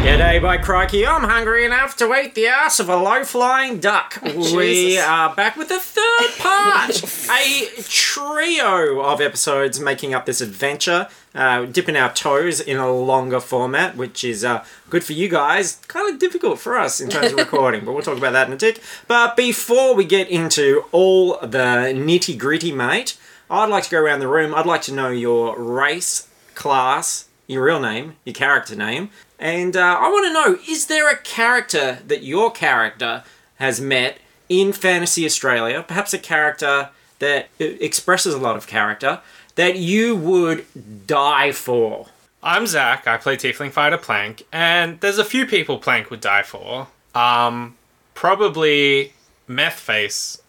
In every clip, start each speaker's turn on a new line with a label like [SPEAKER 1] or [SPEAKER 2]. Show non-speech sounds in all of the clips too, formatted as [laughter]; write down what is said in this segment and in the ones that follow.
[SPEAKER 1] G'day, by crikey, I'm hungry enough to eat the ass of a low-flying duck. We
[SPEAKER 2] Jesus.
[SPEAKER 1] are back with the third part, a trio of episodes making up this adventure, uh, dipping our toes in a longer format, which is uh, good for you guys, kind of difficult for us in terms of recording, but we'll talk about that in a tick. But before we get into all the nitty-gritty, mate, I'd like to go around the room. I'd like to know your race, class, your real name, your character name, and uh, I want to know is there a character that your character has met in Fantasy Australia, perhaps a character that uh, expresses a lot of character, that you would die for?
[SPEAKER 3] I'm Zach. I play Tiefling Fighter Plank, and there's a few people Plank would die for. Um, probably Methface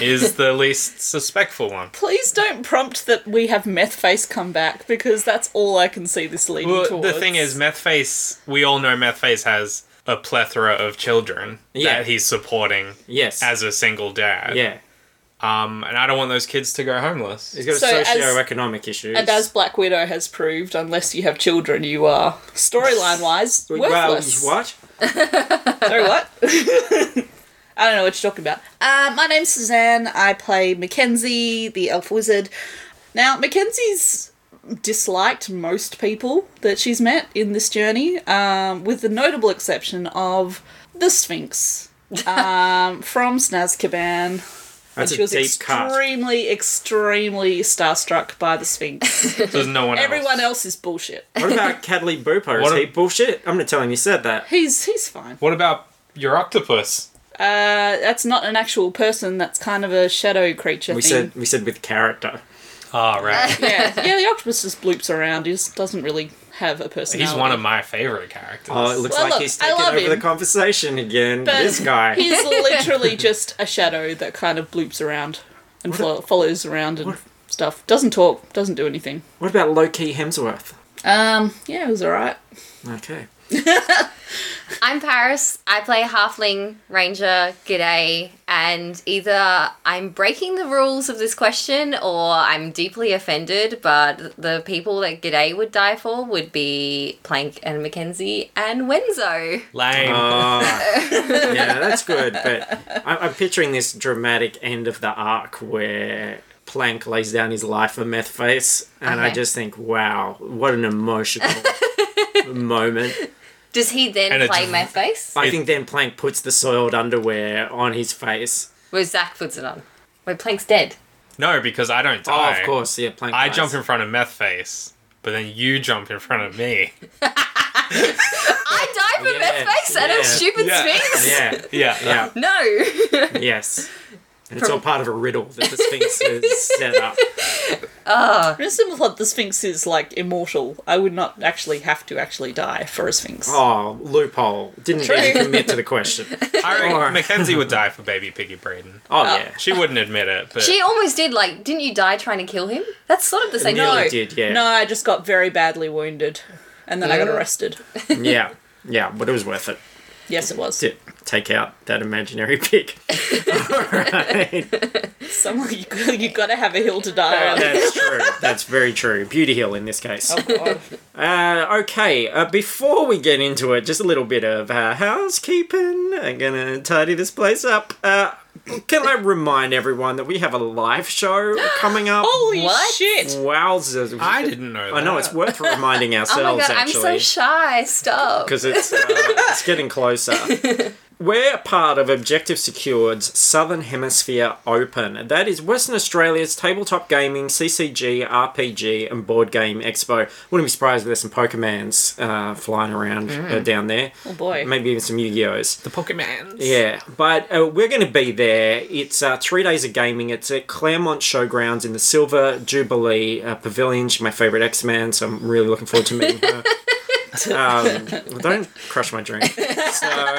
[SPEAKER 3] is the least suspectful one.
[SPEAKER 2] Please don't prompt that we have meth face come back because that's all I can see this leading
[SPEAKER 3] Well,
[SPEAKER 2] towards.
[SPEAKER 3] the thing is, Methface. We all know Methface has a plethora of children
[SPEAKER 1] Yeah.
[SPEAKER 3] that he's supporting
[SPEAKER 1] yes.
[SPEAKER 3] as a single dad.
[SPEAKER 1] yeah.
[SPEAKER 3] Um, and I don't want those kids to go homeless.
[SPEAKER 1] He's got
[SPEAKER 2] So as-
[SPEAKER 1] socioeconomic issues.
[SPEAKER 2] and as Black Widow has proved, unless you have children, you are storyline wise
[SPEAKER 1] [laughs] well,
[SPEAKER 2] worthless.
[SPEAKER 1] what?
[SPEAKER 2] [laughs] Sorry, what? [laughs] I don't know what you're talking about. Uh, my name's Suzanne. I play Mackenzie, the elf wizard. Now, Mackenzie's disliked most people that she's met in this journey, um, with the notable exception of the Sphinx [laughs] um, from Snazkaban.
[SPEAKER 1] That's
[SPEAKER 2] She was
[SPEAKER 1] a deep cut.
[SPEAKER 2] extremely, extremely starstruck by the Sphinx.
[SPEAKER 3] There's no one
[SPEAKER 2] Everyone
[SPEAKER 3] else.
[SPEAKER 2] else is bullshit. [laughs]
[SPEAKER 1] What about Cadley Boopo? Is
[SPEAKER 3] What a-
[SPEAKER 1] he bullshit? I'm going to tell him you said that.
[SPEAKER 2] He's he's fine.
[SPEAKER 3] What about your octopus?
[SPEAKER 2] Uh, that's not an actual person. That's kind of a shadow creature.
[SPEAKER 1] We
[SPEAKER 2] thing.
[SPEAKER 1] said we said with character.
[SPEAKER 3] Ah, right.
[SPEAKER 2] [laughs] yeah, yeah. The octopus just bloops around. He just doesn't really have a personality.
[SPEAKER 3] He's one of my favorite characters.
[SPEAKER 1] Oh, it looks
[SPEAKER 2] Well,
[SPEAKER 1] like
[SPEAKER 2] look,
[SPEAKER 1] he's
[SPEAKER 2] I
[SPEAKER 1] taking
[SPEAKER 2] love
[SPEAKER 1] over the
[SPEAKER 2] him.
[SPEAKER 1] conversation again.
[SPEAKER 2] But
[SPEAKER 1] this guy.
[SPEAKER 2] He's literally just a shadow that kind of bloops around and flo- follows around and stuff. Doesn't talk. Doesn't do anything.
[SPEAKER 1] What about low key Hemsworth?
[SPEAKER 2] Um. Yeah, it was alright.
[SPEAKER 1] Okay.
[SPEAKER 4] I'm Paris. I play Halfling Ranger G'day, and either I'm breaking the rules of this question or I'm deeply offended, but the people that G'day would die for would be Plank and Mackenzie and Wenzo.
[SPEAKER 3] Lame.
[SPEAKER 1] Ah, yeah, that's good. But I'm, I'm picturing this dramatic end of the arc where Plank lays down his life for Meth Face, and I
[SPEAKER 4] Okay.
[SPEAKER 1] just think, wow, what
[SPEAKER 2] [laughs]
[SPEAKER 1] an emotional moment.
[SPEAKER 4] Does he then
[SPEAKER 3] And a
[SPEAKER 4] play
[SPEAKER 3] dr-
[SPEAKER 4] my face?
[SPEAKER 1] I
[SPEAKER 3] It-
[SPEAKER 1] think then Plank puts the soiled underwear on his face.
[SPEAKER 4] Where Zach puts it on. Where Plank's dead.
[SPEAKER 3] no, because I don't
[SPEAKER 1] Oh,
[SPEAKER 3] die.
[SPEAKER 1] of course, yeah, Plank.
[SPEAKER 3] I
[SPEAKER 1] dies.
[SPEAKER 3] jump in front of Meth Face, but then you jump in front of me.
[SPEAKER 4] I die for
[SPEAKER 1] Yeah,
[SPEAKER 4] my face and
[SPEAKER 1] yeah,
[SPEAKER 4] a stupid
[SPEAKER 3] yeah.
[SPEAKER 4] Sphinx?
[SPEAKER 1] Yeah,
[SPEAKER 3] [laughs] Yeah, [laughs]
[SPEAKER 1] yeah,
[SPEAKER 4] No.
[SPEAKER 1] yes. And it's all part of a riddle that the Sphinx has set
[SPEAKER 2] [laughs]
[SPEAKER 1] up.
[SPEAKER 2] In a similar plot, the Sphinx is like immortal. I would not actually have to actually die for a Sphinx.
[SPEAKER 1] Oh, loophole. Didn't
[SPEAKER 2] True.
[SPEAKER 1] even commit to the question.
[SPEAKER 3] I
[SPEAKER 1] Or-
[SPEAKER 3] reckon Mackenzie would die for baby piggy Braden.
[SPEAKER 1] Oh,
[SPEAKER 2] [laughs]
[SPEAKER 1] yeah.
[SPEAKER 3] She wouldn't admit it, but
[SPEAKER 4] She almost did, like, didn't you die trying to kill him? That's sort of the same
[SPEAKER 1] No.
[SPEAKER 4] thing.
[SPEAKER 1] Nearly did, yeah. Uh,
[SPEAKER 2] No, I just got very badly wounded, and then I got
[SPEAKER 4] Yeah.
[SPEAKER 2] arrested.
[SPEAKER 1] Yeah. Yeah, but it was worth it.
[SPEAKER 2] Yes, it was.
[SPEAKER 1] to take out that imaginary pig.
[SPEAKER 2] [laughs]
[SPEAKER 1] Alright.
[SPEAKER 2] Someone you got, you got to have a hill to die on.
[SPEAKER 1] That's true. That's very true. Beauty Hill in this case.
[SPEAKER 2] Oh, God.
[SPEAKER 1] Uh, okay, uh, before we get into it, just a little bit of uh, housekeeping. I'm going to tidy this place up. Uh, can I remind everyone that we have a live show coming up?
[SPEAKER 2] [gasps] Holy
[SPEAKER 4] What?
[SPEAKER 2] shit!
[SPEAKER 1] Wowzers.
[SPEAKER 3] I didn't know that.
[SPEAKER 1] I know, it's worth reminding
[SPEAKER 4] [laughs] Oh my
[SPEAKER 1] ourselves,
[SPEAKER 4] god, I'm
[SPEAKER 1] actually.
[SPEAKER 4] so shy. Stop. [laughs]
[SPEAKER 1] because it's uh, it's getting closer. We're part of Objective Secured's Southern Hemisphere Open. That is Western Australia's tabletop gaming, CCG, RPG, and board game expo. Wouldn't be surprised if there's some Pokemans uh, flying around uh, down there.
[SPEAKER 2] Oh, boy.
[SPEAKER 1] Maybe even some Yu Gi Oh's.
[SPEAKER 3] The Pokemans.
[SPEAKER 1] Yeah, but uh, we're going to be there. It's uh, three days of gaming. It's at Claremont Showgrounds in the Silver Jubilee uh, Pavilion. She's my favourite X Man, so I'm really looking forward to meeting her. um, don't crush my drink. So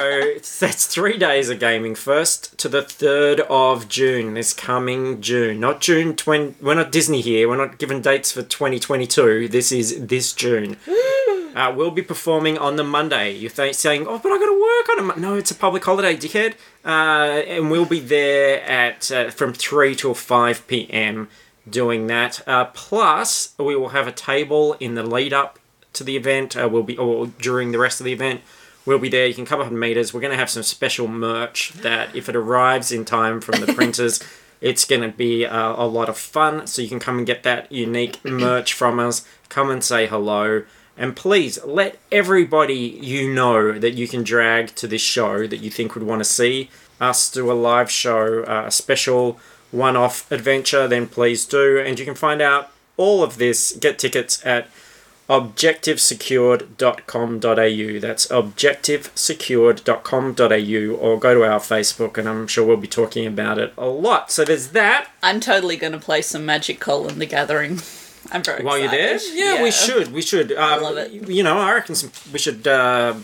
[SPEAKER 1] it's- that's three days of gaming. First to the third of June. This coming June, not June twenty. We're not Disney here. We're not giving dates for 2022. This is this June. Uh, we'll be performing on the Monday. You're th- saying, oh, but I got to work on a Mon-" No, it's a public holiday, dickhead. Uh, and we'll be there at uh, from 3 till 5 p.m. doing that. Uh, plus, we will have a table in the lead up to the event. Uh, we'll be, or during the rest of the event, we'll be there. You can come up and meet us. We're going to have some special merch that, if it arrives in time from the printers, it's going to be uh, a lot of fun. So you can come and get that unique merch from us. Come and say hello. And please let everybody you know that you can drag to this show that you think would want to see us do a live show, uh, a special one off adventure, then please do. And you can find out all of this, get tickets at objectivesecured.com.au. That's objectivesecured.com.au, or go to our Facebook, and I'm sure we'll be talking about it a lot. So there's that.
[SPEAKER 2] I'm totally going to play some Magic Colin the Gathering. [laughs] I'm very
[SPEAKER 1] While you're there,
[SPEAKER 2] excited.
[SPEAKER 1] yeah, we should. We should. Um, I
[SPEAKER 2] love it.
[SPEAKER 1] You know, I reckon some, we should uh,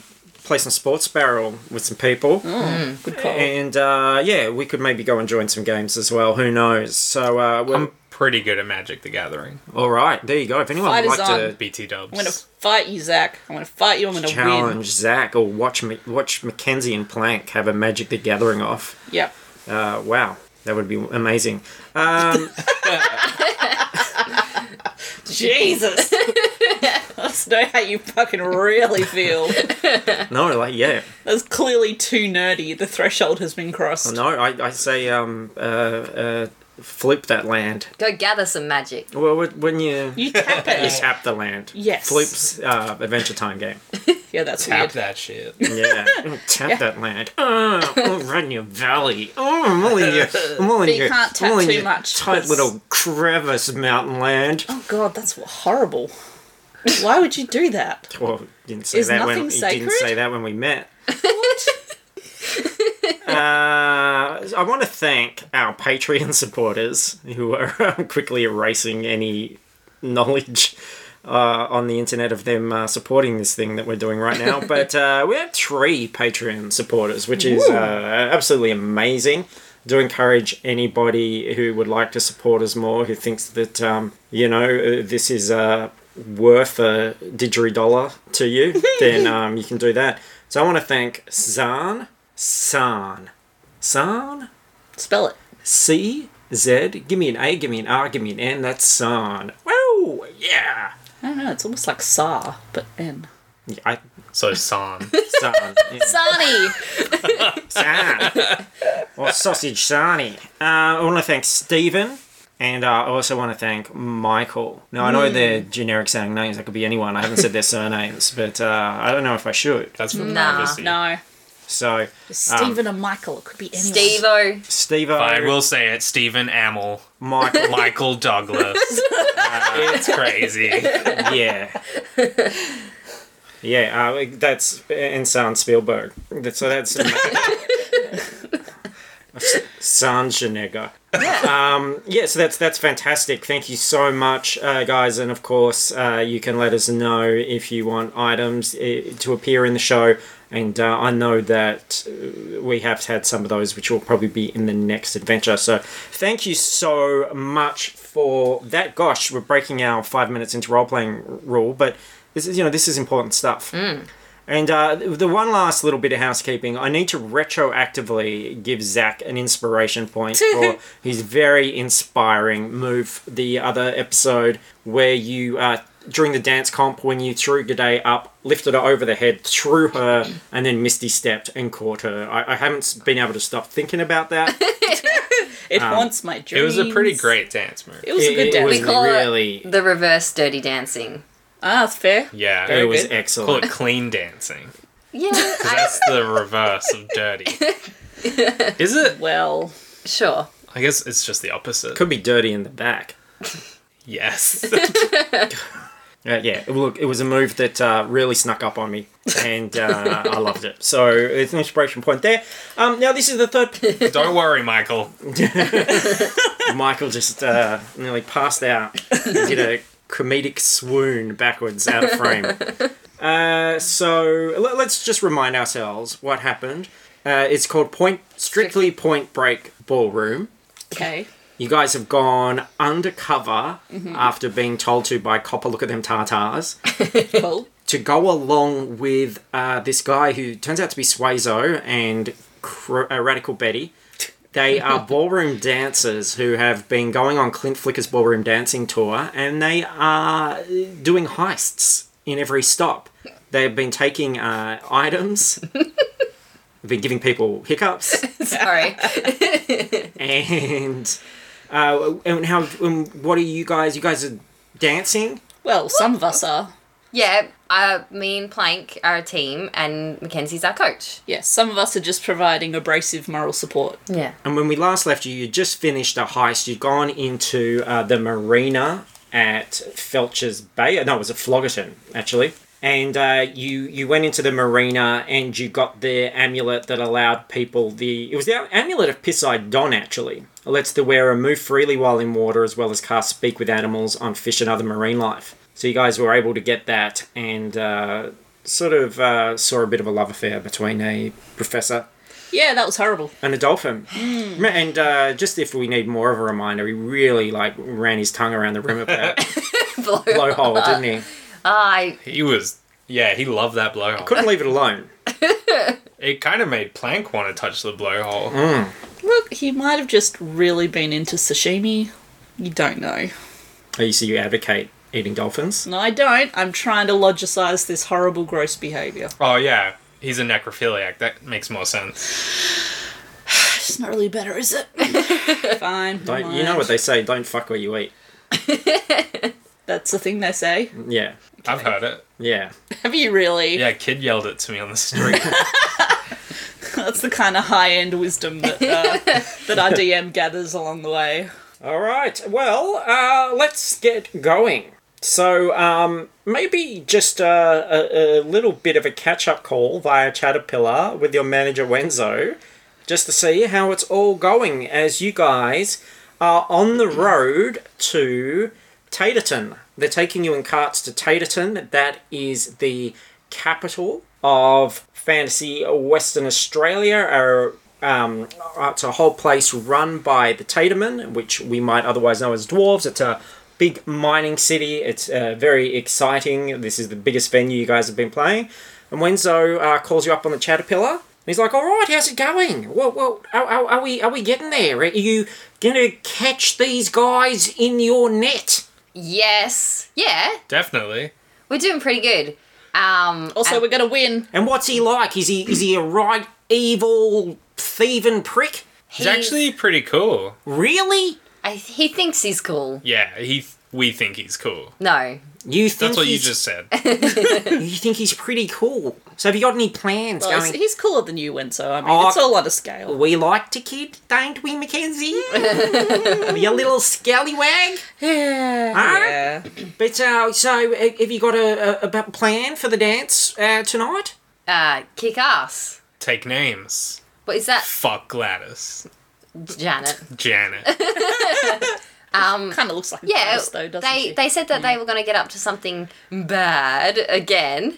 [SPEAKER 1] play some sports barrel with some people.
[SPEAKER 2] Good call.
[SPEAKER 1] And uh, yeah, we could maybe go and join some games as well. Who knows? So, uh, we're,
[SPEAKER 3] I'm pretty good at Magic the Gathering.
[SPEAKER 1] all right, there you go. If anyone
[SPEAKER 2] Fight
[SPEAKER 1] would
[SPEAKER 2] is
[SPEAKER 1] like to
[SPEAKER 2] on.
[SPEAKER 3] BT
[SPEAKER 2] I'm going to
[SPEAKER 3] dubs.
[SPEAKER 2] fight you, Zach. I'm going to fight you. I'm going to win.
[SPEAKER 1] challenge Zach or watch Ma- watch Mackenzie and Plank have a Magic the Gathering off,
[SPEAKER 2] Yeah.
[SPEAKER 1] uh, wow, that would be amazing. Um,
[SPEAKER 2] [laughs] Jesus. Let's know how you fucking really feel.
[SPEAKER 1] no, like yeah,
[SPEAKER 2] That's clearly too nerdy. The threshold has been crossed.
[SPEAKER 1] Oh, no, I, I say um, uh, uh, flip that land.
[SPEAKER 4] Go gather some magic.
[SPEAKER 1] Well, wh- when you
[SPEAKER 2] You tap it.
[SPEAKER 1] tap the land,
[SPEAKER 2] Yes.
[SPEAKER 1] flips uh, Adventure Time game.
[SPEAKER 2] Yeah, that's
[SPEAKER 3] Tap
[SPEAKER 2] weird.
[SPEAKER 3] that shit.
[SPEAKER 2] [laughs]
[SPEAKER 1] Yeah, tap that land. Oh, oh, run your valley. Oh, I'm all
[SPEAKER 2] [laughs]
[SPEAKER 1] in your, I'm all in
[SPEAKER 2] But you
[SPEAKER 1] your,
[SPEAKER 2] can't
[SPEAKER 1] I'm all
[SPEAKER 2] tap
[SPEAKER 1] in
[SPEAKER 2] too
[SPEAKER 1] your
[SPEAKER 2] much,
[SPEAKER 1] tight
[SPEAKER 2] 'cause-
[SPEAKER 1] little crevice mountain land.
[SPEAKER 2] Oh god, that's horrible. Why would you do that?
[SPEAKER 1] [laughs] Well, you didn't say
[SPEAKER 2] Is
[SPEAKER 1] that when
[SPEAKER 2] nothing
[SPEAKER 1] you didn't
[SPEAKER 2] sacred?
[SPEAKER 1] say that when we met. [laughs] uh, I want to thank our Patreon [laughs] supporters who are um, quickly erasing any knowledge uh, on the internet of them uh, supporting this thing that we're doing
[SPEAKER 2] [laughs]
[SPEAKER 1] right now. but uh, we have three Patreon supporters, which is uh, absolutely amazing. Do encourage anybody who would like to support us more, who thinks that um, you know uh, this is uh, worth a didgeridoo dollar to you, then um, you can do that. So I want to thank Zan, San, San,
[SPEAKER 2] Spell it.
[SPEAKER 1] C, Z. Give me an A, give me an R, give me an N. That's San. Woo! Yeah!
[SPEAKER 2] I don't know, it's almost like Sa, but N.
[SPEAKER 1] Yeah, I,
[SPEAKER 3] [laughs] So San.
[SPEAKER 1] San. yeah.
[SPEAKER 2] Sani!
[SPEAKER 1] San. or Sausage Sani. Uh, I want to thank Stephen. And uh, I also want to thank Michael. Now, I know they're generic sounding names. That could be anyone. I haven't said their surnames, but uh, I don't know if I should.
[SPEAKER 3] That's for
[SPEAKER 4] Nah.
[SPEAKER 3] privacy.
[SPEAKER 2] No.
[SPEAKER 1] So,
[SPEAKER 2] Stephen and Michael, it could be anyone.
[SPEAKER 4] Steve O.
[SPEAKER 1] Steve
[SPEAKER 3] I will say it, Stephen Amell.
[SPEAKER 1] Michael.
[SPEAKER 3] [laughs] Michael
[SPEAKER 4] [laughs]
[SPEAKER 3] Douglas. it's crazy.
[SPEAKER 1] yeah. Yeah, uh, that's and San Spielberg. That- So that's San Janega. Um, yeah, so that's that's fantastic. Thank you so much, uh, guys, and of course, uh, you can let us know if you want items uh, to appear in the show. And uh, I know that uh, we have had some of those, which will probably be in the next adventure. So thank you so much for that. Gosh, we're breaking our five minutes into role playing rule, but this is you know this is important stuff. And uh, the one last little bit of housekeeping, I need to retroactively give Zach an
[SPEAKER 2] [laughs]
[SPEAKER 1] inspiration point for his very inspiring move the other episode where you, uh, during the dance comp, when you threw G'day up, lifted her over the head, threw her, and then Misty stepped and caught her. I, I haven't been able to stop thinking
[SPEAKER 2] [laughs]
[SPEAKER 1] about that.
[SPEAKER 2] It haunts my dreams.
[SPEAKER 3] It was a pretty great dance move.
[SPEAKER 2] It was a
[SPEAKER 1] It-
[SPEAKER 2] good
[SPEAKER 1] it
[SPEAKER 2] dance.
[SPEAKER 1] was-
[SPEAKER 4] We call
[SPEAKER 1] really-
[SPEAKER 4] it the reverse dirty dancing.
[SPEAKER 2] Ah, that's fair.
[SPEAKER 3] Yeah.
[SPEAKER 1] It was
[SPEAKER 2] good.
[SPEAKER 3] Call
[SPEAKER 1] excellent.
[SPEAKER 3] it clean dancing.
[SPEAKER 4] [laughs] Yeah,
[SPEAKER 3] 'Cause
[SPEAKER 4] I,
[SPEAKER 3] That's the reverse of
[SPEAKER 4] [laughs]
[SPEAKER 3] dirty. Is it?
[SPEAKER 2] Well,
[SPEAKER 4] sure.
[SPEAKER 3] I guess it's just the opposite.
[SPEAKER 1] Could be dirty in the back.
[SPEAKER 3] Yes.
[SPEAKER 1] Uh, yeah, look, it was a move that uh, really snuck up on me, and uh, I loved it. So it's an inspiration point there. Um, now this is the third. [laughs]
[SPEAKER 3] Don't worry, Michael.
[SPEAKER 1] Michael just uh, nearly passed out. He did a comedic swoon backwards out of frame. Uh, so let, us just remind ourselves what happened. Uh, it's called Point Strictly Point Break Ballroom.
[SPEAKER 2] okay.
[SPEAKER 1] You guys have gone undercover after being told to by Copper. Look at them tartars
[SPEAKER 2] Cool.
[SPEAKER 1] to go along with uh, this guy who turns out to be Swayzo and Cr- uh, Radical Betty. They are ballroom dancers who have been going on Clint Flicker's ballroom dancing tour and they are doing heists in every stop. They have been taking uh, items, been giving people hiccups
[SPEAKER 4] Sorry.
[SPEAKER 1] and uh, and how and what are you guys? You guys are dancing.
[SPEAKER 2] Well, some of us are.
[SPEAKER 4] yeah, uh, me and Plank are a team, and Mackenzie's our coach.
[SPEAKER 2] Yes, some of us are just providing abrasive moral support.
[SPEAKER 4] Yeah.
[SPEAKER 1] And when we last left you, you just finished a heist. You'd gone into uh, the marina at Felcher's Bay. No, it was at Floggerton actually. And uh, you you went into the marina and you got the amulet that allowed people the it was the amulet of Poseidon actually. It lets the wearer move freely while in water as well as cast speak with animals on fish and other marine life. So you guys were able to get that and uh, sort of uh, saw a bit of a love affair between a professor
[SPEAKER 2] Yeah, that was horrible.
[SPEAKER 1] and a
[SPEAKER 2] [gasps]
[SPEAKER 1] dolphin.
[SPEAKER 2] Hmm.
[SPEAKER 1] Ma- And uh, just if we need more of a reminder, he really like ran his tongue around the rim
[SPEAKER 2] [laughs]
[SPEAKER 1] of that
[SPEAKER 4] Blow.
[SPEAKER 1] blowhole, didn't he?
[SPEAKER 4] I
[SPEAKER 3] He was. Yeah, he loved that blowhole.
[SPEAKER 1] Couldn't leave it alone.
[SPEAKER 3] It kind of made Plank want to touch the blowhole.
[SPEAKER 2] Look, he might have just really been into sashimi. You don't know.
[SPEAKER 1] Oh, you see, you advocate eating dolphins.
[SPEAKER 2] No, I don't. I'm trying to logicize this horrible, gross behavior.
[SPEAKER 3] Oh yeah, he's a necrophiliac. That makes more sense.
[SPEAKER 2] It's not really better, is [laughs] it? Fine.
[SPEAKER 1] Don't,
[SPEAKER 2] never
[SPEAKER 1] you know
[SPEAKER 2] mind.
[SPEAKER 1] what they say? Don't fuck where you eat.
[SPEAKER 2] That's the thing they say.
[SPEAKER 1] Yeah,
[SPEAKER 3] I've heard it.
[SPEAKER 1] yeah.
[SPEAKER 2] Have you really?
[SPEAKER 3] Yeah, a kid yelled it to me on the street.
[SPEAKER 2] That's the kind of high end wisdom that
[SPEAKER 4] [laughs]
[SPEAKER 2] uh, that our DM gathers along the way.
[SPEAKER 1] All right. Well, uh, let's get going. So, um, maybe just uh, a, a little bit of a catch-up call via Chatterpillar with your manager Wenzo, just to see how it's all going as you guys are on the road to Taterton. They're taking you in carts to Taterton. That is the capital of fantasy Western Australia. Or, um, it's a whole place run by the Tatermen, which we might otherwise know as dwarves. It's a big mining city. It's uh, very exciting. This is the biggest venue you guys have been playing. And Wenzo uh, calls you up on the Chatterpillar. And he's like, "All right, how's it going? Well, well, are, are, are we are we getting there? Are you gonna catch these guys in your net?"
[SPEAKER 4] yes. Yeah,
[SPEAKER 3] Definitely.
[SPEAKER 4] we're doing pretty good. Um,
[SPEAKER 2] Also, we're gonna win.
[SPEAKER 1] And what's he like? Is he is he a right evil thieving prick?
[SPEAKER 3] He's actually pretty cool.
[SPEAKER 1] Really?
[SPEAKER 4] I, he thinks he's cool.
[SPEAKER 3] Yeah, he. We think he's cool.
[SPEAKER 4] No.
[SPEAKER 1] You think
[SPEAKER 3] That's what you
[SPEAKER 1] he's,
[SPEAKER 3] just said.
[SPEAKER 1] you think he's pretty cool? So have you got any plans
[SPEAKER 2] Well, he's,
[SPEAKER 1] going?
[SPEAKER 2] he's cooler than you, Windsor. I mean,
[SPEAKER 1] Oh,
[SPEAKER 2] it's all on a scale.
[SPEAKER 1] We like to kid, don't
[SPEAKER 2] [laughs]
[SPEAKER 1] we, Mackenzie? you little scallywag. Huh?
[SPEAKER 2] Yeah.
[SPEAKER 1] But uh, so, uh, have you got a, a, a plan for the dance uh, tonight?
[SPEAKER 4] Uh, kick ass.
[SPEAKER 3] Take names.
[SPEAKER 4] What is that?
[SPEAKER 3] Fuck Gladys.
[SPEAKER 4] Janet.
[SPEAKER 3] Janet.
[SPEAKER 2] Kind of looks like a
[SPEAKER 4] Yeah,
[SPEAKER 2] ghost, though, doesn't
[SPEAKER 4] they
[SPEAKER 2] she?
[SPEAKER 4] they said that they were going to get up to something bad again,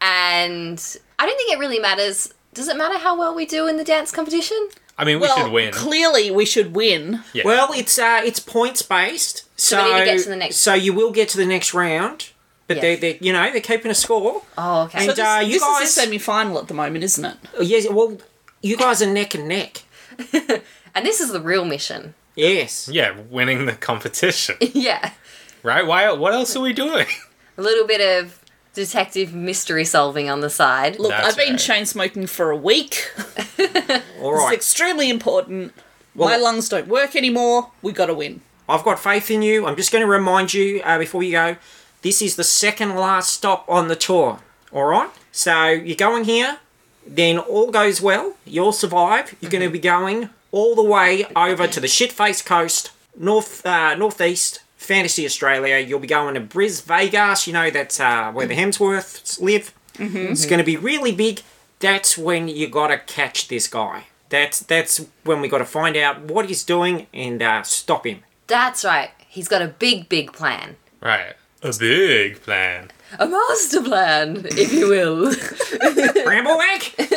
[SPEAKER 4] and I don't think it really matters. Does it matter how well we do in the dance competition?
[SPEAKER 3] I mean, we
[SPEAKER 2] well,
[SPEAKER 3] should win.
[SPEAKER 2] clearly we should win.
[SPEAKER 3] yeah.
[SPEAKER 1] Well, it's uh, it's points based, so
[SPEAKER 4] we need to get to the next-
[SPEAKER 1] so you will get to the next round. But
[SPEAKER 4] Yeah.
[SPEAKER 1] they they you know they're keeping a score.
[SPEAKER 4] Oh, okay.
[SPEAKER 2] So
[SPEAKER 1] And,
[SPEAKER 2] this,
[SPEAKER 1] uh, you
[SPEAKER 2] this
[SPEAKER 1] guys-
[SPEAKER 2] is the semi-final at the moment, isn't it?
[SPEAKER 1] Uh, Yes, well, you guys are neck and neck.
[SPEAKER 4] and this is the real mission. [laughs]
[SPEAKER 1] Yes.
[SPEAKER 3] yeah, winning the competition.
[SPEAKER 4] yeah,
[SPEAKER 3] right? Why? What else are we doing? [laughs]
[SPEAKER 4] a little bit of detective mystery solving on the side.
[SPEAKER 2] Look,
[SPEAKER 3] That's
[SPEAKER 2] I've been
[SPEAKER 3] right.
[SPEAKER 2] chain smoking for a week. [laughs]
[SPEAKER 1] All
[SPEAKER 2] It's
[SPEAKER 1] right.
[SPEAKER 2] extremely important.
[SPEAKER 1] Well-
[SPEAKER 2] My lungs don't work anymore. We got to win.
[SPEAKER 1] I've got faith in you. I'm just going to remind you uh, before you go. This is the second last stop on the tour. All right. So you're going here, then all goes well, you'll survive. You're going to be going all the way over to the shitface coast, north uh, northeast, fantasy Australia. You'll be going to Bris Vegas. You know that's uh, where the Hemsworths live. It's going to be really big. That's when you got to catch this guy. That's that's when we got to find out what he's doing and uh, stop him.
[SPEAKER 4] That's right. He's got a big, big plan.
[SPEAKER 3] Right. A big plan.
[SPEAKER 4] A master plan, [laughs] if you will.
[SPEAKER 1] Bramblewank? Is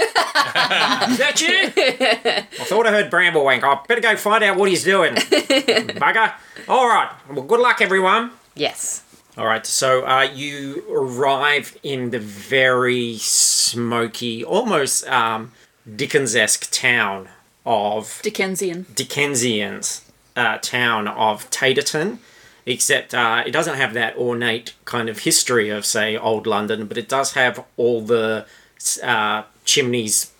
[SPEAKER 1] that you? I thought I heard Bramblewank. I better go find out what he's doing. Bugger. All right. Well, good luck, everyone.
[SPEAKER 4] yes.
[SPEAKER 1] All right. So uh, you arrive in the very smoky, almost um, Dickens esque town of
[SPEAKER 2] Dickensian.
[SPEAKER 1] Dickensian's uh, town of Taterton, except uh, it doesn't have that ornate kind of history of, say, old London, but it does have all the uh, chimneys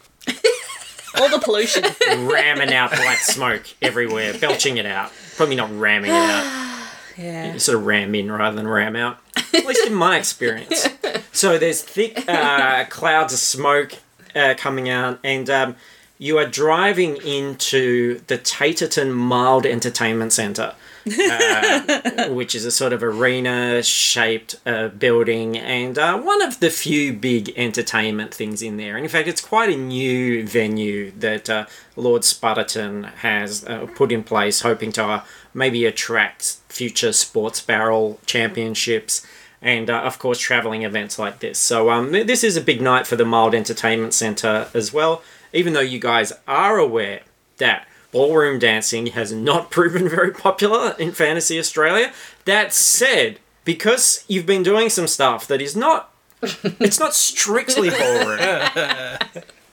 [SPEAKER 2] All the pollution.
[SPEAKER 1] ramming out black smoke everywhere, belching it out. Probably not ramming it out.
[SPEAKER 2] yeah.
[SPEAKER 1] Sort of ram in rather than ram out. At least in my experience. So there's thick uh, clouds of smoke uh, coming out, and um, you are driving into the Taterton Mild Entertainment Centre, uh, [laughs] which is a sort of arena shaped uh, building and uh, one of the few big entertainment things in there. And in fact, it's quite a new venue that uh, Lord Sputterton has uh, put in place, hoping to uh, maybe attract future sports barrel championships and uh, of course traveling events like this. So um, th- this is a big night for the Mild Entertainment Centre as well. Even though you guys are aware that ballroom dancing has not [laughs] proven very popular in Fantasy Australia, that said, because you've been doing some stuff that is not, it's not strictly ballroom.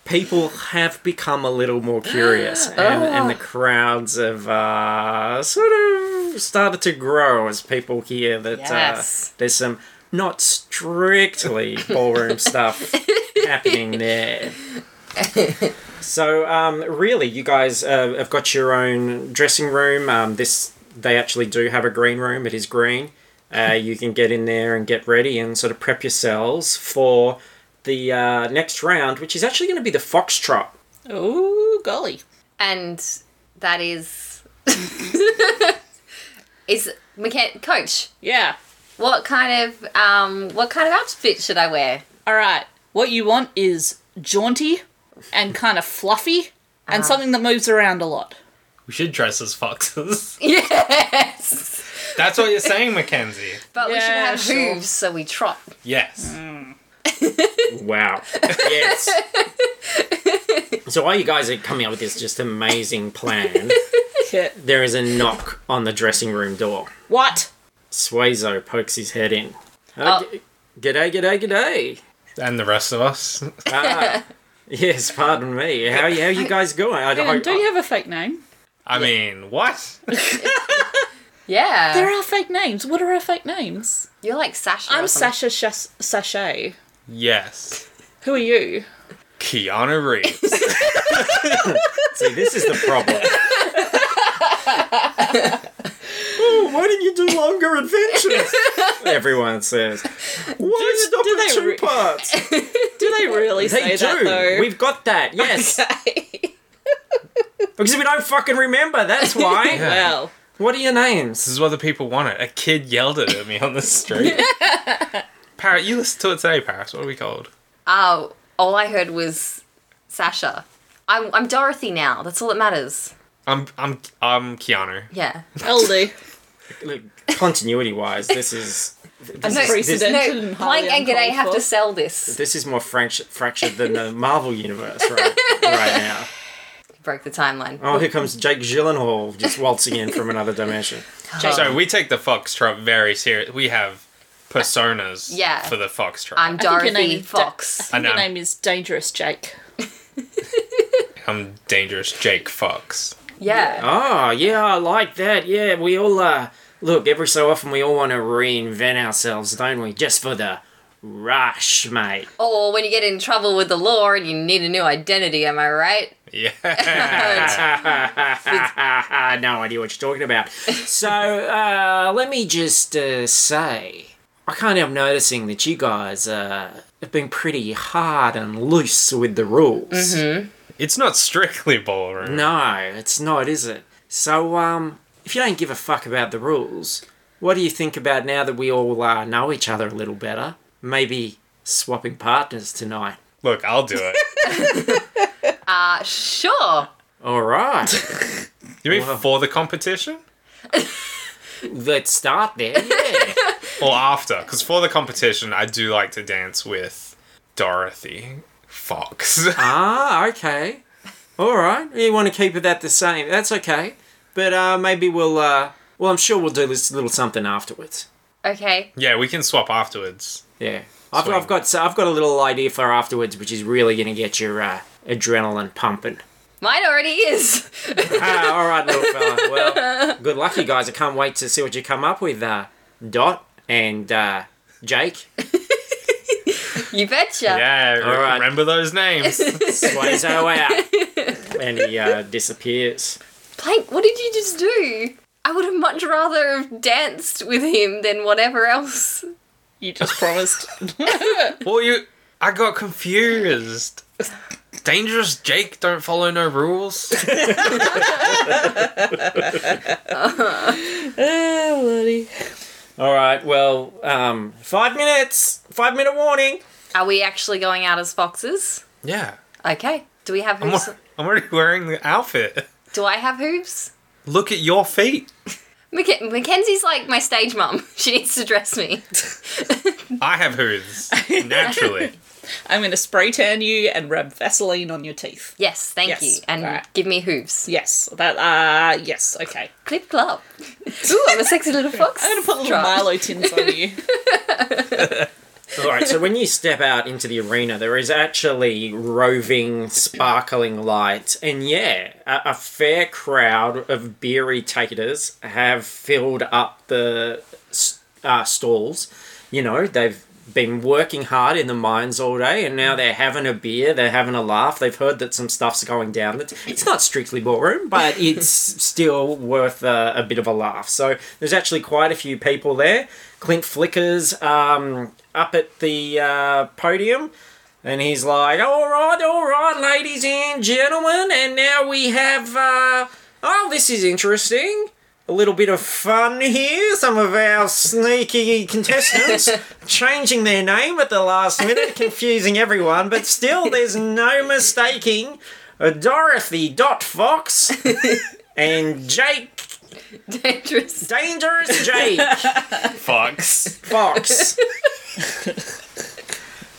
[SPEAKER 1] People have become a little more curious, and, and the crowds have uh, sort of started to grow as people hear that
[SPEAKER 4] Yes.
[SPEAKER 1] uh, there's some not strictly ballroom stuff happening there. So, um, really, you guys uh, have got your own dressing room. Um, this they actually do have a green room. It is green. Uh, you can get in there and get ready and sort of prep yourselves for the uh, next round, which is actually going to be the foxtrot.
[SPEAKER 2] Oh, golly.
[SPEAKER 4] And that is. [laughs] is. McKen- Coach,
[SPEAKER 2] Yeah.
[SPEAKER 4] what kind of um, what kind of outfit should I wear?
[SPEAKER 2] All right. What you want is jaunty and kind of fluffy and something that moves around a lot.
[SPEAKER 3] We should dress as foxes.
[SPEAKER 4] [laughs] Yes,
[SPEAKER 3] That's what you're saying, Mackenzie.
[SPEAKER 4] but we should
[SPEAKER 2] Yeah,
[SPEAKER 4] have
[SPEAKER 2] sure.
[SPEAKER 4] hooves, so we trot.
[SPEAKER 3] Yes.
[SPEAKER 4] Mm.
[SPEAKER 1] Wow.
[SPEAKER 2] [laughs]
[SPEAKER 1] yes. So while you guys are coming up with this just amazing plan, there is a knock on the dressing room door.
[SPEAKER 2] what?
[SPEAKER 1] Suezo pokes his head in. Uh,
[SPEAKER 4] Oh.
[SPEAKER 1] g- G'day, g'day, g'day.
[SPEAKER 3] And the rest of us.
[SPEAKER 1] Ah, yes, pardon me. How, how you guys going? I
[SPEAKER 2] Hang on,
[SPEAKER 1] I-
[SPEAKER 2] don't you have a fake name?
[SPEAKER 3] I mean,
[SPEAKER 4] [laughs]
[SPEAKER 3] what?
[SPEAKER 4] Yeah,
[SPEAKER 2] There are fake names. What are our fake names?
[SPEAKER 4] you're like Sasha. or
[SPEAKER 2] I'm
[SPEAKER 4] something.
[SPEAKER 2] Sasha Shas- Sachet.
[SPEAKER 3] Yes.
[SPEAKER 2] Who are you?
[SPEAKER 3] Keanu Reeves.
[SPEAKER 1] See, this is the [laughs] problem. oh, why didn't you do longer adventures? [laughs] Everyone says. Why
[SPEAKER 2] Do-
[SPEAKER 1] stop
[SPEAKER 2] do
[SPEAKER 1] at
[SPEAKER 2] they
[SPEAKER 1] two
[SPEAKER 2] re- [laughs]
[SPEAKER 1] parts?
[SPEAKER 2] Do they really say
[SPEAKER 1] They
[SPEAKER 2] that
[SPEAKER 1] do.
[SPEAKER 2] though?
[SPEAKER 1] We've
[SPEAKER 2] [laughs]
[SPEAKER 1] got that, yes.
[SPEAKER 2] Okay.
[SPEAKER 1] [laughs] Because we don't fucking remember,
[SPEAKER 2] [laughs]
[SPEAKER 1] that's why.
[SPEAKER 2] well,
[SPEAKER 1] What are your
[SPEAKER 3] this
[SPEAKER 1] names?
[SPEAKER 3] is what the people wanted. A kid yelled it at me on the
[SPEAKER 4] [laughs]
[SPEAKER 3] street. Paris, you listened to it today, Paris. What are we called?
[SPEAKER 4] Oh, all I heard was Sasha. I'm, I'm Dorothy now. That's all that matters.
[SPEAKER 3] I'm I'm I'm Keanu.
[SPEAKER 2] [laughs]
[SPEAKER 4] Yeah.
[SPEAKER 2] LD.
[SPEAKER 1] Look, continuity wise, this is. This is, this,
[SPEAKER 2] Unprecedented. Denton and Harley
[SPEAKER 4] Plank and G'day
[SPEAKER 2] uncalled
[SPEAKER 4] have
[SPEAKER 2] for.
[SPEAKER 4] to sell this.
[SPEAKER 1] this is more fract- fractured than the Marvel universe right, right now.
[SPEAKER 4] Broke the timeline.
[SPEAKER 1] Oh, here comes Jake Gyllenhaal just waltzing in from another dimension.
[SPEAKER 4] Oh.
[SPEAKER 3] So we take the foxtrot very serious. We have personas
[SPEAKER 4] Yeah.
[SPEAKER 3] for the foxtrot. I'm,
[SPEAKER 4] I'm
[SPEAKER 2] I think your
[SPEAKER 4] Dorothy
[SPEAKER 2] name is Da-
[SPEAKER 4] Fox.
[SPEAKER 2] I think your
[SPEAKER 3] I know.
[SPEAKER 2] name is Dangerous Jake.
[SPEAKER 3] I'm dangerous Jake
[SPEAKER 4] [laughs]
[SPEAKER 3] Fox.
[SPEAKER 4] yeah.
[SPEAKER 1] Oh, yeah, I like that. Yeah, we all, uh, look, every so often we all want to reinvent ourselves, don't we? Just for the rush, mate. [laughs]
[SPEAKER 4] Or when you get in trouble with the law and you need a new identity, am I right?
[SPEAKER 3] Yeah.
[SPEAKER 1] no idea what you're talking about. So, uh, let me just uh, say I can't help noticing that you guys uh, have been pretty hard and loose with the rules.
[SPEAKER 3] It's not strictly ballroom.
[SPEAKER 1] No, it's not, is it? So, um, if you don't give a fuck about the rules, what do you think about now that we all uh, know each other a little better? Maybe swapping partners tonight.
[SPEAKER 3] Look, I'll do
[SPEAKER 1] [laughs]
[SPEAKER 3] it.
[SPEAKER 4] Uh, sure.
[SPEAKER 1] All right,
[SPEAKER 3] You mean for the competition
[SPEAKER 1] let's start there. Yeah.
[SPEAKER 3] or after? Because for the competition, I do like to dance with Dorothy Fox.
[SPEAKER 1] ah, okay. All right, you want to keep it that the same? That's okay. But uh, maybe we'll. Uh, well, I'm sure we'll do this little something afterwards.
[SPEAKER 4] Okay.
[SPEAKER 3] [laughs] yeah, we can swap afterwards.
[SPEAKER 1] Yeah, I've,
[SPEAKER 3] Swing.
[SPEAKER 1] I've got so I've got a little idea for afterwards, which is really going to get your uh, adrenaline pumping.
[SPEAKER 4] Mine already is. [laughs]
[SPEAKER 1] Ah, all right, little fella. Well, good luck, you guys. I can't wait to see what you come up with, uh, Dot and uh, Jake.
[SPEAKER 4] You betcha.
[SPEAKER 3] Yeah,
[SPEAKER 1] All right.
[SPEAKER 3] remember those
[SPEAKER 1] [laughs]
[SPEAKER 3] names.
[SPEAKER 1] Swazo out. And he uh, disappears.
[SPEAKER 4] Plank, what did you just do? I would have much rather have danced with him than whatever else.
[SPEAKER 2] You just promised.
[SPEAKER 3] well, you, I got confused. Dangerous Jake don't follow no
[SPEAKER 1] [laughs]
[SPEAKER 3] rules.
[SPEAKER 2] [laughs] oh, bloody.
[SPEAKER 1] All right, well, um, five minutes. Five minute warning.
[SPEAKER 4] Are we actually going out as foxes?
[SPEAKER 3] yeah,
[SPEAKER 4] Okay. Do we have
[SPEAKER 3] I'm,
[SPEAKER 4] hooves?
[SPEAKER 3] al- I'm already wearing the outfit.
[SPEAKER 4] Do I have hooves?
[SPEAKER 3] Look at your feet.
[SPEAKER 4] Mac- Mackenzie's like my stage mum. [laughs] She needs to dress
[SPEAKER 2] [laughs]
[SPEAKER 4] me.
[SPEAKER 3] I have hooves naturally.
[SPEAKER 1] [laughs]
[SPEAKER 2] I'm going to spray tan you and rub Vaseline on your teeth.
[SPEAKER 4] yes, thank
[SPEAKER 2] Yes,
[SPEAKER 4] you. And
[SPEAKER 2] alright.
[SPEAKER 4] give me hooves.
[SPEAKER 2] Yes, that, uh, yes, okay.
[SPEAKER 4] Clip clop. Ooh, I'm a
[SPEAKER 2] [laughs]
[SPEAKER 4] sexy little fox.
[SPEAKER 2] I'm going to put little
[SPEAKER 4] Trot.
[SPEAKER 2] Milo tins on you. [laughs]
[SPEAKER 1] All right, so when you step out into the arena, there is actually roving, sparkling lights, and yeah, a, a fair crowd of beer takers have filled up the s- uh, stalls. You know, they've been working hard in the mines all day, and now they're having a beer, they're having a laugh. They've heard that some stuff's going down. It's, it's not strictly ballroom, but it's still worth a, a bit of a laugh. So there's actually quite a few people there. Clint flickers um, up at the uh, podium. And he's like, all right, all right, ladies and gentlemen, and now we have, uh, oh, this is interesting. A little bit of fun here. Some of our sneaky contestants changing their name at the last minute, confusing everyone, but still, there's no mistaking Dorothy Dot Fox and Jake
[SPEAKER 4] Dangerous.
[SPEAKER 1] Dangerous Jake.
[SPEAKER 3] Fox.
[SPEAKER 1] Fox.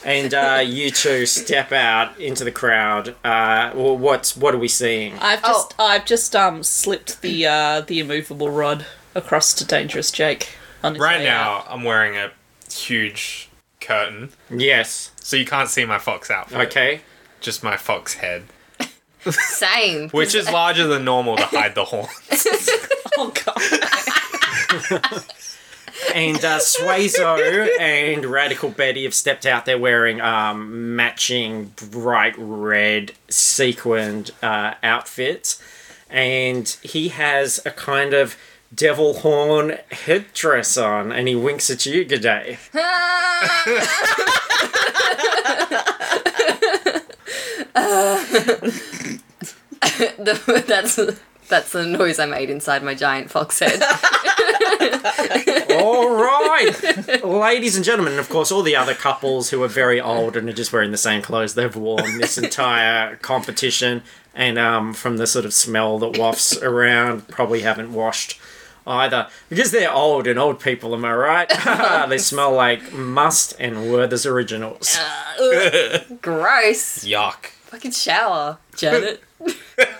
[SPEAKER 1] and uh, you two step out into the crowd. Uh, well, what's what are we seeing?
[SPEAKER 2] I've just, I've just, um, slipped the, uh, the immovable rod across to Dangerous Jake. on his
[SPEAKER 3] Right
[SPEAKER 2] way out.
[SPEAKER 3] now, I'm wearing a huge curtain,
[SPEAKER 1] Yes.
[SPEAKER 3] so you can't see my fox outfit.
[SPEAKER 1] Okay.
[SPEAKER 3] Just my fox head,
[SPEAKER 4] Same.
[SPEAKER 3] which is larger than normal to hide the horn.
[SPEAKER 2] [laughs] Oh, God.
[SPEAKER 1] And uh, Swayzo and Radical Betty have stepped out there wearing um, matching bright red sequined uh, outfits. And he has a kind of devil horn headdress on and he winks at you, G'day.
[SPEAKER 4] [laughs] The- that's that's the noise I made inside my giant
[SPEAKER 2] [laughs]
[SPEAKER 4] fox head.
[SPEAKER 1] All right, ladies and gentlemen, and of course, all the other couples who are very old and are just wearing the same clothes they've worn this entire competition, and um, from the sort of smell that wafts around, probably haven't washed either because they're old and old people. Am I right? [laughs] they smell like must and Werther's originals.
[SPEAKER 4] Gross.
[SPEAKER 3] Yuck.
[SPEAKER 4] Fucking shower, Janet.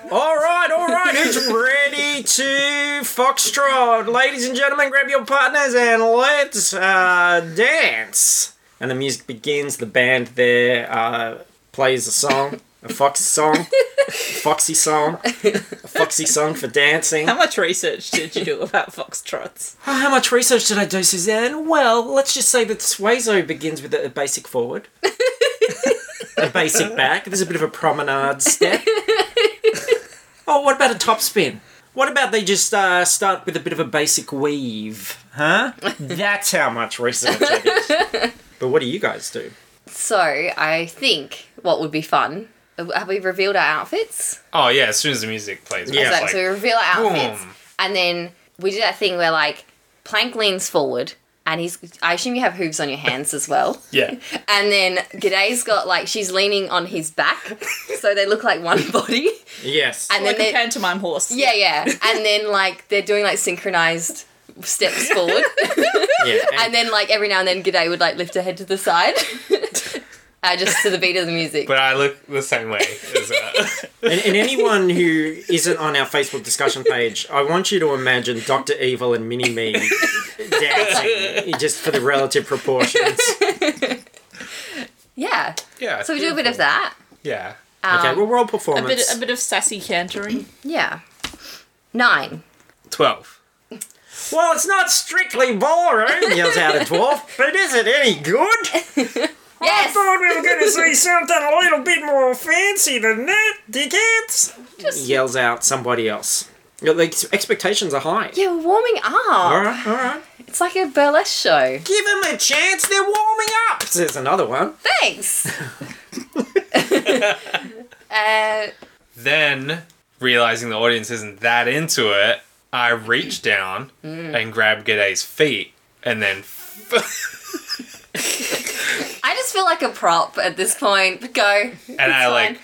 [SPEAKER 1] All right, all right, who's ready to foxtrot? Ladies and gentlemen, grab your partners and let's uh, dance. And the music begins. The band there uh, plays a song, a foxy song, foxy song, a foxy song for dancing.
[SPEAKER 2] How much research did you do about foxtrots?
[SPEAKER 1] Oh, how much research did I do, Suzanne? Well, let's just say that Suezo begins with a, a basic
[SPEAKER 4] [laughs]
[SPEAKER 1] forward, a
[SPEAKER 4] [laughs]
[SPEAKER 1] basic back. There's a bit of a promenade step. Oh, what about a topspin? What about they just uh, start with a bit of a basic weave?
[SPEAKER 4] [laughs]
[SPEAKER 1] Huh? That's how much research it is. But what do you guys do?
[SPEAKER 4] So I think what would be fun. uh, Have we revealed our outfits?
[SPEAKER 3] Oh yeah, as soon as the music plays,
[SPEAKER 1] Yeah.
[SPEAKER 3] yeah,
[SPEAKER 4] so,
[SPEAKER 3] like,
[SPEAKER 4] so we reveal our
[SPEAKER 3] boom.
[SPEAKER 4] outfits, and then we do that thing where like Plank leans forward, and he's. I assume you have hooves on your hands as well.
[SPEAKER 3] [laughs] yeah.
[SPEAKER 4] And then G'day's got like she's leaning on
[SPEAKER 3] [laughs]
[SPEAKER 4] his back, so they look like one [laughs] body.
[SPEAKER 1] Yes.
[SPEAKER 4] And
[SPEAKER 2] like
[SPEAKER 4] then
[SPEAKER 2] a
[SPEAKER 4] they,
[SPEAKER 2] pantomime horse.
[SPEAKER 4] yeah, yeah. And then like they're doing like synchronized steps
[SPEAKER 3] [laughs]
[SPEAKER 4] forward,
[SPEAKER 1] yeah.
[SPEAKER 4] and then like every now and then G'day would like lift her head to the side, [laughs] uh, just to the beat of the music.
[SPEAKER 3] But I look the same way. As, uh, [laughs]
[SPEAKER 1] And, and anyone who isn't on our Facebook discussion page, I want you to imagine Dr. Evil and Mini Me dancing just for the relative proportions.
[SPEAKER 4] yeah.
[SPEAKER 3] yeah.
[SPEAKER 4] So we do a bit of that.
[SPEAKER 3] Yeah.
[SPEAKER 1] okay,
[SPEAKER 4] Um,
[SPEAKER 1] well, we're all
[SPEAKER 2] A
[SPEAKER 1] performance.
[SPEAKER 2] bit, a bit of sassy cantering.
[SPEAKER 4] yeah. Nine.
[SPEAKER 3] Twelve.
[SPEAKER 1] Well, it's not strictly ballroom, yells out a dwarf, but is it any good? I
[SPEAKER 4] Yes.
[SPEAKER 1] thought we were going to see something a little bit more fancy than that, dickheads. Just yells out somebody else. Yeah, The ex- expectations are high.
[SPEAKER 4] Yeah, we're warming up.
[SPEAKER 1] All right, all right.
[SPEAKER 4] It's like a burlesque show.
[SPEAKER 1] Give them a chance. They're warming up. Says another one. [laughs]
[SPEAKER 4] Thanks. [laughs] uh,
[SPEAKER 3] Then, realizing the audience isn't that into it, I reach down
[SPEAKER 4] Mm.
[SPEAKER 3] and grab G'day's feet, and then
[SPEAKER 4] I just feel like a prop at this point. But go.
[SPEAKER 3] and I
[SPEAKER 4] fine.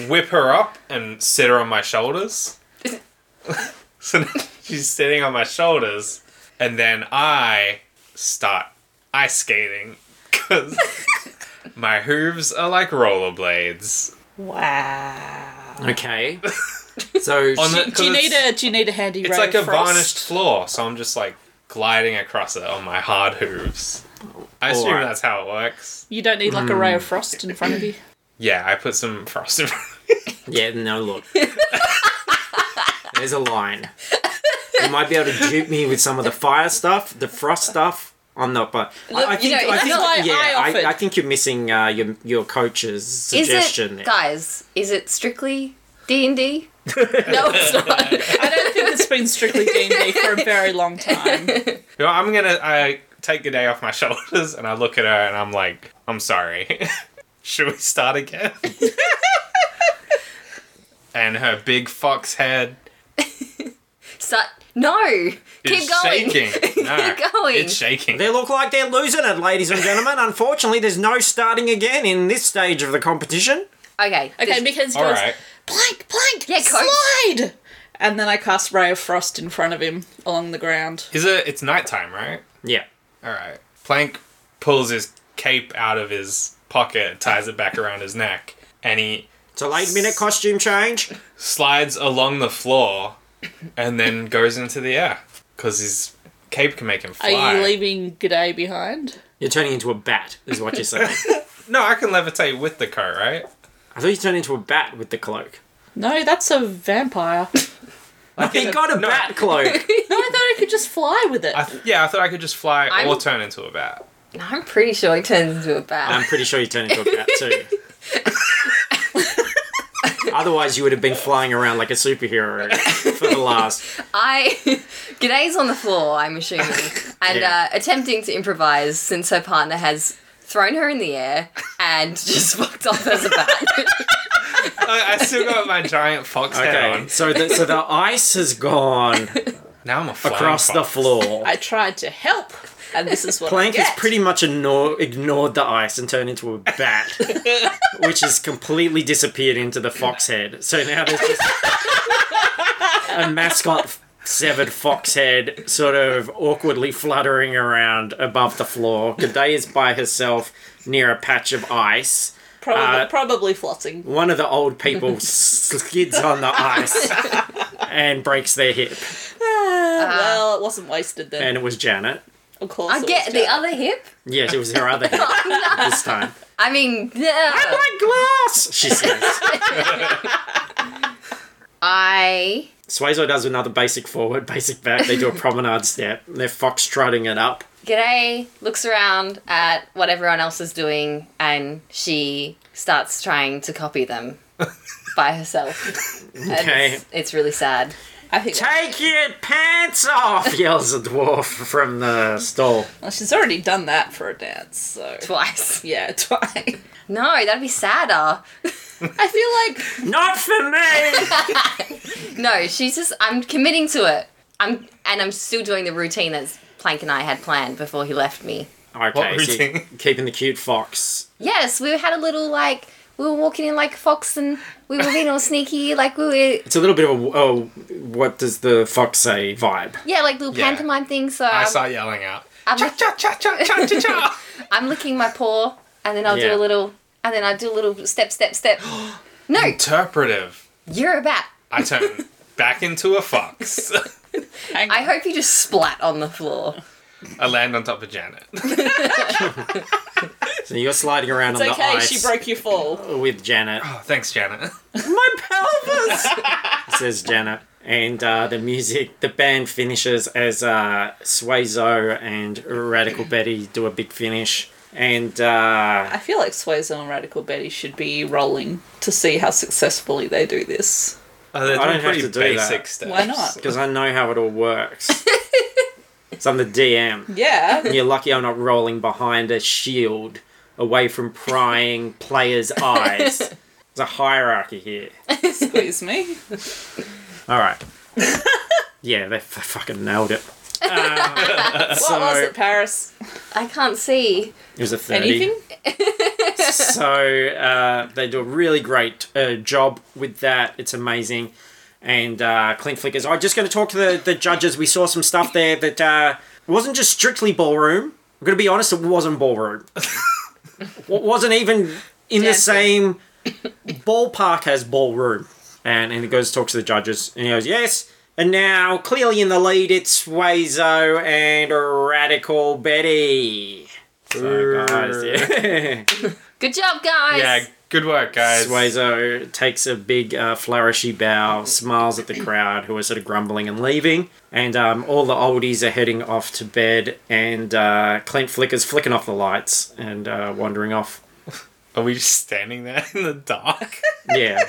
[SPEAKER 3] like whip her up and sit her on my shoulders. [laughs] so now she's sitting on my shoulders, and then I start ice skating
[SPEAKER 2] [laughs]
[SPEAKER 3] because my hooves are like rollerblades.
[SPEAKER 2] Wow.
[SPEAKER 4] [laughs]
[SPEAKER 1] Okay. So
[SPEAKER 3] On
[SPEAKER 1] she-
[SPEAKER 3] the- 'cause
[SPEAKER 2] Do you
[SPEAKER 3] it's-
[SPEAKER 2] need a do you need a handy
[SPEAKER 3] It's
[SPEAKER 2] ray
[SPEAKER 3] like
[SPEAKER 2] of
[SPEAKER 3] a
[SPEAKER 2] frost?
[SPEAKER 3] varnished floor, so I'm just like gliding across it on my hard hooves. I assume
[SPEAKER 1] Alright.
[SPEAKER 3] that's how it works.
[SPEAKER 2] You don't need like a
[SPEAKER 3] Hmm.
[SPEAKER 2] ray of frost in front of you.
[SPEAKER 3] Yeah, I put some frost in front
[SPEAKER 1] yeah, no look. [laughs] There's a line. You might be able to dupe me with some of the fire stuff, the frost stuff. I'm not, but
[SPEAKER 4] Look,
[SPEAKER 1] I, I
[SPEAKER 4] you
[SPEAKER 1] think
[SPEAKER 4] know,
[SPEAKER 1] I
[SPEAKER 4] it's
[SPEAKER 1] think
[SPEAKER 2] not-
[SPEAKER 1] yeah,
[SPEAKER 2] I
[SPEAKER 1] I,
[SPEAKER 2] offered.
[SPEAKER 1] I, think you're missing uh, your your coach's
[SPEAKER 4] Is
[SPEAKER 1] suggestion.
[SPEAKER 4] it, guys? Is it strictly D and
[SPEAKER 1] [laughs]
[SPEAKER 4] D? No, it's not.
[SPEAKER 2] I don't think it's been strictly D and D for a very [laughs] long time.
[SPEAKER 3] You know, I'm gonna I take the day off my [laughs] shoulders and I look at her and I'm like, I'm sorry. [laughs] Should we start
[SPEAKER 4] [laughs]
[SPEAKER 3] again? and her big fox head
[SPEAKER 4] Start. No.
[SPEAKER 3] is
[SPEAKER 4] Keep going.
[SPEAKER 3] shaking. No,
[SPEAKER 4] [laughs] Keep going.
[SPEAKER 3] It's shaking.
[SPEAKER 1] They look like they're losing it, ladies and
[SPEAKER 4] [laughs]
[SPEAKER 1] gentlemen. Unfortunately, there's no starting again in this stage of the competition.
[SPEAKER 4] Okay.
[SPEAKER 2] Okay,
[SPEAKER 4] this-
[SPEAKER 2] because he
[SPEAKER 3] All
[SPEAKER 2] goes
[SPEAKER 3] right.
[SPEAKER 2] blank, blank,
[SPEAKER 4] Yeah, coach.
[SPEAKER 2] slide, and then I cast ray of frost in front of him along the ground.
[SPEAKER 3] Is it? It's nighttime, right?
[SPEAKER 1] Yeah.
[SPEAKER 3] All right. Plank pulls his cape out of his pocket, ties it back around his neck, and he
[SPEAKER 1] It's a late minute costume change.
[SPEAKER 3] slides along the floor, and then goes into the air because his cape can make him
[SPEAKER 2] Are
[SPEAKER 3] fly.
[SPEAKER 2] you leaving G'day behind?
[SPEAKER 1] You're turning into a bat, is what you're
[SPEAKER 4] [laughs]
[SPEAKER 1] saying.
[SPEAKER 3] No, I can levitate with the coat, right?
[SPEAKER 1] I thought you turned into a bat with the cloak.
[SPEAKER 2] No, that's a
[SPEAKER 1] [laughs]
[SPEAKER 2] vampire. no,
[SPEAKER 1] He got a
[SPEAKER 3] No.
[SPEAKER 1] bat cloak.
[SPEAKER 2] I thought I could just fly with it.
[SPEAKER 3] I th- yeah, I thought I could just fly or
[SPEAKER 4] I'm-
[SPEAKER 3] turn into a bat.
[SPEAKER 4] I'm pretty sure he turns into a bat.
[SPEAKER 1] I'm pretty sure you turned into a bat too. Otherwise, you would have been flying around like a superhero for the last.
[SPEAKER 4] I [laughs] G'day's on the floor, I'm assuming,
[SPEAKER 1] [laughs]
[SPEAKER 4] and
[SPEAKER 1] Yeah.
[SPEAKER 4] uh, attempting to improvise since her partner has thrown her in the air and [laughs] just fucked off as
[SPEAKER 1] [laughs]
[SPEAKER 4] a bat.
[SPEAKER 3] I, I still got my giant fox head
[SPEAKER 1] Okay,
[SPEAKER 3] on.
[SPEAKER 1] so the, so the ice has gone
[SPEAKER 3] Now I'm a flying
[SPEAKER 1] across the
[SPEAKER 3] fox.
[SPEAKER 1] floor.
[SPEAKER 2] I tried to help, and this is what
[SPEAKER 1] Plank
[SPEAKER 2] I get.
[SPEAKER 1] has pretty much ignore, ignored the ice and turned into a bat, which has completely disappeared into the fox head. So now there's just a mascot severed fox head sort of awkwardly fluttering around above the floor. G'day is by herself near a patch of ice.
[SPEAKER 2] probably,
[SPEAKER 1] uh,
[SPEAKER 2] probably flossing.
[SPEAKER 1] One of the old people skids on the ice and breaks their hip.
[SPEAKER 2] Uh, well, it wasn't wasted then.
[SPEAKER 1] Uh, And it was Janet.
[SPEAKER 2] of course,
[SPEAKER 4] I
[SPEAKER 2] it
[SPEAKER 4] get
[SPEAKER 2] was
[SPEAKER 4] the
[SPEAKER 2] Jack.
[SPEAKER 4] other hip.
[SPEAKER 1] Yes, it was her other hip this time.
[SPEAKER 4] I mean, yeah.
[SPEAKER 1] My glass! She says.
[SPEAKER 4] I
[SPEAKER 1] Swayzo does another basic forward, [laughs] basic back. They do a promenade step. They're foxtrotting it up.
[SPEAKER 4] G'day looks around at what everyone else is doing and she starts
[SPEAKER 1] [laughs]
[SPEAKER 4] trying to copy them by herself. And
[SPEAKER 1] Okay.
[SPEAKER 4] It's, it's really sad.
[SPEAKER 2] I think.
[SPEAKER 1] Take your pants off! [laughs] yells a dwarf from the stall.
[SPEAKER 2] Well, she's already done that for a dance, so.
[SPEAKER 4] Twice.
[SPEAKER 2] Yeah,
[SPEAKER 4] [laughs]
[SPEAKER 2] twice.
[SPEAKER 4] No, that'd be sadder. [laughs]
[SPEAKER 2] I feel like
[SPEAKER 1] Not for me!
[SPEAKER 4] No, she's just. I'm committing to it. I'm and I'm still doing the routine as Plank and I had planned before he left me.
[SPEAKER 1] okay, so
[SPEAKER 3] routine?
[SPEAKER 1] you're keeping the cute fox.
[SPEAKER 4] Yes, we had a little like we were walking in like a fox and we were being all sneaky, like we were
[SPEAKER 1] It's a little bit of a oh, what does the fox say vibe.
[SPEAKER 4] yeah, like little
[SPEAKER 3] Yeah.
[SPEAKER 4] pantomime thing. So
[SPEAKER 3] I
[SPEAKER 4] I'm,
[SPEAKER 3] start yelling out.
[SPEAKER 4] I'm,
[SPEAKER 3] Cha cha cha cha cha cha cha.
[SPEAKER 1] [laughs]
[SPEAKER 4] I'm licking my paw and then I'll
[SPEAKER 1] Yeah.
[SPEAKER 4] do a little and then I do a little step, step, step. [gasps] no,
[SPEAKER 3] Interpretive.
[SPEAKER 4] you're a bat.
[SPEAKER 3] I turn back into a fox. [laughs]
[SPEAKER 2] hang
[SPEAKER 4] I
[SPEAKER 2] on.
[SPEAKER 4] hope you just splat on the floor.
[SPEAKER 3] I land on top of Janet. [laughs]
[SPEAKER 1] So you're sliding around on
[SPEAKER 2] it's okay.
[SPEAKER 1] the ice
[SPEAKER 2] She broke your fall.
[SPEAKER 1] with Janet.
[SPEAKER 3] Oh, thanks, Janet.
[SPEAKER 1] My pelvis! says Janet. And uh, the music, the band finishes as uh, Suezo and Radical Betty do a big finish. And uh,
[SPEAKER 2] [laughs] I feel like Swayze and Radical Betty should be rolling to see how successfully they do this.
[SPEAKER 3] Oh, they're
[SPEAKER 1] I
[SPEAKER 3] doing
[SPEAKER 1] don't have
[SPEAKER 3] pretty
[SPEAKER 1] to do
[SPEAKER 3] basic
[SPEAKER 1] that.
[SPEAKER 3] steps.
[SPEAKER 2] Why not?
[SPEAKER 1] because I know how it all works. so I'm the DM.
[SPEAKER 2] Yeah.
[SPEAKER 1] [laughs] And you're lucky I'm not rolling behind a shield away from prying players' eyes. There's a hierarchy here.
[SPEAKER 2] Squeeze me.
[SPEAKER 1] All right. yeah, they f- fucking nailed it. Um, so
[SPEAKER 2] What was it, Paris?
[SPEAKER 4] I can't see.
[SPEAKER 1] it was a 30.
[SPEAKER 2] Anything?
[SPEAKER 1] [laughs] so uh, they do a really great uh, job with that. It's amazing. And uh, Clint Flick is, I'm just going to talk to the, the judges. We saw some stuff there that uh, wasn't just strictly ballroom. I'm going to be honest, it wasn't ballroom. It wasn't even in the
[SPEAKER 2] Dancing.
[SPEAKER 1] same ballpark as ballroom. And, and he goes, talks to the judges, and he goes, yes. And now, clearly in the lead, it's Wazo and Radical Betty. So, guys, yeah.
[SPEAKER 4] Good job, guys.
[SPEAKER 3] Yeah, good work, guys.
[SPEAKER 1] Suezo takes a big uh, flourishy bow, smiles at the crowd who are sort of grumbling and leaving, and um, all the oldies are heading off to bed, and uh, Clint Flicker's flicking off the lights and uh, wandering off.
[SPEAKER 3] Are we just standing there [laughs] in the dark?
[SPEAKER 1] [laughs] Yeah,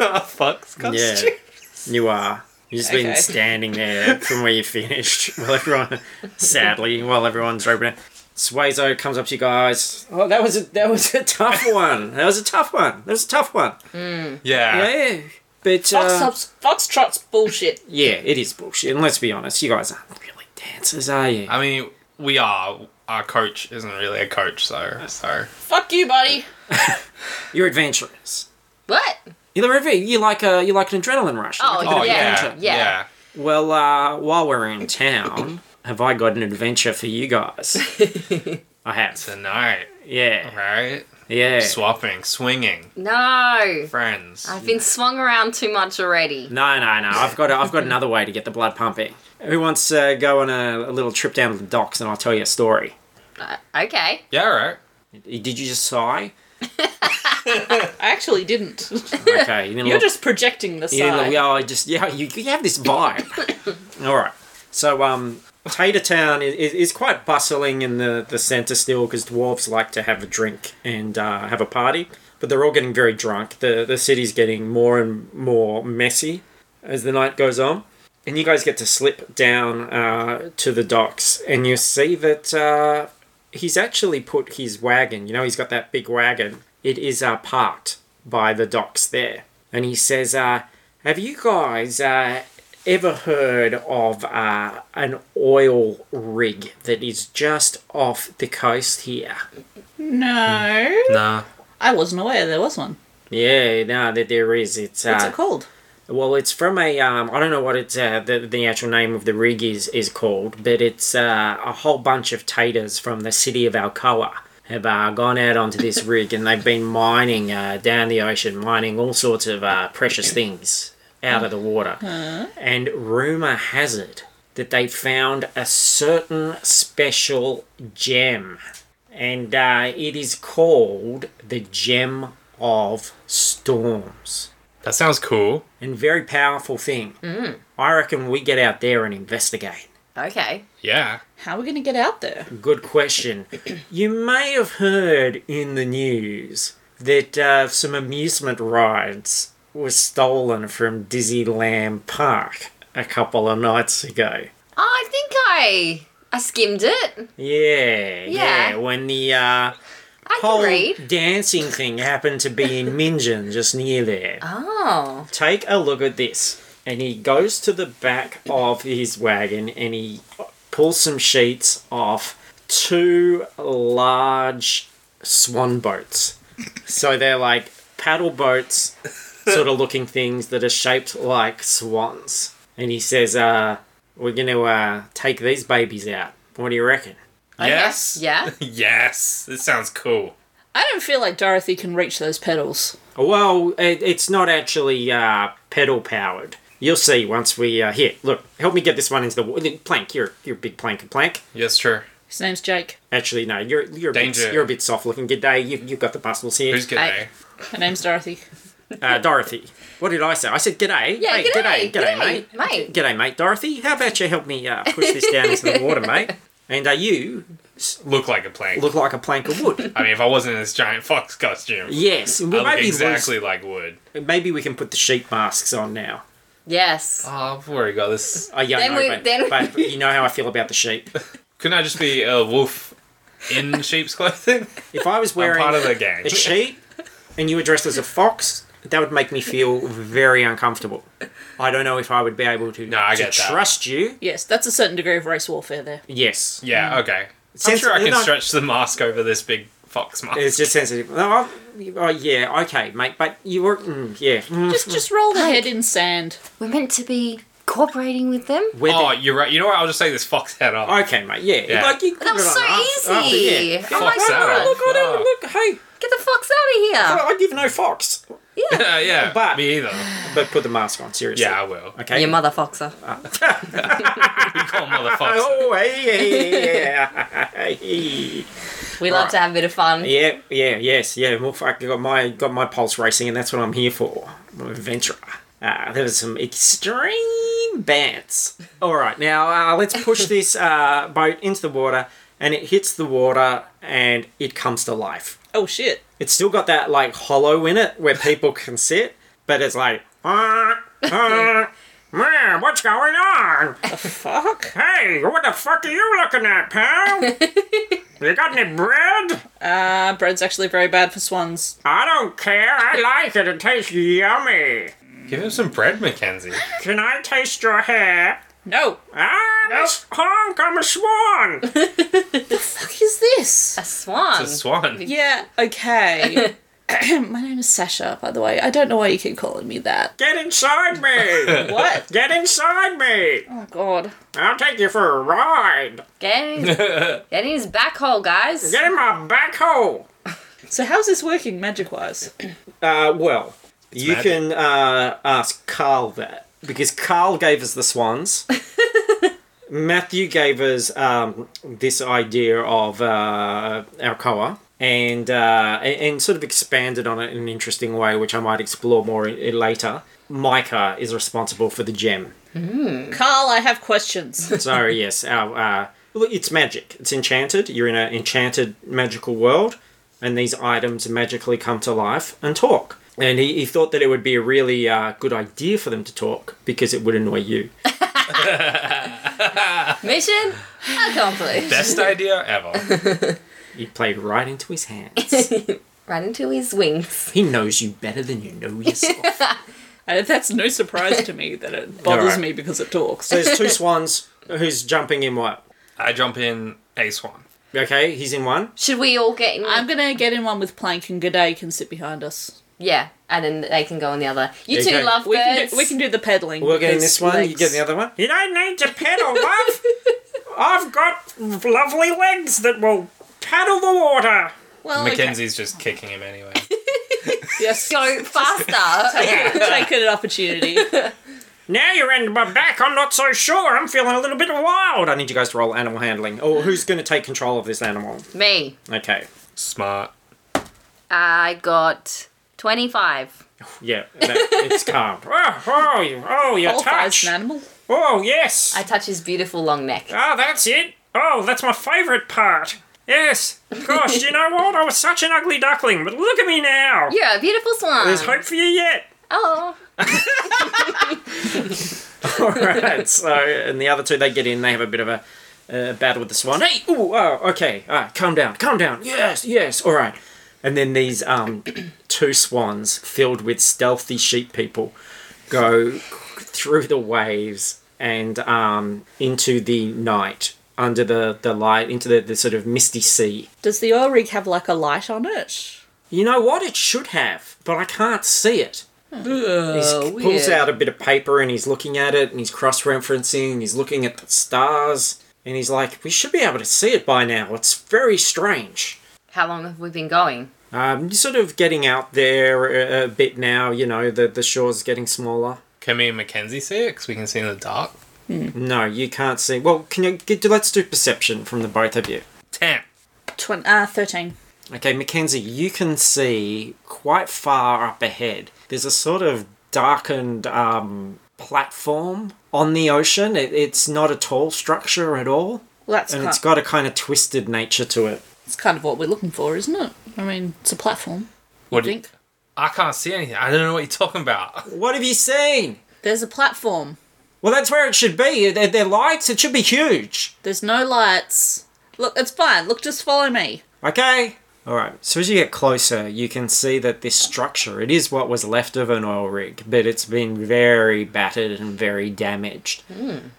[SPEAKER 3] oh, fox
[SPEAKER 1] yeah,
[SPEAKER 3] costume.
[SPEAKER 1] you are. You've just been
[SPEAKER 2] Okay.
[SPEAKER 1] standing there from where you finished, [laughs] while everyone, sadly, while everyone's opening. Suezo comes up to you guys. Oh, that was a, that was a [laughs] tough one. That was a tough one. That was a tough one.
[SPEAKER 3] Yeah.
[SPEAKER 1] Yeah, but uh,
[SPEAKER 2] Foxtrots, Foxtrot's bullshit.
[SPEAKER 1] Yeah, it is bullshit. And let's be honest, you guys aren't really dancers, are
[SPEAKER 4] Uh,
[SPEAKER 1] you?
[SPEAKER 3] I mean, we are. Our coach isn't really a coach, so so.
[SPEAKER 2] Fuck you, buddy.
[SPEAKER 1] You're adventurous.
[SPEAKER 4] What?
[SPEAKER 1] You're the river. You like a you like an adrenaline rush. You
[SPEAKER 4] Oh,
[SPEAKER 1] like a bit
[SPEAKER 3] Oh
[SPEAKER 1] of
[SPEAKER 4] yeah,
[SPEAKER 1] adventure.
[SPEAKER 4] yeah.
[SPEAKER 1] Well, uh, while we're in
[SPEAKER 4] [laughs]
[SPEAKER 1] town, have I got an adventure for you guys? I have.
[SPEAKER 3] Tonight,
[SPEAKER 4] Oh,
[SPEAKER 1] Yeah,
[SPEAKER 3] right?
[SPEAKER 1] yeah.
[SPEAKER 3] Swapping, swinging,
[SPEAKER 4] No.
[SPEAKER 3] friends.
[SPEAKER 4] I've been swung around too much already.
[SPEAKER 1] No, no, no. I've got a, I've got another way to get the blood pumping. Who wants to go on a, a little trip down to the docks and I'll tell you a story?
[SPEAKER 4] Uh, okay.
[SPEAKER 3] yeah, right.
[SPEAKER 1] Did you just
[SPEAKER 4] [laughs]
[SPEAKER 1] sigh?
[SPEAKER 2] I actually didn't. [laughs]
[SPEAKER 1] Okay, you didn't
[SPEAKER 2] You're
[SPEAKER 1] look-
[SPEAKER 2] just projecting the
[SPEAKER 1] Yeah,
[SPEAKER 2] side.
[SPEAKER 1] we are just yeah. You, you have this vibe.
[SPEAKER 2] [coughs]
[SPEAKER 1] All right. So um, Tatertown is, is, is quite bustling in the the centre still because dwarves like to have a drink and uh, have a party, but they're all getting very drunk. the The city's getting more and more messy as the night goes on, and you guys get to slip down uh, to the docks, and you see that. Uh, He's actually put his wagon, you know, he's got that big wagon. It is uh, parked by the docks there. And he says, uh, Have you guys uh, ever heard of uh, an oil rig that is just off the coast here?
[SPEAKER 2] No.
[SPEAKER 1] Hmm.
[SPEAKER 3] Nah.
[SPEAKER 2] I wasn't aware there was one.
[SPEAKER 1] Yeah, no, that there is. It's uh,
[SPEAKER 2] What's it called?
[SPEAKER 1] well, it's from a um, I don't know what it's uh, the the actual name of the rig is is called, but it's uh, a whole bunch of taters from the city of Alcoa have uh, gone out onto this rig and they've been mining uh, down the ocean, mining all sorts of uh, precious things out of the water. And rumor has it that they found a certain special gem, and uh, it is called the Gem of Storms
[SPEAKER 3] That sounds cool.
[SPEAKER 1] and very powerful thing.
[SPEAKER 4] Mm.
[SPEAKER 1] I reckon we get out there and investigate.
[SPEAKER 4] Okay.
[SPEAKER 3] Yeah.
[SPEAKER 2] How are we going to get out there?
[SPEAKER 1] Good
[SPEAKER 4] [clears throat]
[SPEAKER 1] question. you may have heard in the news that uh, some amusement rides were stolen from Disneyland Park a couple of nights ago.
[SPEAKER 4] I think I I skimmed it.
[SPEAKER 1] Yeah, yeah.
[SPEAKER 4] Yeah.
[SPEAKER 1] when the uh,
[SPEAKER 4] I
[SPEAKER 1] whole
[SPEAKER 4] can read.
[SPEAKER 1] dancing thing happened to be in Minjin, just near there.
[SPEAKER 4] Oh.
[SPEAKER 1] Take a look at this. And he goes to the back of his wagon and he pulls some sheets off two large swan boats. So they're like paddle boats, sort of looking things that are shaped like swans. And he says, uh, We're going to uh, take these babies out. What do you reckon?
[SPEAKER 3] Yes.
[SPEAKER 4] Yeah.
[SPEAKER 3] Yes. This sounds cool.
[SPEAKER 2] I don't feel like Dorothy can reach those pedals.
[SPEAKER 1] Well, it, it's not actually uh, pedal powered. You'll see once we uh, here. Look, help me get this one into the wa- plank. You're you're a big plank plank.
[SPEAKER 3] Yes, true.
[SPEAKER 2] His name's Jake.
[SPEAKER 1] Actually, no, you're you're a
[SPEAKER 3] Danger.
[SPEAKER 1] bit you're a bit soft looking. Good day. You you've got the muscles here.
[SPEAKER 3] Who's good?
[SPEAKER 4] I-
[SPEAKER 2] Her name's Dorothy.
[SPEAKER 1] Uh, Dorothy. What did I say? I said g'day.
[SPEAKER 4] Yeah,
[SPEAKER 1] hey, g'day,
[SPEAKER 4] g'day, g'day,
[SPEAKER 1] mate.
[SPEAKER 4] mate.
[SPEAKER 1] G'day, mate. Dorothy, how about you help me uh, push this down into the water, mate? And uh, you
[SPEAKER 3] Look like a plank.
[SPEAKER 1] look like a plank of
[SPEAKER 3] [laughs]
[SPEAKER 1] wood.
[SPEAKER 3] I mean, if I wasn't in this giant fox
[SPEAKER 1] [laughs]
[SPEAKER 3] costume,
[SPEAKER 1] yes.
[SPEAKER 3] I
[SPEAKER 1] Well,
[SPEAKER 3] look
[SPEAKER 1] maybe we'll-
[SPEAKER 3] exactly like wood.
[SPEAKER 1] maybe we can put the sheep masks on now.
[SPEAKER 4] Yes.
[SPEAKER 3] Oh, I've already got this.
[SPEAKER 1] Oh, yeah,
[SPEAKER 4] Then
[SPEAKER 1] I know,
[SPEAKER 4] we-
[SPEAKER 1] but,
[SPEAKER 4] then-
[SPEAKER 1] but you know how I feel about the sheep.
[SPEAKER 3] Couldn't I just be a wolf
[SPEAKER 1] [laughs]
[SPEAKER 3] in sheep's clothing?
[SPEAKER 1] If I
[SPEAKER 3] [laughs]
[SPEAKER 1] was
[SPEAKER 3] I'm
[SPEAKER 1] wearing
[SPEAKER 3] part of the gang.
[SPEAKER 1] a sheep and you were dressed as a fox, that would make me feel very uncomfortable. I don't know if I would be able to,
[SPEAKER 3] No, I
[SPEAKER 1] to
[SPEAKER 3] get that.
[SPEAKER 1] trust you.
[SPEAKER 2] Yes, that's a certain degree of race warfare there.
[SPEAKER 1] Yes.
[SPEAKER 3] Yeah, okay. I'm
[SPEAKER 1] Since-
[SPEAKER 3] sure I can
[SPEAKER 1] no.
[SPEAKER 3] stretch the mask over this big fox mask.
[SPEAKER 1] It's just sensitive. Oh, oh, yeah, okay, mate, but you were. Mm, yeah. mm.
[SPEAKER 2] Just just roll the
[SPEAKER 4] Pike.
[SPEAKER 2] head in sand.
[SPEAKER 4] We're meant to be cooperating with them.
[SPEAKER 1] We're
[SPEAKER 3] oh,
[SPEAKER 1] the-
[SPEAKER 3] you're right. You know what? I'll just take this fox head off.
[SPEAKER 1] Okay, mate, yeah.
[SPEAKER 3] Oh. Yeah.
[SPEAKER 1] Like, you
[SPEAKER 4] That was
[SPEAKER 1] put it
[SPEAKER 4] so
[SPEAKER 1] on after- after,
[SPEAKER 4] easy.
[SPEAKER 1] yeah.
[SPEAKER 4] Oh
[SPEAKER 1] Yeah,
[SPEAKER 4] my
[SPEAKER 1] no, no,
[SPEAKER 4] God.
[SPEAKER 1] Look, I don't, look, hey,
[SPEAKER 4] Get the fox out of
[SPEAKER 1] I give no fox.
[SPEAKER 3] yeah, Uh, yeah.
[SPEAKER 1] But-
[SPEAKER 3] me either.
[SPEAKER 1] But put the mask on, seriously.
[SPEAKER 3] Yeah, I will.
[SPEAKER 4] here.
[SPEAKER 1] Okay.
[SPEAKER 4] You mother foxer.
[SPEAKER 3] We call him mother fox.
[SPEAKER 1] Oh, hey, yeah. [laughs] Hey.
[SPEAKER 4] We love to have a bit of fun.
[SPEAKER 1] Yeah, yeah, yes, yeah. Well, fuck, I got my got my pulse racing, and that's what I'm here for. I'm an adventurer. Uh, there was some extreme bants. All right, now uh, let's push this uh, boat into the water, and it hits the water, and it comes to life.
[SPEAKER 2] Oh shit.
[SPEAKER 1] It's still got that like hollow in it where people can sit, but it's like, [laughs] "Ah, ah, man, what's going on?
[SPEAKER 2] Fuck.
[SPEAKER 1] Hey, what the fuck are you looking at, pal? you got any bread?
[SPEAKER 2] Uh, bread's actually very bad for swans.
[SPEAKER 1] I don't care. I like it. It tastes yummy.
[SPEAKER 3] [laughs] Give him some bread, Mackenzie.
[SPEAKER 1] Can I taste your hair?
[SPEAKER 2] No.
[SPEAKER 1] I'm a s- honk. I'm a swan.
[SPEAKER 2] Fuck is this?
[SPEAKER 4] A swan.
[SPEAKER 3] The swan.
[SPEAKER 2] Yeah.
[SPEAKER 1] [laughs]
[SPEAKER 2] Okay. [coughs] My name is Sasha, by the way. I don't know why you keep calling me that.
[SPEAKER 1] Get
[SPEAKER 2] [laughs]
[SPEAKER 1] inside me.
[SPEAKER 2] What?
[SPEAKER 1] Get inside me.
[SPEAKER 2] Oh god.
[SPEAKER 1] I'll take you for a ride. [laughs]
[SPEAKER 4] Get in, his, get in his back hole, guys.
[SPEAKER 1] Get in my back hole.
[SPEAKER 2] So how's this working magic wise?
[SPEAKER 1] Uh, well, you
[SPEAKER 3] magic.
[SPEAKER 1] can uh, ask Carl that because Carl gave us the swans. Matthew gave us um, this idea of uh, Alcoa and, uh, and and sort of expanded on it in an interesting way, which I might explore more i- i- later. Micah is responsible for the gem.
[SPEAKER 2] Carl, I have [laughs] questions.
[SPEAKER 1] So yes, our, uh, look, it's magic. It's enchanted. You're in an enchanted magical world, and these items magically come to life and talk. And he, he thought that it would be a really uh, good idea for them to talk because it would annoy you.
[SPEAKER 4] Mission accomplished.
[SPEAKER 3] Best idea ever.
[SPEAKER 1] You played right into his hands.
[SPEAKER 4] Right into his wings.
[SPEAKER 1] he knows you better than you know yourself.
[SPEAKER 2] Uh, that's no surprise to me that it bothers
[SPEAKER 1] Alright.
[SPEAKER 2] me because it talks.
[SPEAKER 1] There's two swans who's jumping in what?
[SPEAKER 3] I jump in a swan.
[SPEAKER 1] Okay, he's in one.
[SPEAKER 4] Should we all get in?
[SPEAKER 2] I'm gonna get in one with Plank and G'day can sit behind us.
[SPEAKER 1] [laughs]
[SPEAKER 4] Oh,
[SPEAKER 1] [laughs] [laughs] Oh, Ah, Oh,
[SPEAKER 4] Oh.
[SPEAKER 1] All right. So, and the other two, they get in. They have a bit of a uh, battle with the swan. Hey, ooh, oh, okay. All right, calm down, calm down. Yes, yes. All right. And then these um, [clears throat] two swans, filled with stealthy sheep people, go through the waves and um, into the night, under the, the light, into the, the sort of misty sea.
[SPEAKER 2] Does the oil rig have like a light on it?
[SPEAKER 1] You know what? It should have, but I can't see it. He
[SPEAKER 2] Oh,
[SPEAKER 1] pulls out a bit of paper and he's looking at it and he's cross referencing and he's looking at the stars and he's like, We should be able to see it by now. It's very strange.
[SPEAKER 4] How long have we been going?
[SPEAKER 1] Um, sort of getting out there a, a bit now, you know, the, the shore's getting smaller.
[SPEAKER 3] Can me and Mackenzie see it? 'Cause we can see in the dark.
[SPEAKER 1] No, you can't see. Well, can you get, let's do perception from the both of you.
[SPEAKER 3] Ten.
[SPEAKER 2] Twen- uh, 13.
[SPEAKER 1] Okay, Mackenzie, you can see quite far up ahead. There's a sort of darkened um, platform on the ocean. It, it's not a tall structure at all.
[SPEAKER 2] Well, that's
[SPEAKER 1] and
[SPEAKER 2] kind,
[SPEAKER 1] it's got a kind of twisted nature to it.
[SPEAKER 2] it's kind of what we're looking for, isn't it? I mean, it's a platform.
[SPEAKER 3] What
[SPEAKER 2] do you think?
[SPEAKER 3] I can't see anything. I don't know what you're talking about.
[SPEAKER 1] What have you seen?
[SPEAKER 2] There's a platform.
[SPEAKER 1] Well, that's where it should be. They're, they're lights. It should be huge.
[SPEAKER 2] There's no lights. Look, it's fine. Look, just follow me.
[SPEAKER 1] Okay. All right. So as you get closer, you can see that this structure, it is what was left of an oil rig, but it's been very battered and very damaged.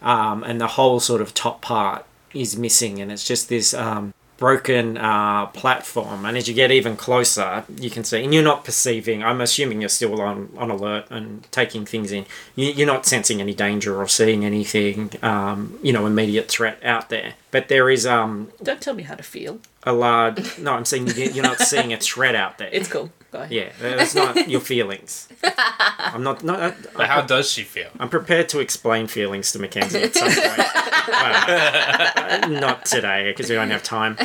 [SPEAKER 1] Um, and the whole sort of top part is missing, and it's just this um, broken uh, platform. And as you get even closer, you can see, and you're not perceiving. I'm assuming you're still on on alert and taking things in. You, you're not sensing any danger or seeing anything, um, you know, immediate threat out there. But there is um,
[SPEAKER 2] Don't tell me how to feel.
[SPEAKER 1] a large. No, I'm saying you didn't- you're not seeing a thread out there.
[SPEAKER 2] It's [laughs] cool. Go ahead.
[SPEAKER 1] yeah, that's not your feelings. I'm not. No, I,
[SPEAKER 3] But how does she feel?
[SPEAKER 1] I'm prepared to explain feelings to Mackenzie at some point. Uh, [laughs] not today because we don't have time.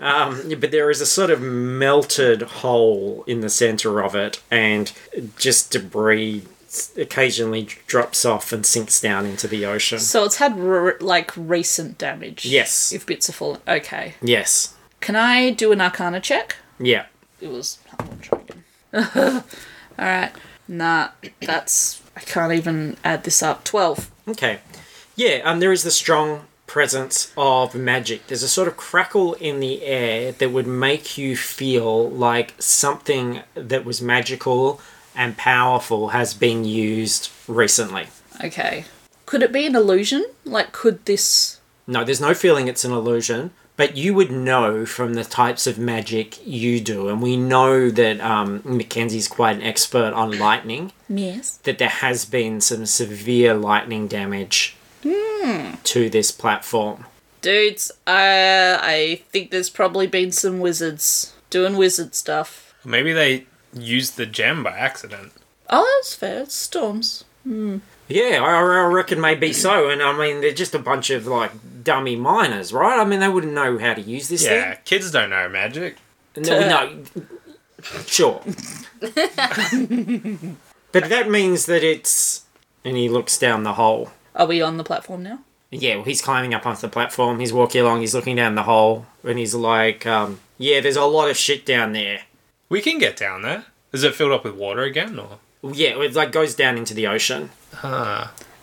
[SPEAKER 1] Um, yeah, but there is a sort of melted hole in the center of it, and just debris s- occasionally drops off and sinks down into the ocean.
[SPEAKER 2] So it's had re- like recent damage.
[SPEAKER 1] Yes.
[SPEAKER 2] If bits are falling. Okay.
[SPEAKER 1] Yes.
[SPEAKER 2] Can I do an arcana check?
[SPEAKER 1] Yeah.
[SPEAKER 2] It was. I won't try again. [laughs] All right. Nah, that's. I can't even add this up. 12.
[SPEAKER 1] Okay. Yeah, um, there is the strong presence of magic. There's a sort of crackle in the air that would make you feel like something that was magical and powerful has been used recently.
[SPEAKER 2] Okay. Could it be an illusion? Like, could this.
[SPEAKER 1] No, there's no feeling it's an illusion, but you would know from the types of magic you do. And we know that um, Mackenzie's quite an expert on lightning.
[SPEAKER 2] Yes.
[SPEAKER 1] that there has been some severe lightning damage to this platform.
[SPEAKER 2] Dudes, uh, I think there's probably been some wizards doing wizard stuff.
[SPEAKER 3] Maybe they used the gem by accident.
[SPEAKER 2] Oh, that's fair. It's storms.
[SPEAKER 1] Yeah, I, I reckon maybe so. And I mean, they're just a bunch of like dummy miners, right? I mean, they wouldn't know how to use this
[SPEAKER 3] Yeah, kids don't know magic.
[SPEAKER 1] thing. No,
[SPEAKER 3] [laughs]
[SPEAKER 1] no, sure. but that means that it's. And he looks down the hole.
[SPEAKER 2] Are we on the platform now?
[SPEAKER 1] Yeah, well, he's climbing up onto the platform. He's walking along. He's looking down the hole, and he's like, um, "Yeah, there's a lot of shit down there."
[SPEAKER 3] We can get down there. Is it filled up with water again, or
[SPEAKER 1] Yeah, it like goes down into the ocean.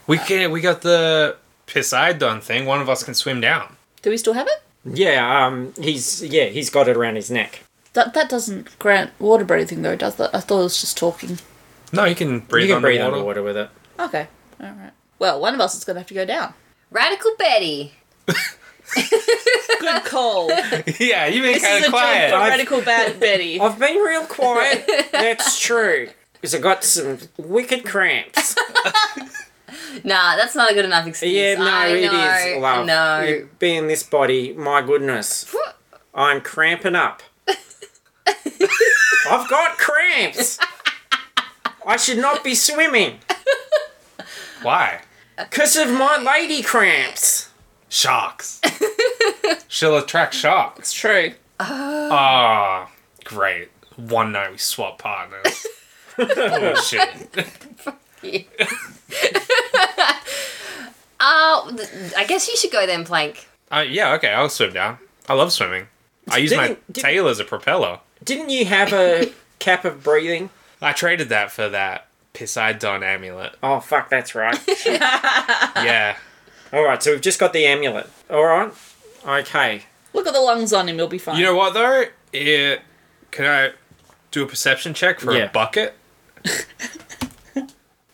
[SPEAKER 3] we can? We got the Poseidon thing. One of us can swim down.
[SPEAKER 2] Do we still have it?
[SPEAKER 1] Yeah, um, he's yeah, he's got it around his neck.
[SPEAKER 2] That that doesn't grant water breathing though, does that? I thought it was just talking.
[SPEAKER 3] No, you can breathe
[SPEAKER 1] you can breathe
[SPEAKER 3] underwater.
[SPEAKER 1] underwater with it.
[SPEAKER 2] Okay. All right. Well, one of us is going to have to
[SPEAKER 3] [laughs]
[SPEAKER 2] go down.
[SPEAKER 4] Radical Betty.
[SPEAKER 2] Good call.
[SPEAKER 3] [laughs]
[SPEAKER 2] this
[SPEAKER 3] yeah, you've been kind
[SPEAKER 2] is a
[SPEAKER 3] of
[SPEAKER 2] joke for
[SPEAKER 3] quiet. [laughs]
[SPEAKER 2] radical bad Betty.
[SPEAKER 1] I've been real
[SPEAKER 4] [laughs]
[SPEAKER 1] quiet. That's true. Because I got some wicked
[SPEAKER 4] [laughs]
[SPEAKER 1] cramps.
[SPEAKER 4] Nah, that's not a good enough excuse.
[SPEAKER 1] Yeah, no,
[SPEAKER 4] I
[SPEAKER 1] it
[SPEAKER 4] know,
[SPEAKER 1] is, love.
[SPEAKER 4] No.
[SPEAKER 1] You being this body, my
[SPEAKER 4] [laughs]
[SPEAKER 1] goodness. I'm cramping up. I've got cramps. I should not be swimming
[SPEAKER 3] Why?
[SPEAKER 1] because of my lady cramps.
[SPEAKER 3] Sharks.
[SPEAKER 2] [laughs]
[SPEAKER 3] She'll attract sharks.
[SPEAKER 2] It's true. Uh.
[SPEAKER 3] Ah, great. One night we swap
[SPEAKER 2] [laughs]
[SPEAKER 3] partners. oh shit.
[SPEAKER 4] Oh, th- I guess you should go then, Plank.
[SPEAKER 3] Uh, yeah, okay, I'll swim down. I love swimming. I use my
[SPEAKER 1] Didn't- didn't-
[SPEAKER 3] tail as a propeller.
[SPEAKER 4] [laughs]
[SPEAKER 1] Didn't you have a cap of breathing?
[SPEAKER 3] I traded that for that Poseidon amulet.
[SPEAKER 1] Oh, fuck, that's right.
[SPEAKER 3] Yeah.
[SPEAKER 1] All right, so we've just got the amulet. All right. Okay.
[SPEAKER 2] Look at the lungs on him, he'll be fine.
[SPEAKER 3] You know what though? It, can I do a perception check for
[SPEAKER 1] Yeah.
[SPEAKER 3] a bucket?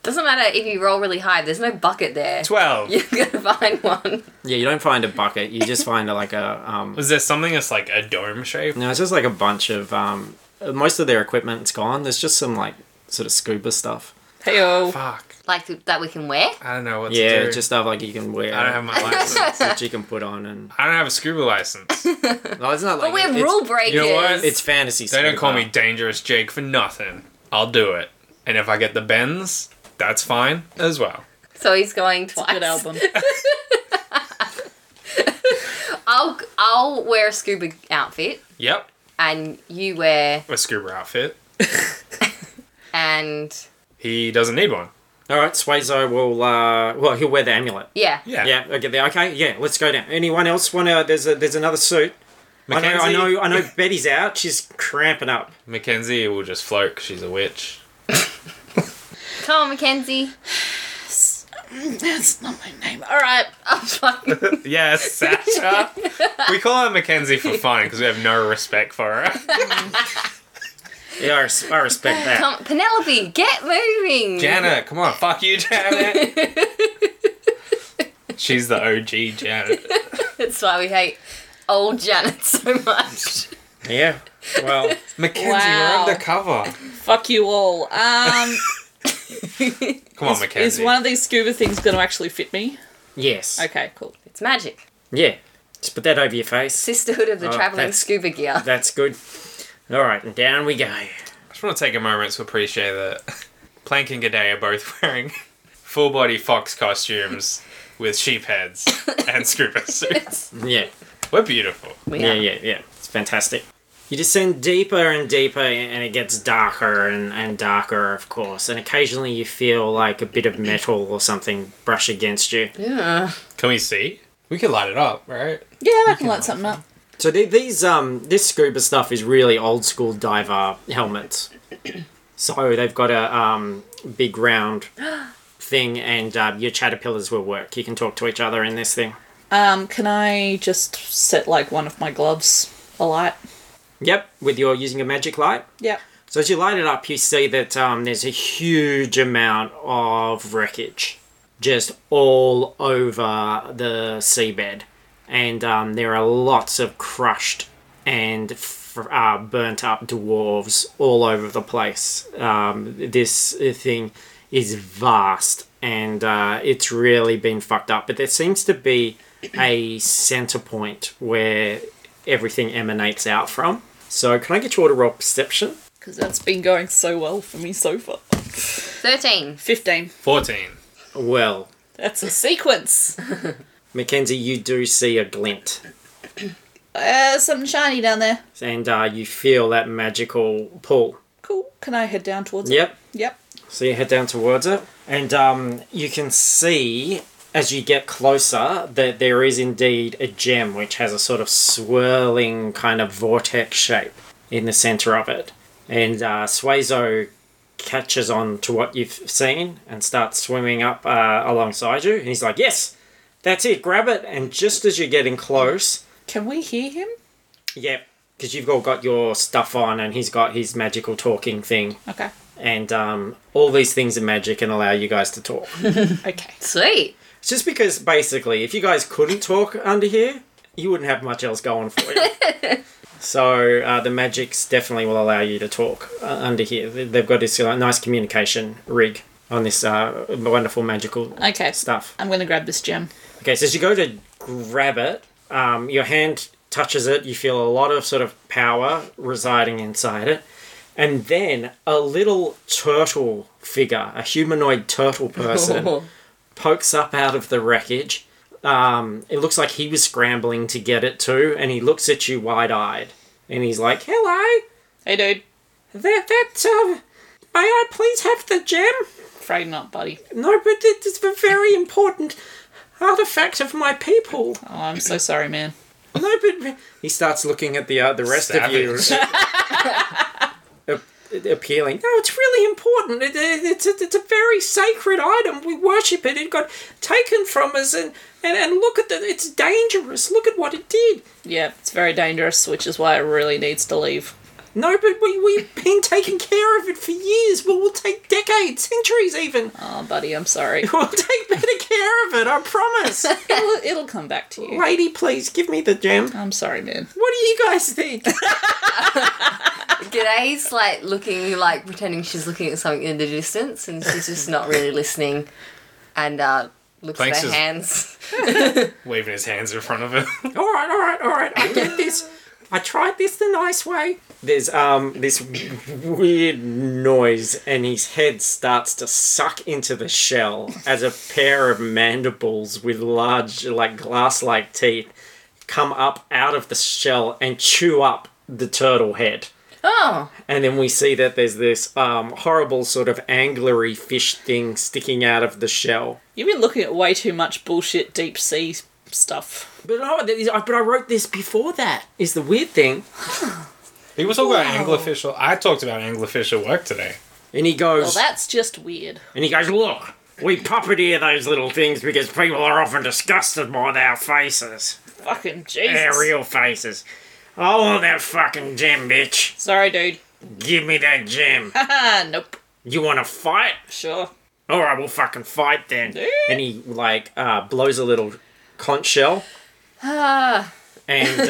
[SPEAKER 4] Doesn't matter if you roll really high, there's no bucket there.
[SPEAKER 3] Twelve.
[SPEAKER 4] [laughs] You're gonna find one.
[SPEAKER 1] Yeah, you don't find a bucket. You just find a, like a um.
[SPEAKER 3] Was there something that's like a dome shape?
[SPEAKER 1] No, it's just like a bunch of um. Most of their equipment's gone. There's just some like sort of scuba stuff.
[SPEAKER 2] hey, oh.
[SPEAKER 3] Fuck.
[SPEAKER 4] Like th- that we can wear?
[SPEAKER 3] I don't know what to
[SPEAKER 1] yeah,
[SPEAKER 3] do.
[SPEAKER 1] just stuff like you can wear.
[SPEAKER 3] I don't have
[SPEAKER 4] [laughs]
[SPEAKER 3] my license.
[SPEAKER 1] [laughs] that you can put on and.
[SPEAKER 3] I don't have a scuba [laughs] license.
[SPEAKER 1] No, it's not like.
[SPEAKER 4] But we're
[SPEAKER 1] it's,
[SPEAKER 4] rule breakers.
[SPEAKER 3] you know what?
[SPEAKER 1] It's fantasy.
[SPEAKER 3] They don't call me
[SPEAKER 1] scuba.
[SPEAKER 3] Dangerous Jake for nothing. I'll do it. And if I get the bends, that's fine as well.
[SPEAKER 4] so he's going twice.
[SPEAKER 3] [laughs]
[SPEAKER 2] Good album.
[SPEAKER 4] I'll I'll wear a scuba outfit
[SPEAKER 3] Yep.
[SPEAKER 4] and you wear
[SPEAKER 3] A scuba outfit.
[SPEAKER 4] and
[SPEAKER 3] He doesn't need one.
[SPEAKER 1] All right, Swayzo will. Uh, well, he'll wear the amulet.
[SPEAKER 4] yeah.
[SPEAKER 3] Yeah.
[SPEAKER 1] Yeah. Okay. there- Okay. Yeah. Let's go down. Anyone else want to? There's a. There's another suit. I
[SPEAKER 3] Mackenzie?
[SPEAKER 1] know. I know. I know. Betty's out. She's cramping up.
[SPEAKER 3] Mackenzie will just float 'cause she's a witch.
[SPEAKER 4] Come on, Mackenzie.
[SPEAKER 2] That's not my name. All right.
[SPEAKER 4] Oh fuck.
[SPEAKER 3] Yes, [laughs] Sasha. we call her Mackenzie for fun because we have no respect for her.
[SPEAKER 1] Yeah, I, res- I respect that.
[SPEAKER 4] Come, Penelope, get moving.
[SPEAKER 3] [laughs] Janet, come on. Fuck you, Janet. she's the OG Janet.
[SPEAKER 4] [laughs] That's why we hate old Janet so
[SPEAKER 1] [laughs]
[SPEAKER 4] much.
[SPEAKER 1] Yeah. Well.
[SPEAKER 3] Mackenzie,
[SPEAKER 2] Wow.
[SPEAKER 3] we're undercover.
[SPEAKER 2] Fuck you all. Um,
[SPEAKER 3] [laughs] Come on,
[SPEAKER 2] is-
[SPEAKER 3] Mackenzie.
[SPEAKER 2] is one of these scuba things going to actually fit me?
[SPEAKER 1] Yes.
[SPEAKER 2] Okay, cool.
[SPEAKER 4] It's magic.
[SPEAKER 1] Yeah. Just put that over your face.
[SPEAKER 4] Sisterhood of the
[SPEAKER 1] Oh,
[SPEAKER 4] traveling
[SPEAKER 1] that's-
[SPEAKER 4] scuba gear.
[SPEAKER 1] That's good. All right, and down we go.
[SPEAKER 3] I just want to take a moment to appreciate that [laughs] Plank and G'day are both wearing [laughs] full body fox costumes with sheep heads
[SPEAKER 2] [laughs]
[SPEAKER 3] and scuba suits.
[SPEAKER 1] Yeah.
[SPEAKER 3] We're beautiful.
[SPEAKER 4] We
[SPEAKER 1] Yeah,
[SPEAKER 4] are.
[SPEAKER 1] yeah, yeah. It's fantastic. You descend deeper and deeper, and it gets darker and, and darker, of course. And occasionally you feel like a bit of metal or something brush against you.
[SPEAKER 4] Yeah.
[SPEAKER 3] Can we see? We could light it up, right?
[SPEAKER 2] Yeah, I can light something up.
[SPEAKER 1] So the- these um this scuba stuff is really old school diver helmets. So they've got a um big round thing, and um, your caterpillars will work. You can talk to each other in this thing.
[SPEAKER 2] Um, can I just set like one of my gloves alight?
[SPEAKER 1] Yep, with your using a magic light.
[SPEAKER 2] Yep.
[SPEAKER 1] So as you light it up, you see that um, there's a huge amount of wreckage just all over the seabed, and um, there are lots of crushed and fr- uh, burnt up dwarves all over the place. Um, this thing is vast, and uh, it's really been fucked up. But there seems to be a center point where everything emanates out from. So can I get you all to roll perception?
[SPEAKER 2] Because that's been going so well for me so far.
[SPEAKER 4] 13.
[SPEAKER 2] 15.
[SPEAKER 3] 14.
[SPEAKER 1] Well,
[SPEAKER 2] That's a sequence.
[SPEAKER 1] Mackenzie, you do see a glint,
[SPEAKER 2] Uh, something shiny down there.
[SPEAKER 1] and uh, you feel that magical pull.
[SPEAKER 2] Cool. Can I head down towards
[SPEAKER 1] Yep.
[SPEAKER 2] it? Yep.
[SPEAKER 1] So you head down towards it, and um, you can see as you get closer that there is indeed a gem which has a sort of swirling kind of vortex shape in the center of it. And uh, Suezo catches on to what you've seen and starts swimming up uh, alongside you, and he's like, "Yes, that's it, grab it!" And just as you're getting close.
[SPEAKER 2] Can we hear him?
[SPEAKER 1] Yep. Because you've all got your stuff on, and he's got his magical talking thing,
[SPEAKER 2] Okay.
[SPEAKER 1] and um, all these things are magic and allow you guys to talk.
[SPEAKER 2] Okay.
[SPEAKER 4] Sweet.
[SPEAKER 1] it's just because basically, if you guys couldn't talk under here, you wouldn't have much else going for you. so uh, the magics definitely will allow you to talk uh, under here. They- They've got this uh, nice communication rig on this uh, wonderful magical
[SPEAKER 2] Okay.
[SPEAKER 1] stuff.
[SPEAKER 2] I'm going to grab this gem.
[SPEAKER 1] Okay, so as you go to grab it, um, your hand touches it. You feel a lot of sort of power residing inside it. And then a little turtle figure, a humanoid
[SPEAKER 2] [laughs]
[SPEAKER 1] turtle person, pokes up out of the wreckage. Um, it looks like he was scrambling to get it too, and he looks at you wide eyed. And he's like, Hello,
[SPEAKER 2] Hey, dude.
[SPEAKER 1] that, that, um, may I please have the gem?
[SPEAKER 2] Afraid not, buddy.
[SPEAKER 1] No, but it is a very important artifact of my people.
[SPEAKER 2] Oh, I'm so sorry, man.
[SPEAKER 1] [laughs] No, but he starts looking at the uh, the rest of you.
[SPEAKER 3] Savage.
[SPEAKER 1] Uh, appealing. No, it's really important. It, it, it's, a, it's a very sacred item. We worship it. It got taken from us, and, and, and look at the. It's dangerous. Look at what it did.
[SPEAKER 2] Yeah, it's very dangerous, which is why it really needs to leave.
[SPEAKER 1] No, but we, we've been taking care of it for years. Well, we'll take decades, centuries even.
[SPEAKER 2] Oh, buddy, I'm [laughs] sorry.
[SPEAKER 1] We'll take better care of it, I promise.
[SPEAKER 2] it'll, it'll come back to you.
[SPEAKER 1] Lady, please give me the gem.
[SPEAKER 2] I'm sorry, man.
[SPEAKER 1] What do you guys think?
[SPEAKER 4] G'day's like looking, like pretending she's looking at something in the distance, and she's just not
[SPEAKER 1] [laughs]
[SPEAKER 4] really listening, and uh, looks
[SPEAKER 3] Thanks
[SPEAKER 4] at her
[SPEAKER 3] is-
[SPEAKER 4] hands.
[SPEAKER 3] waving his hands in front of [laughs] her.
[SPEAKER 1] all right, all right, all right. I get [laughs] this. I tried this the nice way. There's um this weird noise, and his head starts to suck into the shell as a pair of mandibles with large, like glass-like teeth, come up out of the shell and chew up the turtle head.
[SPEAKER 4] Oh,
[SPEAKER 1] And then we see that there's this um, horrible sort of anglery fish thing sticking out of the shell.
[SPEAKER 2] You've been looking at way too much bullshit deep sea stuff.
[SPEAKER 1] But oh, that is- but I wrote this before that is the weird thing.
[SPEAKER 3] He was talking about anglerfish. or- I talked about anglerfish at work today.
[SPEAKER 1] And he goes,
[SPEAKER 2] Well, that's just weird.
[SPEAKER 1] And he goes, Look, we puppeteer those little things because people are often disgusted by their faces.
[SPEAKER 2] Fucking Jesus.
[SPEAKER 1] Their real faces. I want that fucking gem, bitch.
[SPEAKER 2] Sorry, dude. [laughs]
[SPEAKER 1] Give me that gem.
[SPEAKER 2] Haha, nope.
[SPEAKER 1] you want to fight?
[SPEAKER 2] Sure.
[SPEAKER 1] All right, we'll fucking fight then.
[SPEAKER 2] Yeah.
[SPEAKER 1] And he, like, uh, blows a little conch shell.
[SPEAKER 4] Ah.
[SPEAKER 1] And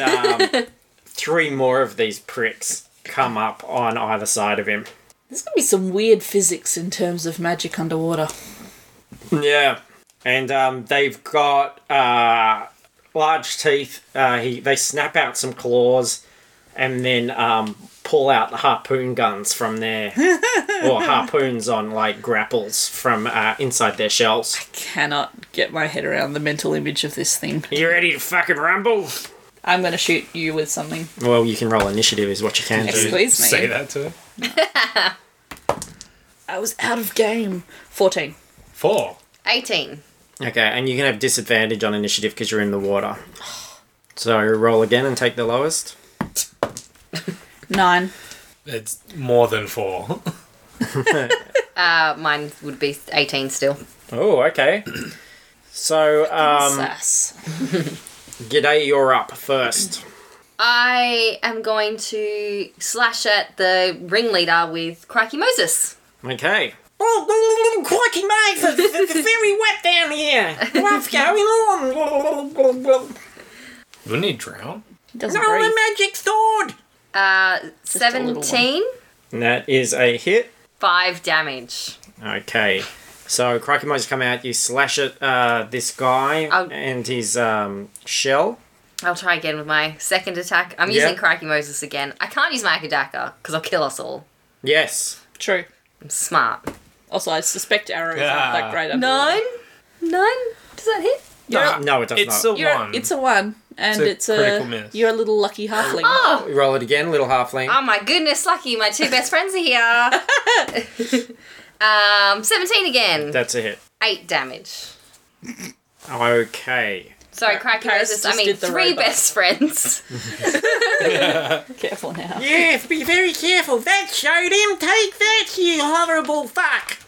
[SPEAKER 2] [laughs]
[SPEAKER 1] um, three more of these pricks come up on either side of him.
[SPEAKER 2] There's gonna be some weird physics in terms of magic underwater.
[SPEAKER 1] Yeah, and um, they've got uh, large teeth. Uh, he they snap out some claws, and then um, pull out harpoon guns from [laughs] there, or harpoons on like grapples from uh, inside their shells.
[SPEAKER 2] Cannot get my head around the mental image of this thing.
[SPEAKER 1] You ready to fucking rumble?
[SPEAKER 2] I'm gonna shoot you with something.
[SPEAKER 1] Well, you can roll initiative, is what you can do.
[SPEAKER 2] Excellent. Squeeze me.
[SPEAKER 3] Say that to her.
[SPEAKER 2] I was out of game. 14.
[SPEAKER 3] Four.
[SPEAKER 4] 18.
[SPEAKER 1] Okay, and you can have disadvantage on initiative because you're in the water. So roll again and take the lowest.
[SPEAKER 2] 9.
[SPEAKER 3] It's more than four. [laughs]
[SPEAKER 4] Uh, mine would be 18 still.
[SPEAKER 1] Oh, okay. [clears throat] So, um,
[SPEAKER 2] Sass.
[SPEAKER 1] G'day, you're up first.
[SPEAKER 4] I am going to slash at the ringleader with Crikey Moses.
[SPEAKER 1] Okay. Oh, quirky mate, it's very wet down here. What's going on?
[SPEAKER 3] Wouldn't he drown?
[SPEAKER 2] He doesn't breathe.
[SPEAKER 1] magic sword.
[SPEAKER 4] Uh,
[SPEAKER 2] a little
[SPEAKER 4] 17,
[SPEAKER 1] That is a hit.
[SPEAKER 4] 5 damage.
[SPEAKER 1] Okay. So Crikey Mo's come out. You slash at uh, this guy
[SPEAKER 4] Oh.
[SPEAKER 1] and his um, shell.
[SPEAKER 4] I'll try again with my second attack. I'm
[SPEAKER 1] Yeah.
[SPEAKER 4] using Crikey Moses again. I can't use my Akadaka because I'll kill us all.
[SPEAKER 1] Yes.
[SPEAKER 2] True.
[SPEAKER 4] I'm smart.
[SPEAKER 2] Also, I suspect arrows aren't that
[SPEAKER 3] Yeah.
[SPEAKER 2] great.
[SPEAKER 4] Nine? Nine? Does that hit?
[SPEAKER 1] No, no, it does
[SPEAKER 3] It's a
[SPEAKER 1] not.
[SPEAKER 2] You're,
[SPEAKER 3] one.
[SPEAKER 2] it's a one, and
[SPEAKER 3] It's
[SPEAKER 2] it's
[SPEAKER 3] a
[SPEAKER 2] a,
[SPEAKER 3] critical miss.
[SPEAKER 2] you're a little lucky halfling.
[SPEAKER 4] Oh!
[SPEAKER 1] Roll it again, little halfling.
[SPEAKER 4] Oh my goodness, lucky my two best friends are here.
[SPEAKER 2] [laughs]
[SPEAKER 4] um, 17 again.
[SPEAKER 1] That's a hit.
[SPEAKER 4] 8 damage.
[SPEAKER 1] Okay.
[SPEAKER 4] Sorry, Crikey
[SPEAKER 2] Uh, Paris
[SPEAKER 4] Moses, I
[SPEAKER 2] just
[SPEAKER 4] mean
[SPEAKER 2] did the
[SPEAKER 4] three
[SPEAKER 2] robot.
[SPEAKER 4] best friends.
[SPEAKER 2] [laughs]
[SPEAKER 4] [laughs]
[SPEAKER 2] Careful now.
[SPEAKER 1] Yeah, be very careful. That showed him. Take that, you
[SPEAKER 2] [laughs]
[SPEAKER 1] horrible fuck.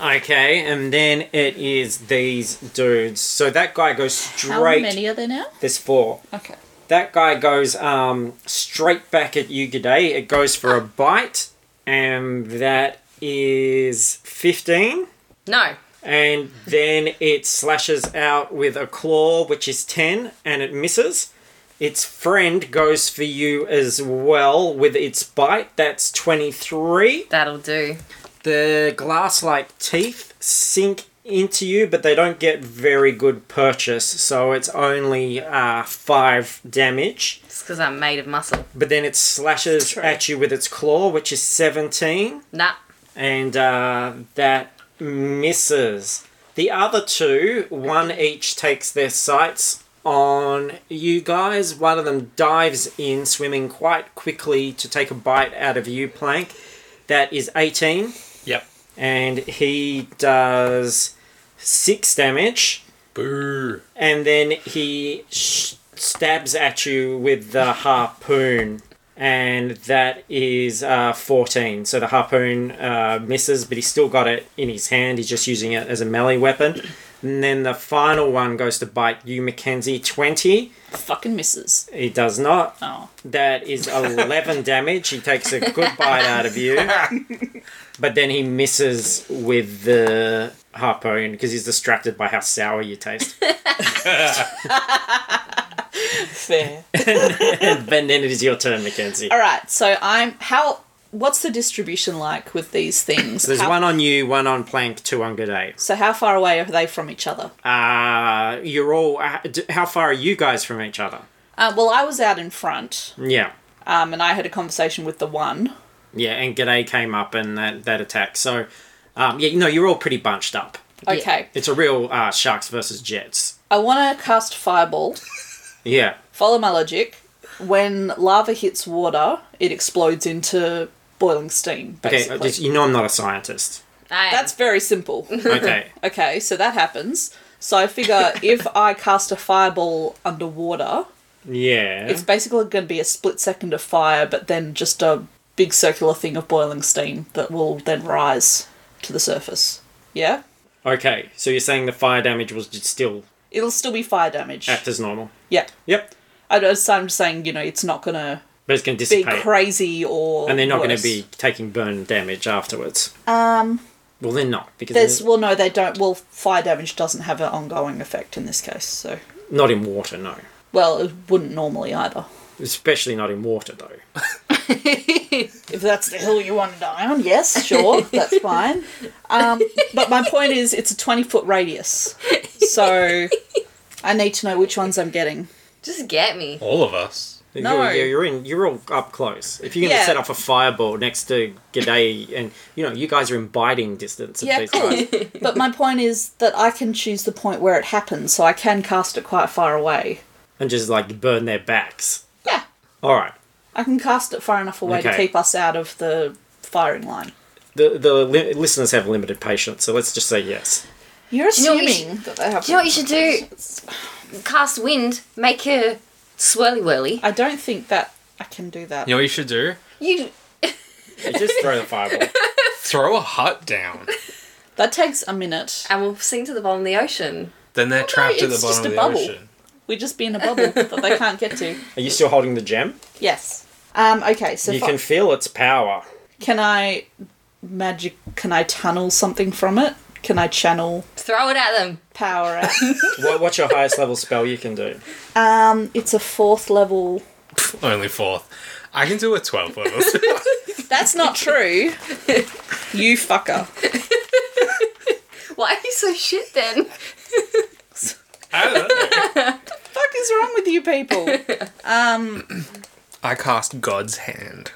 [SPEAKER 1] [laughs] okay, and then it is these dudes. So that guy goes straight.
[SPEAKER 2] How many are there now?
[SPEAKER 1] There's four.
[SPEAKER 2] Okay.
[SPEAKER 1] That guy goes um, straight back at you today. It goes for a bite, and that is 15.
[SPEAKER 4] No.
[SPEAKER 1] And then it slashes out with a claw, which is 10, and it misses. Its friend goes for you as well with its bite. That's 23.
[SPEAKER 4] That'll do.
[SPEAKER 1] The glass like teeth sink into you, but they don't get very good purchase, so it's only uh, 5 damage.
[SPEAKER 4] It's because I'm made of muscle.
[SPEAKER 1] But then it slashes
[SPEAKER 2] True.
[SPEAKER 1] at you with its claw, which is 17
[SPEAKER 4] Nah.
[SPEAKER 1] and uh, that misses. The other two, one each takes their sights on you guys. One of them dives in, swimming quite quickly to take a bite out of you, Plank. That is 18,
[SPEAKER 3] Yep.
[SPEAKER 1] and he does 6 damage,
[SPEAKER 3] Boo.
[SPEAKER 1] and then he sh- stabs at you with the harpoon. and that is uh, 14. So the harpoon uh, misses, but he's still got it in his hand. He's just using it as a melee weapon. And then the final one goes to bite you, Mackenzie. 20.
[SPEAKER 2] Fucking misses.
[SPEAKER 1] He does not.
[SPEAKER 2] Oh.
[SPEAKER 1] That
[SPEAKER 2] [laughs]
[SPEAKER 1] is 11 damage. He takes a good bite out of you. But then he misses with the harpoon because he's distracted by how sour
[SPEAKER 2] [laughs]
[SPEAKER 1] you taste.
[SPEAKER 2] Fair.
[SPEAKER 1] and [laughs] then it is your turn, Mackenzie.
[SPEAKER 2] All right. So I'm how. What's the distribution like with these things?
[SPEAKER 1] So there's
[SPEAKER 2] how,
[SPEAKER 1] one on you, one on Plank, two on G'day.
[SPEAKER 2] so how far away are they from each other?
[SPEAKER 1] Uh, you're all. Uh, d- how far are you guys from each other?
[SPEAKER 2] Uh, well, I was out in front,
[SPEAKER 1] Yeah.
[SPEAKER 2] um, and I had a conversation with the one.
[SPEAKER 1] Yeah, and G'day came up and that, that attack. So, um, yeah, no, you're all pretty bunched up.
[SPEAKER 2] Okay.
[SPEAKER 1] It's a real uh, Sharks versus Jets.
[SPEAKER 2] I want to cast fireball.
[SPEAKER 1] Yeah.
[SPEAKER 2] Follow my logic. When lava hits water, it explodes into boiling steam.
[SPEAKER 1] Okay,
[SPEAKER 2] Basically.
[SPEAKER 1] I just, you know I'm not
[SPEAKER 2] [laughs]
[SPEAKER 1] a scientist.
[SPEAKER 4] I,
[SPEAKER 2] That's very simple.
[SPEAKER 1] Okay.
[SPEAKER 2] Okay, so that happens. So I
[SPEAKER 1] [laughs]
[SPEAKER 2] figure if I cast a fireball underwater,
[SPEAKER 1] yeah.
[SPEAKER 2] it's basically going to be a split second of fire, but then just a big circular thing of boiling steam that will then rise to the surface. Yeah?
[SPEAKER 1] Okay, so you're saying the fire damage was just still
[SPEAKER 2] It'll still be fire damage.
[SPEAKER 1] act as normal.
[SPEAKER 2] yeah.
[SPEAKER 1] Yep.
[SPEAKER 2] I, I'm just saying, you know, it's not going to
[SPEAKER 1] But it's going to
[SPEAKER 2] be
[SPEAKER 1] dissipate.
[SPEAKER 2] crazy or.
[SPEAKER 1] and they're not going
[SPEAKER 2] worse.
[SPEAKER 1] to be taking burn damage afterwards.
[SPEAKER 2] Um,
[SPEAKER 1] Well, they're not, because
[SPEAKER 2] there's.
[SPEAKER 1] there's
[SPEAKER 2] Well, no, they don't. Well, fire damage doesn't have an ongoing effect in this case, so.
[SPEAKER 1] not in water, no.
[SPEAKER 2] Well, it wouldn't normally either.
[SPEAKER 1] Especially not in water, though.
[SPEAKER 2] If that's the hill you want to die on, yes,
[SPEAKER 1] [laughs]
[SPEAKER 2] sure, that's fine. Um, but my point is, it's a 20 foot radius. So I need to know which ones I'm getting.
[SPEAKER 4] just get me.
[SPEAKER 3] All of us.
[SPEAKER 2] No.
[SPEAKER 1] You're, you're, you're in. You're all up close. If you're going to
[SPEAKER 2] Yeah.
[SPEAKER 1] set off a fireball next to G'day, and you know you guys are in biting distance of
[SPEAKER 2] Yeah,
[SPEAKER 1] these
[SPEAKER 2] cool.
[SPEAKER 1] guys.
[SPEAKER 2] [laughs] But my point is that I can choose the point where it happens, so I can cast it quite far away.
[SPEAKER 1] and just like burn their backs.
[SPEAKER 2] Yeah,
[SPEAKER 1] All right.
[SPEAKER 2] I can cast it far enough away to
[SPEAKER 1] Okay.
[SPEAKER 2] keep us out of the firing line.
[SPEAKER 1] The the li- listeners have limited patience, so let's just say yes.
[SPEAKER 2] You're
[SPEAKER 4] you know what
[SPEAKER 2] assuming
[SPEAKER 4] you
[SPEAKER 2] that they have.
[SPEAKER 4] Do you know what you should do? Cast wind, make a swirly whirly.
[SPEAKER 2] I don't think that I can do that.
[SPEAKER 3] You know what you should do?
[SPEAKER 4] You
[SPEAKER 1] You just throw the
[SPEAKER 2] [laughs]
[SPEAKER 1] fireball.
[SPEAKER 3] Throw a hut down.
[SPEAKER 2] That takes a minute.
[SPEAKER 4] and we'll sink to the bottom of the ocean.
[SPEAKER 3] Then they're trapped at the
[SPEAKER 2] it's
[SPEAKER 3] bottom
[SPEAKER 2] just
[SPEAKER 3] of
[SPEAKER 2] a
[SPEAKER 3] the
[SPEAKER 2] bubble.
[SPEAKER 3] ocean.
[SPEAKER 2] We'd just be in a
[SPEAKER 4] [laughs]
[SPEAKER 2] bubble that they can't get to.
[SPEAKER 1] Are you still holding the gem?
[SPEAKER 2] Yes. Um, okay, so
[SPEAKER 1] You
[SPEAKER 2] fi-
[SPEAKER 1] can feel its power.
[SPEAKER 2] Can I magic? Can I tunnel something from it? Can I channel
[SPEAKER 4] Throw it at them. [laughs]
[SPEAKER 2] power? Out?
[SPEAKER 1] What, what's your highest level spell you can do?
[SPEAKER 2] um, it's a fourth level.
[SPEAKER 3] Only fourth. I can do a 12
[SPEAKER 2] [laughs]
[SPEAKER 3] levels. [laughs]
[SPEAKER 2] That's [laughs] not true. you fucker.
[SPEAKER 4] Why are you so shit then?
[SPEAKER 3] I don't know.
[SPEAKER 2] Fuck is wrong with you
[SPEAKER 4] [laughs]
[SPEAKER 2] people?
[SPEAKER 3] I cast God's Hand.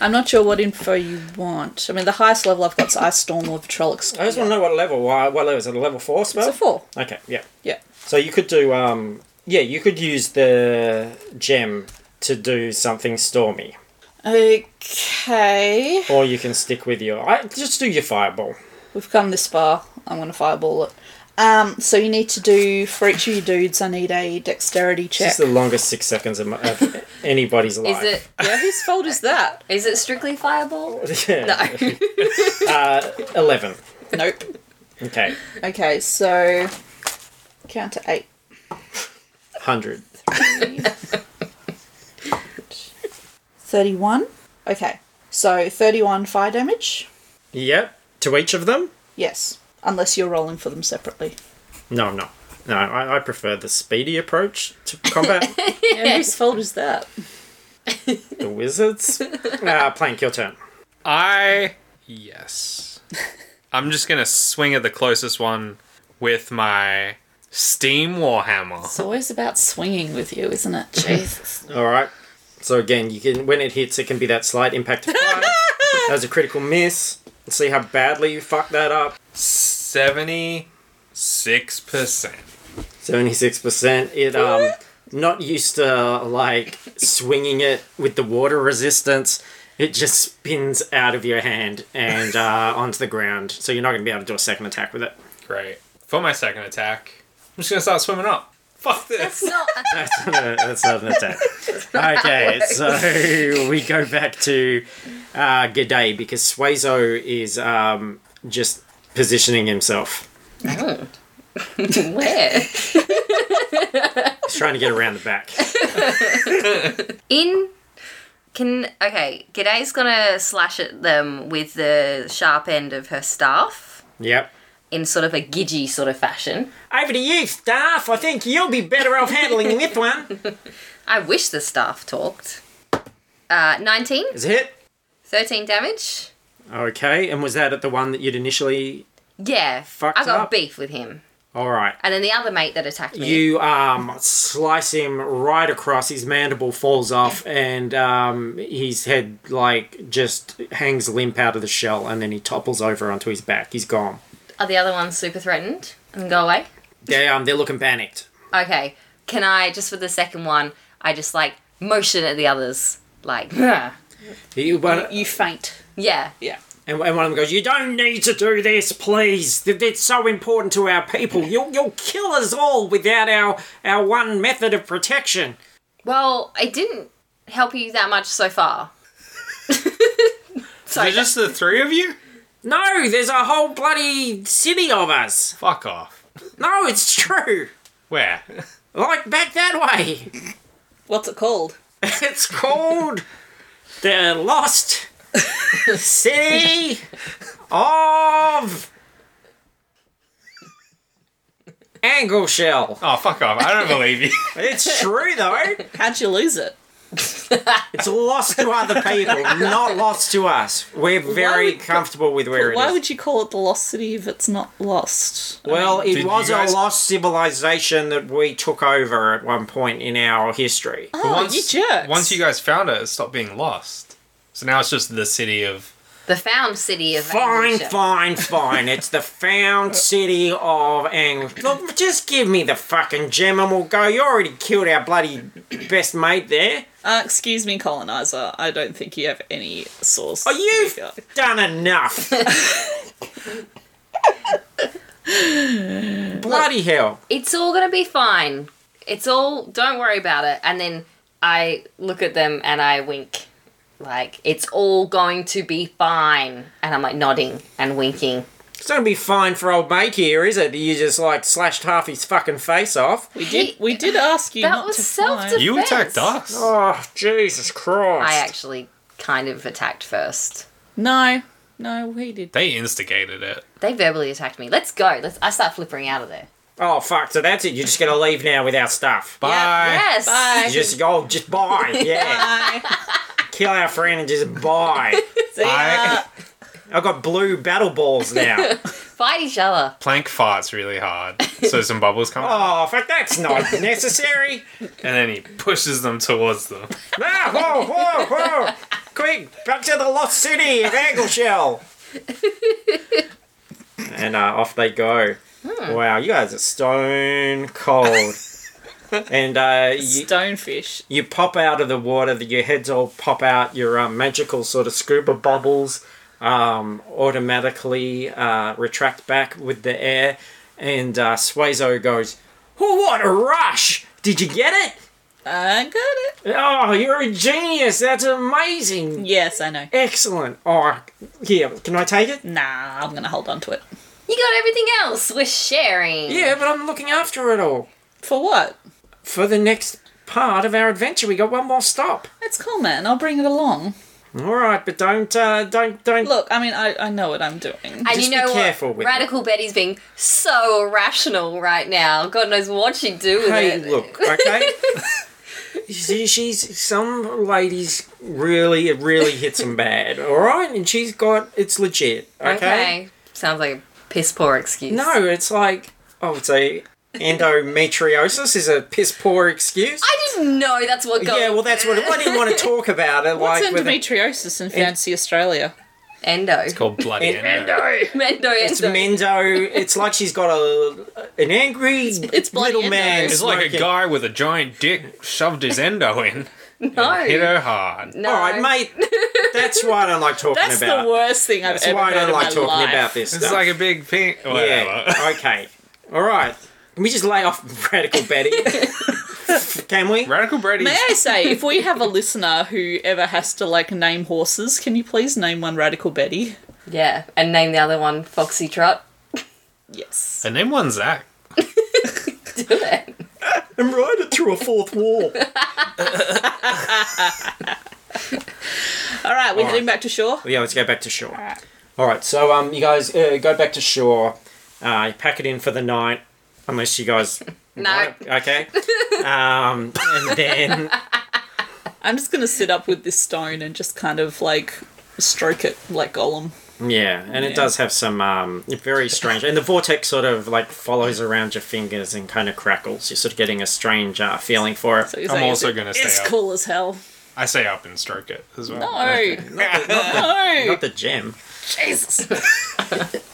[SPEAKER 2] I'm not sure what info you want. I mean, the highest level I've got is Ice Storm or Vitrolix.
[SPEAKER 1] I just want to know what level. Why? What level is it? A level four
[SPEAKER 2] It's
[SPEAKER 4] Oh.
[SPEAKER 1] spell?
[SPEAKER 2] a four.
[SPEAKER 1] Okay. Yeah.
[SPEAKER 2] Yeah.
[SPEAKER 1] So you could do. Um. Yeah. You could use the gem to do something stormy,
[SPEAKER 2] Okay.
[SPEAKER 1] or you can stick with your. I just do your fireball.
[SPEAKER 2] We've come this far. I'm gonna fireball it. Um, so you need to do for each of you dudes. I need a dexterity
[SPEAKER 1] This
[SPEAKER 2] check.
[SPEAKER 1] is the longest six seconds of, my, of
[SPEAKER 2] [laughs]
[SPEAKER 1] anybody's life.
[SPEAKER 4] Is it
[SPEAKER 2] Yeah, whose fault is that?
[SPEAKER 4] is it strictly
[SPEAKER 1] [laughs]
[SPEAKER 4] fireball?
[SPEAKER 1] Yeah.
[SPEAKER 4] No.
[SPEAKER 1] Uh, Eleven.
[SPEAKER 2] Nope. [laughs]
[SPEAKER 1] Okay.
[SPEAKER 2] Okay, so count to eight.
[SPEAKER 1] Hundred.
[SPEAKER 2] 31. Okay, so 31 fire damage?
[SPEAKER 1] Yep. To each of them.
[SPEAKER 2] Yes, unless you're rolling for them separately.
[SPEAKER 1] No, I'm not. No, I, I prefer the speedy approach to combat.
[SPEAKER 2] Yeah, whose fault is that?
[SPEAKER 1] the wizards. Uh, Plank, your turn.
[SPEAKER 3] I. Yes. I'm just gonna swing at the closest one with my Steam Warhammer.
[SPEAKER 2] It's always about swinging with you, isn't it? Jesus.
[SPEAKER 1] All right. So again, you can when it hits, it can be that slight impact of fire. that was a critical miss. Let's see how badly you fucked that up.
[SPEAKER 3] 76%.
[SPEAKER 1] Seventy six percent. It um not used to like swinging it with the water resistance. It just spins out of your hand and uh, onto the ground. So you're not going to be able to do a second attack with it.
[SPEAKER 3] Great. For my second attack, I'm just gonna start swimming up. Fuck
[SPEAKER 4] That's
[SPEAKER 3] this.
[SPEAKER 4] not.
[SPEAKER 1] That's not, a, that's not an [laughs] attack. Okay, so [laughs] we go back to uh, G'day because Suezo is um, just positioning himself.
[SPEAKER 4] Where?
[SPEAKER 1] He's trying to get around the [laughs] back.
[SPEAKER 4] In can okay, G'day's gonna slash at them with the sharp end of her staff
[SPEAKER 1] Yep.
[SPEAKER 4] in sort of a gidgy sort of fashion.
[SPEAKER 1] Over to you, staff. I think you'll be better off handling this one.
[SPEAKER 4] I wish the staff talked. Uh, 19,
[SPEAKER 1] Is it? hit?
[SPEAKER 4] 13 damage.
[SPEAKER 1] Okay, and was that at the one that you'd initially?
[SPEAKER 4] Yeah,
[SPEAKER 1] Fucked
[SPEAKER 4] I got
[SPEAKER 1] up.
[SPEAKER 4] beef with him,
[SPEAKER 1] All right.
[SPEAKER 4] and then the other mate that attacked me.
[SPEAKER 1] You um slice him right across. His mandible falls off, and um his head like just hangs limp out of the shell, and then he topples over onto his back. He's gone.
[SPEAKER 4] Are the other ones super threatened and go away?
[SPEAKER 1] They um they're looking panicked.
[SPEAKER 4] Okay, can I just for the second one? I just like motion at the others,
[SPEAKER 1] [laughs]
[SPEAKER 4] like yeah,
[SPEAKER 1] He, one,
[SPEAKER 2] [laughs] You faint.
[SPEAKER 4] yeah.
[SPEAKER 2] Yeah.
[SPEAKER 1] and and one of them goes, "You don't need to do this, please. Th- It's so important to our people. You'll you'll kill us all without our our one method of protection."
[SPEAKER 4] Well, I didn't help you that much so far.
[SPEAKER 3] Is it just the three of you?
[SPEAKER 1] No, there's a whole bloody city of us.
[SPEAKER 3] Fuck off.
[SPEAKER 1] No, it's true.
[SPEAKER 3] Where?
[SPEAKER 1] Like back that way.
[SPEAKER 2] What's it called?
[SPEAKER 1] It's called The Lost City of Angleshell.
[SPEAKER 3] Oh, fuck off.
[SPEAKER 2] [laughs]
[SPEAKER 3] I don't believe you.
[SPEAKER 1] It's true though.
[SPEAKER 2] How'd you lose it?
[SPEAKER 1] It's lost to other people, not lost to us. We're very
[SPEAKER 2] would-
[SPEAKER 1] comfortable with where it is.
[SPEAKER 2] Why would you call it the Lost City if it's not lost?
[SPEAKER 1] well,
[SPEAKER 3] Did
[SPEAKER 1] it
[SPEAKER 3] you
[SPEAKER 1] was
[SPEAKER 3] guys-
[SPEAKER 1] a lost civilization that we took over at one point in our history.
[SPEAKER 2] Oh, you jerks.
[SPEAKER 3] Once you guys found it, it stopped being lost. So now it's just the city of.
[SPEAKER 4] The found city of
[SPEAKER 1] Fine,
[SPEAKER 4] Angleshell.
[SPEAKER 1] fine, fine. It's the found city of Ang. Look, just give me the fucking gem and we'll go. You already killed our bloody best mate there.
[SPEAKER 2] Uh, excuse me, colonizer. I don't think you have any source.
[SPEAKER 1] Oh, you've
[SPEAKER 2] to go.
[SPEAKER 1] done enough. bloody hell.
[SPEAKER 4] It's all gonna be fine. It's all. Don't worry about it. And then I look at them and I wink, like it's all going to be fine. And I'm like nodding and winking.
[SPEAKER 1] It's not gonna be fine for old mate here, is it? You just like slashed half his fucking face off.
[SPEAKER 2] We did. We did ask you
[SPEAKER 4] That
[SPEAKER 2] not
[SPEAKER 4] was
[SPEAKER 2] to
[SPEAKER 4] self-defense.
[SPEAKER 2] fly.
[SPEAKER 3] You
[SPEAKER 4] Offense.
[SPEAKER 3] attacked us.
[SPEAKER 1] Oh, Jesus Christ.
[SPEAKER 4] I actually kind of attacked first.
[SPEAKER 2] No, no, we did.
[SPEAKER 3] They instigated it.
[SPEAKER 4] They verbally attacked me. Let's go. Let's. I start flippering out of there.
[SPEAKER 1] oh, fuck. So that's it. You're just gonna leave now with our stuff.
[SPEAKER 3] Bye.
[SPEAKER 4] Yeah. Yes.
[SPEAKER 1] You [laughs]
[SPEAKER 2] Bye.
[SPEAKER 1] just go, oh, just buy. Yeah.
[SPEAKER 2] Bye.
[SPEAKER 1] kill our friend and just buy.
[SPEAKER 2] See ya. [laughs]
[SPEAKER 3] I-
[SPEAKER 1] I've got blue battle balls now.
[SPEAKER 4] Fight each other.
[SPEAKER 3] Plank farts really hard. So some bubbles come out.
[SPEAKER 1] oh, fuck, that's not necessary.
[SPEAKER 3] And then he pushes them towards them.
[SPEAKER 1] Ah, whoa, whoa, whoa. Quick, back to the lost city of Angleshell. and uh, off they go. Wow, you guys are stone cold. and uh, you,
[SPEAKER 2] Stonefish.
[SPEAKER 1] you pop out of the water, the- your heads all pop out, your um, magical sort of scuba bubbles um, automatically uh, retract back with the air, and uh, Suezo goes, Oh, what a rush! Did you get it?
[SPEAKER 2] I got it.
[SPEAKER 1] Oh, you're a genius! That's amazing!
[SPEAKER 2] Yes, I know.
[SPEAKER 1] Excellent! Oh, here, can I take it?
[SPEAKER 2] Nah, I'm gonna hold on to it.
[SPEAKER 4] You got everything else. We're sharing.
[SPEAKER 1] Yeah, but I'm looking after it all.
[SPEAKER 2] For what?
[SPEAKER 1] For the next part of our adventure, we got one more stop.
[SPEAKER 2] That's cool, man. I'll bring it along.
[SPEAKER 1] All right, but don't, uh, don't, don't.
[SPEAKER 2] Look, I mean, I, I know what I'm doing.
[SPEAKER 4] And
[SPEAKER 1] Just
[SPEAKER 4] you know
[SPEAKER 1] be
[SPEAKER 4] what?
[SPEAKER 1] careful with it.
[SPEAKER 4] Radical Betty's being so irrational right now. God knows what she'd do with
[SPEAKER 1] Hey,
[SPEAKER 4] it.
[SPEAKER 1] look, okay. [laughs] See, she's some ladies really, it really hits them bad. All right, and she's got it's legit. Okay.
[SPEAKER 4] Okay. Sounds like a piss poor excuse.
[SPEAKER 1] No, it's like I would say endometriosis is a piss poor excuse.
[SPEAKER 4] I didn't know that's what got
[SPEAKER 1] yeah, well, that's what. I didn't
[SPEAKER 2] [laughs]
[SPEAKER 1] want to talk about it.
[SPEAKER 2] What's
[SPEAKER 1] like with a-
[SPEAKER 2] endometriosis in Fantasy Australia?
[SPEAKER 4] Endo. It's
[SPEAKER 3] Called Bloody Endo.
[SPEAKER 4] Mendo
[SPEAKER 1] It's
[SPEAKER 4] Endo.
[SPEAKER 1] Mendo. It's like she's got a an angry
[SPEAKER 2] it's bloody
[SPEAKER 1] little
[SPEAKER 2] endo.
[SPEAKER 1] man.
[SPEAKER 3] It's like a
[SPEAKER 1] smoking.
[SPEAKER 3] guy with a giant dick shoved his endo in.
[SPEAKER 4] no.
[SPEAKER 3] Hit her hard.
[SPEAKER 4] No.
[SPEAKER 1] All right, mate. That's why I don't like talking
[SPEAKER 2] That's
[SPEAKER 1] about.
[SPEAKER 2] the worst thing I've
[SPEAKER 1] That's
[SPEAKER 2] ever
[SPEAKER 1] why I
[SPEAKER 2] heard
[SPEAKER 1] don't
[SPEAKER 2] in
[SPEAKER 1] like
[SPEAKER 2] my
[SPEAKER 1] talking
[SPEAKER 2] life.
[SPEAKER 1] about this.
[SPEAKER 3] It's
[SPEAKER 1] stuff. [laughs]
[SPEAKER 3] like a big pink. Whatever.
[SPEAKER 1] Yeah. okay. All right. Can we just lay off Radical Betty? Can we?
[SPEAKER 3] Radical Brady's
[SPEAKER 2] May I say, if we have a listener who ever has to like name horses, can you please name one Radical Betty?
[SPEAKER 4] Yeah, and name the other one Foxy Trot.
[SPEAKER 2] Yes.
[SPEAKER 3] And name one Zach.
[SPEAKER 4] Do it.
[SPEAKER 1] I'm right through a fourth wall.
[SPEAKER 2] All right, we're
[SPEAKER 1] All
[SPEAKER 2] heading back to shore.
[SPEAKER 1] yeah, let's go back to shore.
[SPEAKER 2] right.
[SPEAKER 1] All right, so um, you guys uh, go back to shore. Uh, you pack it in for the night, unless you guys.
[SPEAKER 4] No.
[SPEAKER 1] want it, Okay. Um, and then
[SPEAKER 2] I'm just gonna sit up with this stone and just kind of like stroke it like Gollum.
[SPEAKER 1] yeah, and it does have some um, very strange, and the vortex sort of like follows around your fingers and kind of crackles. You're sort of getting a strange uh, feeling for it.
[SPEAKER 2] So he's
[SPEAKER 3] I'm
[SPEAKER 2] like,
[SPEAKER 3] also gonna stay
[SPEAKER 2] It's
[SPEAKER 3] up.
[SPEAKER 2] cool as hell.
[SPEAKER 3] I say up and stroke it as well.
[SPEAKER 2] No, no,
[SPEAKER 1] Not the gem.
[SPEAKER 2] Jesus.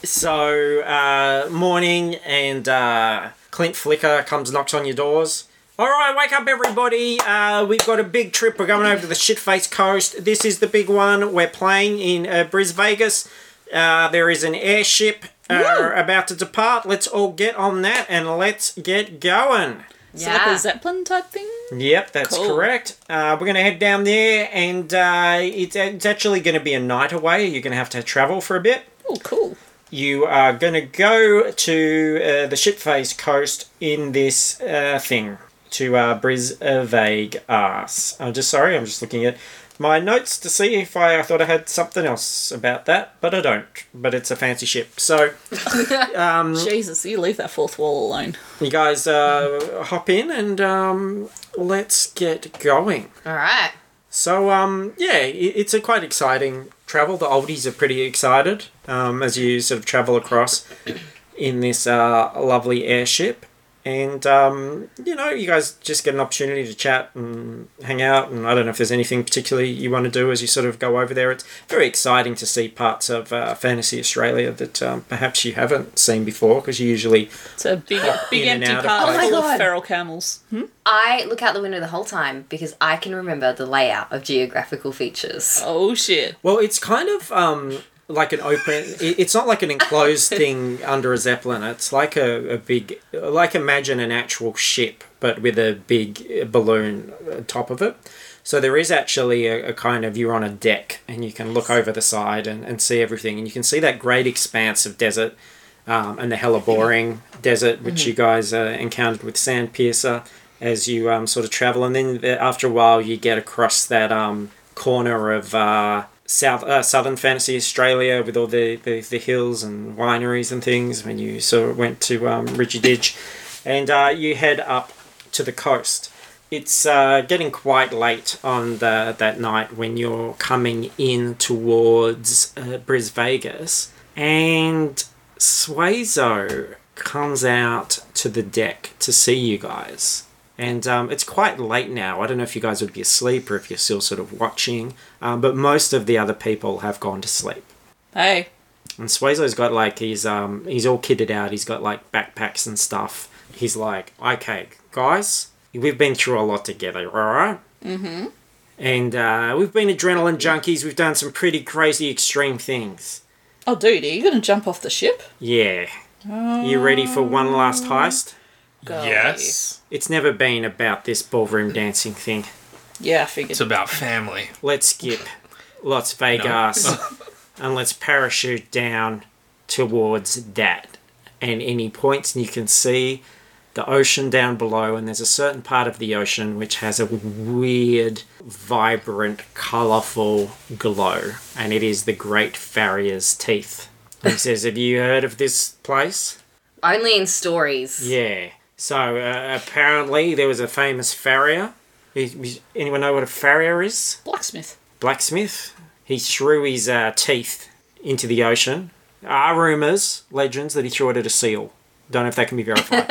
[SPEAKER 1] So uh, morning, and uh, Clint Flicker comes knocks on your doors. All right, wake up, everybody. Uh, we've got a big trip. We're going over to the shitface coast. This is the big one. We're playing in uh, Bris Vegas. Uh, there is an airship uh, about to depart. Let's all get on that and let's get going.
[SPEAKER 2] Is it like
[SPEAKER 4] Yeah.
[SPEAKER 2] a Zeppelin type thing?
[SPEAKER 1] Yep, that's
[SPEAKER 2] Cool.
[SPEAKER 1] correct. Uh, we're going to head down there, and uh, it's, it's actually going to be a night away. You're going to have to travel for a bit.
[SPEAKER 2] Oh, cool.
[SPEAKER 1] You are going to go to uh, the shitface coast in this uh, thing to uh, Briz a vague ass. I'm just sorry. I'm just looking at my notes to see if I, I thought I had something else about that, but I don't. But it's a fancy ship, so
[SPEAKER 2] Jesus, you leave that fourth wall alone.
[SPEAKER 1] you guys uh, hop in and um, let's get going.
[SPEAKER 4] All right.
[SPEAKER 1] So um, yeah, i- it's a quite exciting travel. The oldies are pretty excited um, as you sort of travel across in this uh, lovely airship, and um, you know you guys just get an opportunity to chat and hang out. And I don't know if there's anything particularly you want to do as you sort of go over there. It's very exciting to see parts of uh, Fantasy Australia that um, perhaps you haven't seen before because you usually
[SPEAKER 2] It's a big, big
[SPEAKER 1] In and
[SPEAKER 2] empty
[SPEAKER 1] out of
[SPEAKER 2] part
[SPEAKER 1] place.
[SPEAKER 4] Oh my
[SPEAKER 2] full of
[SPEAKER 4] God.
[SPEAKER 2] feral camels. Hmm?
[SPEAKER 4] I look out the window the whole time because I can remember the layout of geographical features.
[SPEAKER 2] Oh shit.
[SPEAKER 1] Well, it's kind of um, like an open. it- It's not like an enclosed thing under a zeppelin. It's like a, a big, like imagine an actual ship, but with a big uh, balloon on top of it. So there is actually a, a kind of you're on a deck and you can look over the side and, and see everything, and you can see that great expanse of desert. Um, and the hella boring desert, which you guys uh, encountered with Sandpiercer as you um, sort of travel, and then the- after a while you get across that um, corner of uh, South uh, Southern Fantasy Australia with all the, the, the hills and wineries and things. When you sort of went to um, Ridgy Ditch, and uh, you head up to the coast. It's uh, getting quite late on the, that night when you're coming in towards uh, Bris Vegas, and Swazo comes out to the deck to see you guys. And um, it's quite late now. I don't know if you guys would be asleep or if you're still sort of watching, um, but most of the other people have gone to sleep.
[SPEAKER 2] Hey.
[SPEAKER 1] And Swazo's got like he's um he's all kitted out. He's got like backpacks and stuff. He's like, okay, guys, we've been through a lot together, all right? Mm-hmm. And uh, we've been adrenaline junkies. We've done some pretty crazy, extreme things.
[SPEAKER 2] Oh, dude, are you gonna jump off the ship?
[SPEAKER 1] Yeah. You ready for one last heist?
[SPEAKER 2] Golly.
[SPEAKER 3] Yes.
[SPEAKER 1] It's never been about this ballroom dancing thing.
[SPEAKER 2] Yeah, I figured.
[SPEAKER 3] It's about family.
[SPEAKER 1] Let's skip Las Vegas and let's parachute down towards that and any points. And you can see the ocean down below, and there's a certain part of the ocean which has a weird, vibrant, colourful glow, and it is the Great Farrier's Teeth. He says, Have you heard of this place?
[SPEAKER 4] Only in stories.
[SPEAKER 1] Yeah. So uh, apparently there was a famous farrier. Is- is- Anyone know what a farrier is?
[SPEAKER 2] Blacksmith.
[SPEAKER 1] Blacksmith. He threw his uh, teeth into the ocean. There Are rumours, legends, that he threw it at a seal. Don't know if that can be verified.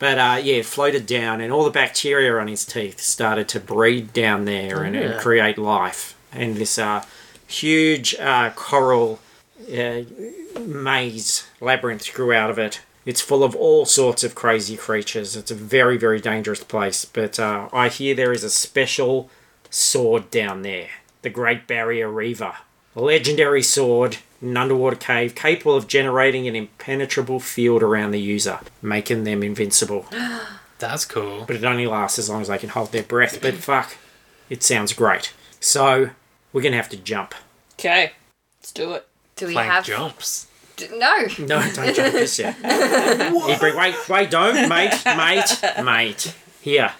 [SPEAKER 1] but uh, yeah, it floated down, and all the bacteria on his teeth started to breed down there and, and create life. And this uh, huge uh, coral uh, maze labyrinth grew out of it. It's full of all sorts of crazy creatures. It's a very, very dangerous place. But uh, I hear there is a special sword down there the Great Barrier Reaver. A legendary sword an underwater cave capable of generating an impenetrable field around the user, making them invincible.
[SPEAKER 3] That's cool.
[SPEAKER 1] But it only lasts as long as they can hold their breath. But fuck, it sounds great. So we're gonna have to jump.
[SPEAKER 2] Okay, let's do it.
[SPEAKER 4] Do we
[SPEAKER 3] Plank
[SPEAKER 4] have
[SPEAKER 3] jumps.
[SPEAKER 4] D- no?
[SPEAKER 1] No, don't jump this yet. he bring, wait, wait, don't, mate, mate, mate. Here,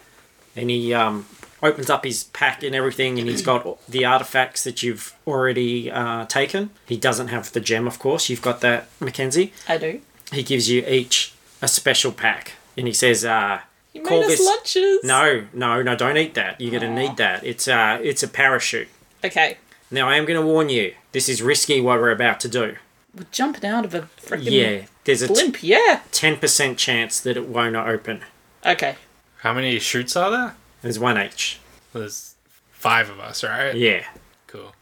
[SPEAKER 1] and he um opens up his pack and everything, and he's got the artifacts that you've already uh, taken. He doesn't have the gem, of course. You've got that, Mackenzie.
[SPEAKER 2] I do.
[SPEAKER 1] He gives you each a special pack, and he says, uh,
[SPEAKER 2] You
[SPEAKER 1] Call
[SPEAKER 2] made us
[SPEAKER 1] this-
[SPEAKER 2] lunches.
[SPEAKER 1] "No, no, no, don't eat that. You're gonna need that. It's uh, it's a parachute."
[SPEAKER 2] Okay,
[SPEAKER 1] Now, I am going to warn you, this is risky what we're about to do.
[SPEAKER 2] we're jumping out of a freaking
[SPEAKER 1] Yeah, there's a t-
[SPEAKER 2] blimp. Yeah.
[SPEAKER 1] 10% chance that it won't open.
[SPEAKER 2] Okay.
[SPEAKER 3] How many shoots are there?
[SPEAKER 1] There's one H.
[SPEAKER 3] There's five of us, right?
[SPEAKER 1] Yeah.
[SPEAKER 3] Cool.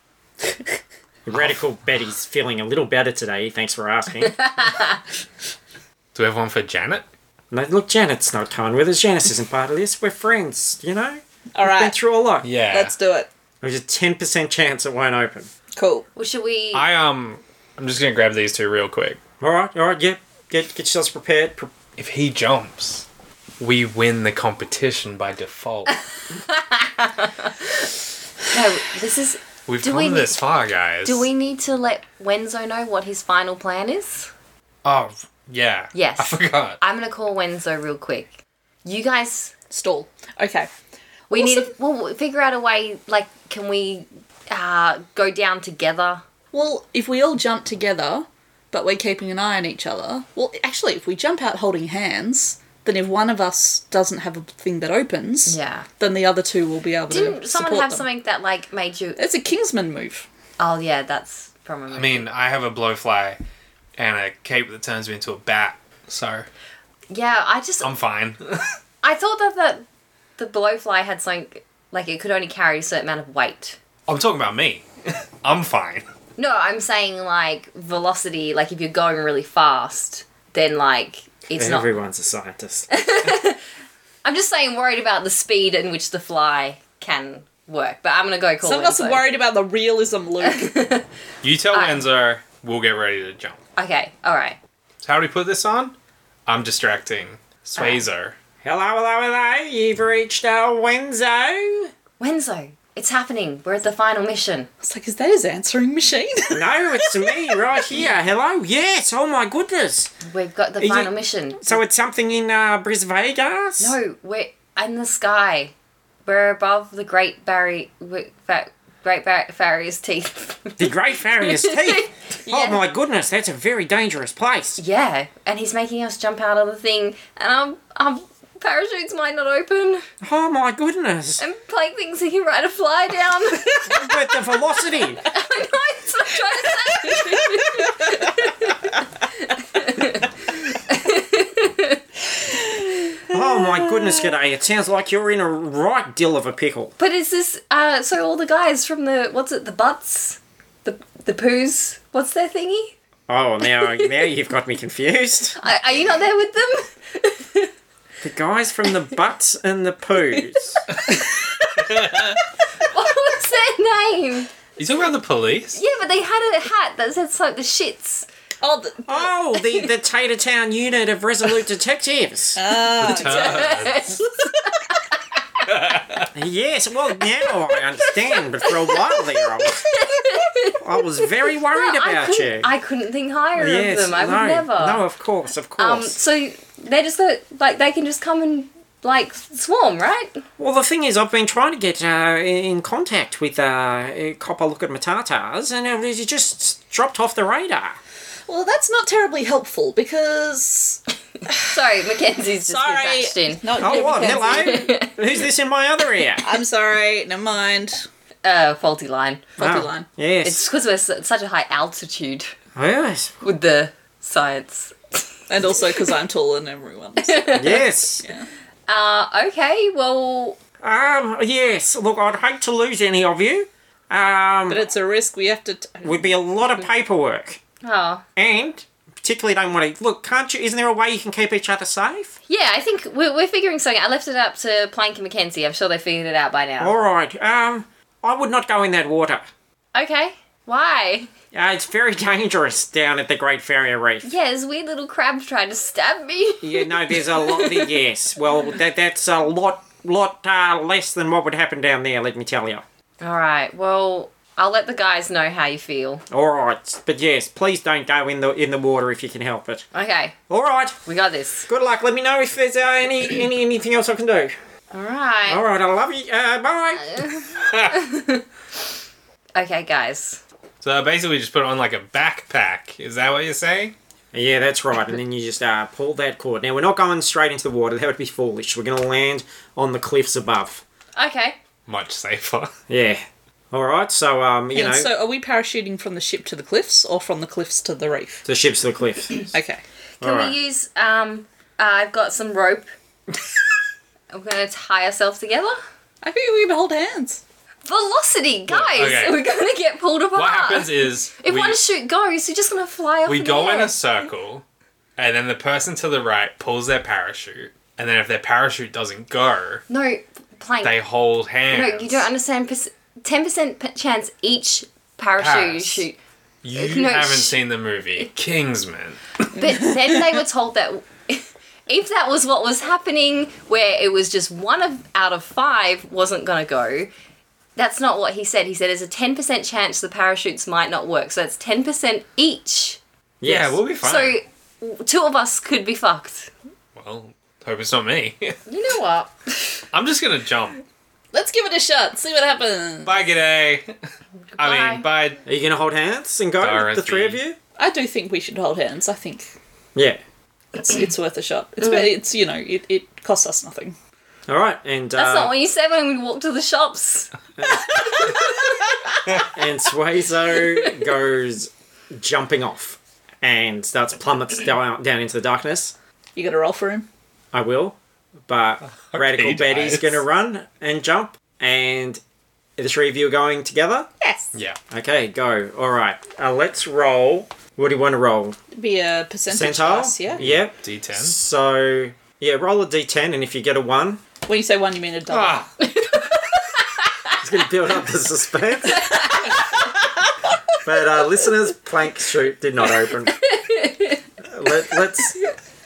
[SPEAKER 1] Radical Betty's feeling a little better today, thanks for
[SPEAKER 4] [laughs]
[SPEAKER 1] asking.
[SPEAKER 3] Do we have one for Janet?
[SPEAKER 1] no, look, Janet's not coming with us. Janice isn't part of this. We're friends, you know?
[SPEAKER 2] All
[SPEAKER 1] Been
[SPEAKER 4] Uh,
[SPEAKER 2] right.
[SPEAKER 1] through a lot.
[SPEAKER 3] Yeah.
[SPEAKER 2] Let's do it.
[SPEAKER 1] There's a 10% chance it won't open.
[SPEAKER 2] Cool.
[SPEAKER 4] Well, should we?
[SPEAKER 3] I um, I'm just gonna grab these two real quick.
[SPEAKER 1] All right, all right, yep. Get, get yourselves prepared. Pre-
[SPEAKER 3] If he jumps, we win the competition by
[SPEAKER 4] [laughs]
[SPEAKER 3] default.
[SPEAKER 4] No, this is.
[SPEAKER 3] We've
[SPEAKER 4] Do
[SPEAKER 3] come
[SPEAKER 4] we
[SPEAKER 3] this far, guys.
[SPEAKER 4] Do we need to let Wenzo know what his final plan is?
[SPEAKER 3] Oh, yeah.
[SPEAKER 4] Yes.
[SPEAKER 3] I forgot.
[SPEAKER 4] I'm gonna call Wenzo real quick. You guys,
[SPEAKER 2] Stall. Okay.
[SPEAKER 4] we need
[SPEAKER 2] Awesome.
[SPEAKER 4] to well, we'll figure out a way. Like, can we uh, go down together?
[SPEAKER 2] Well, if we all jump together, but we're keeping an eye on each other. Well, actually, if we jump out holding hands, then if one of us doesn't have a thing that opens,
[SPEAKER 4] Yeah.
[SPEAKER 2] then the other two will be able
[SPEAKER 4] Didn't
[SPEAKER 2] to.
[SPEAKER 3] Mm,
[SPEAKER 4] someone
[SPEAKER 2] support
[SPEAKER 4] have
[SPEAKER 2] them.
[SPEAKER 4] something that like made you?
[SPEAKER 2] It's a Kingsman move.
[SPEAKER 4] Oh yeah, that's probably.
[SPEAKER 3] I mean, I have a blowfly and a cape that turns me into a bat, so
[SPEAKER 4] yeah, I just
[SPEAKER 3] I'm fine. [laughs]
[SPEAKER 4] I thought that the the blowfly had something like it could only carry a certain amount of weight.
[SPEAKER 3] I'm talking about
[SPEAKER 4] [laughs]
[SPEAKER 3] me. I'm fine.
[SPEAKER 4] No, I'm saying like velocity. Like if you're going really fast, then like it's not.
[SPEAKER 1] Everyone's a scientist. [laughs]
[SPEAKER 4] I'm just saying worried about the speed in which the fly can work. But I'm gonna go call.
[SPEAKER 2] Some of us are
[SPEAKER 4] Enzo.
[SPEAKER 2] worried about the realism, [laughs] Luke.
[SPEAKER 3] You tell
[SPEAKER 4] I-
[SPEAKER 3] Enzo, we'll get ready to jump.
[SPEAKER 4] Okay, all right.
[SPEAKER 3] So how do we put this on? I'm distracting. Swazo.
[SPEAKER 1] hello, hello, hello. You've reached our Wenzo.
[SPEAKER 4] Wenzo, it's happening. We're at the final mission.
[SPEAKER 2] it's like, is that his answering machine? [laughs]
[SPEAKER 1] No, it's
[SPEAKER 4] [laughs]
[SPEAKER 1] me right here. Hello. Yes. Oh my goodness.
[SPEAKER 4] We've got the
[SPEAKER 1] you-
[SPEAKER 4] final mission.
[SPEAKER 1] So it's something in uh, Bris Vegas?
[SPEAKER 4] No, we're in the sky. We're above the Great Barry, we- Fa- Great Bar- Farrier's teeth.
[SPEAKER 1] The Great
[SPEAKER 4] [laughs]
[SPEAKER 1] Farrier's Teeth.
[SPEAKER 4] Yeah.
[SPEAKER 1] Oh my goodness, that's a very dangerous place.
[SPEAKER 4] yeah, and he's making us jump out of the thing, and um, um, parachutes might not open,
[SPEAKER 1] Oh my
[SPEAKER 4] [laughs]
[SPEAKER 1] goodness.
[SPEAKER 4] and Plank thinks he can ride a fly down. [laughs]
[SPEAKER 1] But the velocity.
[SPEAKER 4] I know, that's what I'm trying to say.
[SPEAKER 1] Oh my goodness, g'day. It sounds like you're in a right dill of a pickle.
[SPEAKER 4] But is this uh so all the guys from the what's it, the butts? The the poos? What's their thingy?
[SPEAKER 1] Oh, now, now you've got me confused.
[SPEAKER 4] Are, are you not there with them? [laughs]
[SPEAKER 1] The guys from the butts and the poos.
[SPEAKER 4] what was their name?
[SPEAKER 3] You talking about the police?
[SPEAKER 4] Yeah, but they had a hat that said like the shits.
[SPEAKER 2] oh, the,
[SPEAKER 1] Oh, the, the Tater Town unit of Resolute
[SPEAKER 4] [laughs]
[SPEAKER 1] Detectives.
[SPEAKER 4] Ah,
[SPEAKER 1] Yes, well, now I understand, but for a while there, I was, I was very worried
[SPEAKER 4] I,
[SPEAKER 1] about
[SPEAKER 4] couldn't,
[SPEAKER 1] you.
[SPEAKER 4] I couldn't think higher
[SPEAKER 1] yes,
[SPEAKER 4] of them. I
[SPEAKER 1] no,
[SPEAKER 4] would never.
[SPEAKER 1] No, of course, of
[SPEAKER 4] um,
[SPEAKER 1] course.
[SPEAKER 4] so they just got, like they can just come and like swarm, right?
[SPEAKER 1] well, the thing is, I've been trying to get uh, in contact with uh, Copper Look at Matatas, and it was- it just dropped off the radar.
[SPEAKER 2] well, that's not terribly helpful because.
[SPEAKER 4] Sorry, [laughs] Mackenzie's just been
[SPEAKER 2] Sorry.
[SPEAKER 4] bashed in.
[SPEAKER 2] Not
[SPEAKER 1] Oh,
[SPEAKER 2] you,
[SPEAKER 1] what?
[SPEAKER 2] Mackenzie.
[SPEAKER 1] Hello? Who's this in my other ear?
[SPEAKER 2] I'm sorry. Never mind.
[SPEAKER 4] Uh, faulty line.
[SPEAKER 2] Faulty
[SPEAKER 1] Oh,
[SPEAKER 2] line.
[SPEAKER 1] Yes.
[SPEAKER 4] It's because we're s- at such a high altitude
[SPEAKER 1] Yes.
[SPEAKER 4] with the science.
[SPEAKER 2] And also because I'm taller than [laughs] everyone.
[SPEAKER 1] Yes.
[SPEAKER 4] Uh, okay, well,
[SPEAKER 1] Um, yes. Look, I'd hate to lose any of you. Um,
[SPEAKER 2] But it's a risk we have to. T-
[SPEAKER 1] would be a lot of paperwork.
[SPEAKER 4] oh.
[SPEAKER 1] And particularly don't want to look, can't you isn't there a way you can keep each other safe?
[SPEAKER 4] Yeah, I think we're, we're figuring something. I left it up to Plank and Mackenzie. I'm sure they figured it out by now.
[SPEAKER 1] Alright, um I would not go in that water.
[SPEAKER 4] Okay. Why?
[SPEAKER 1] Uh, it's very [laughs] dangerous down at the Great Barrier Reef.
[SPEAKER 4] Yeah, this weird little crab tried to stab me. [laughs]
[SPEAKER 1] Yeah, no, there's a lot. yes, well, that that's a lot, lot uh, less than what would happen down there. Let me tell you.
[SPEAKER 4] All right. Well, I'll let the guys know how you feel.
[SPEAKER 1] All right, but yes, please don't go in the in the water if you can help it.
[SPEAKER 4] Okay,
[SPEAKER 1] All right,
[SPEAKER 4] we got this.
[SPEAKER 1] good luck. Let me know if there's uh, any any anything else I can do.
[SPEAKER 4] All right.
[SPEAKER 1] All right, I love you. Uh, bye.
[SPEAKER 4] Okay, guys.
[SPEAKER 3] So basically, just put it on like a backpack. Is that what you're saying?
[SPEAKER 1] Yeah, that's right. And then you just uh, pull that cord. Now, we're not going straight into the water. That would be foolish. We're going to land on the cliffs above.
[SPEAKER 4] Okay.
[SPEAKER 3] Much safer.
[SPEAKER 1] Yeah. All right. So, um, you
[SPEAKER 2] And
[SPEAKER 1] know,
[SPEAKER 2] so, are we parachuting from the ship to the cliffs or from the cliffs to the reef?
[SPEAKER 1] the ship's the cliff.
[SPEAKER 2] Okay.
[SPEAKER 4] Can
[SPEAKER 1] All
[SPEAKER 4] we
[SPEAKER 1] right.
[SPEAKER 4] use? Um, uh, I've got
[SPEAKER 3] [laughs]
[SPEAKER 4] some rope. I'm gonna tie ourselves together.
[SPEAKER 2] I think we can hold hands.
[SPEAKER 4] Velocity, guys.
[SPEAKER 3] okay.
[SPEAKER 4] [laughs] We're gonna get pulled
[SPEAKER 3] [laughs]
[SPEAKER 4] apart.
[SPEAKER 3] What happens is
[SPEAKER 4] Ah, If
[SPEAKER 3] we,
[SPEAKER 4] one shoot goes, you're just gonna fly off.
[SPEAKER 3] we
[SPEAKER 4] in the
[SPEAKER 3] go in
[SPEAKER 4] air.
[SPEAKER 3] a circle, and then the person to the right pulls their parachute, and then if their parachute doesn't go,
[SPEAKER 4] no plank.
[SPEAKER 3] they hold hands.
[SPEAKER 4] no, you don't understand. Ten percent chance each parachute you
[SPEAKER 3] Pass.
[SPEAKER 4] shoot.
[SPEAKER 3] You
[SPEAKER 4] No,
[SPEAKER 3] haven't
[SPEAKER 4] sh-
[SPEAKER 3] seen the movie Kingsman.
[SPEAKER 4] [laughs] But then they were told that [laughs] if that was what was happening, where it was just one of out of five wasn't going to go, that's not what he said. He said there's a 10% chance the parachutes might not work. So that's 10% each.
[SPEAKER 1] Yes.
[SPEAKER 3] Yeah, we'll be fine.
[SPEAKER 4] So two of us could be fucked.
[SPEAKER 3] well, hope it's not me. [laughs]
[SPEAKER 4] You know what?
[SPEAKER 3] I'm just gonna jump.
[SPEAKER 2] Let's give it a shot. See what happens.
[SPEAKER 3] Bye, g'day. [laughs] I mean, bye.
[SPEAKER 1] Are you going to hold hands and go,
[SPEAKER 3] Dorothy.
[SPEAKER 1] the three of you?
[SPEAKER 2] I do think we should hold hands. I think
[SPEAKER 1] Yeah.
[SPEAKER 2] it's it's worth a shot. It's but
[SPEAKER 1] Mm.
[SPEAKER 2] it's you know it, it costs us nothing.
[SPEAKER 1] All right. And
[SPEAKER 4] That's not
[SPEAKER 1] uh,
[SPEAKER 4] what you said when we walked to the shops.
[SPEAKER 1] and Suezo goes jumping off and starts plummets down, down into the darkness.
[SPEAKER 2] You got to roll for him.
[SPEAKER 1] I will. But Radical
[SPEAKER 3] he
[SPEAKER 1] Betty's
[SPEAKER 3] dies.
[SPEAKER 1] going to run and jump. And the three of you are going together.
[SPEAKER 2] Yes.
[SPEAKER 3] Yeah.
[SPEAKER 1] Okay, go. All right. Uh, let's roll. What do you want to roll?
[SPEAKER 2] Be a percentage
[SPEAKER 1] Percentile?
[SPEAKER 2] pass. Yeah.
[SPEAKER 1] Yeah.
[SPEAKER 3] D10.
[SPEAKER 1] So, yeah, roll a d10, and if you get a 1,
[SPEAKER 2] When you say one, you mean a double.
[SPEAKER 3] Ah,
[SPEAKER 1] it's going to build up the suspense. but uh, listeners, plank shoot did not open. Let, let's.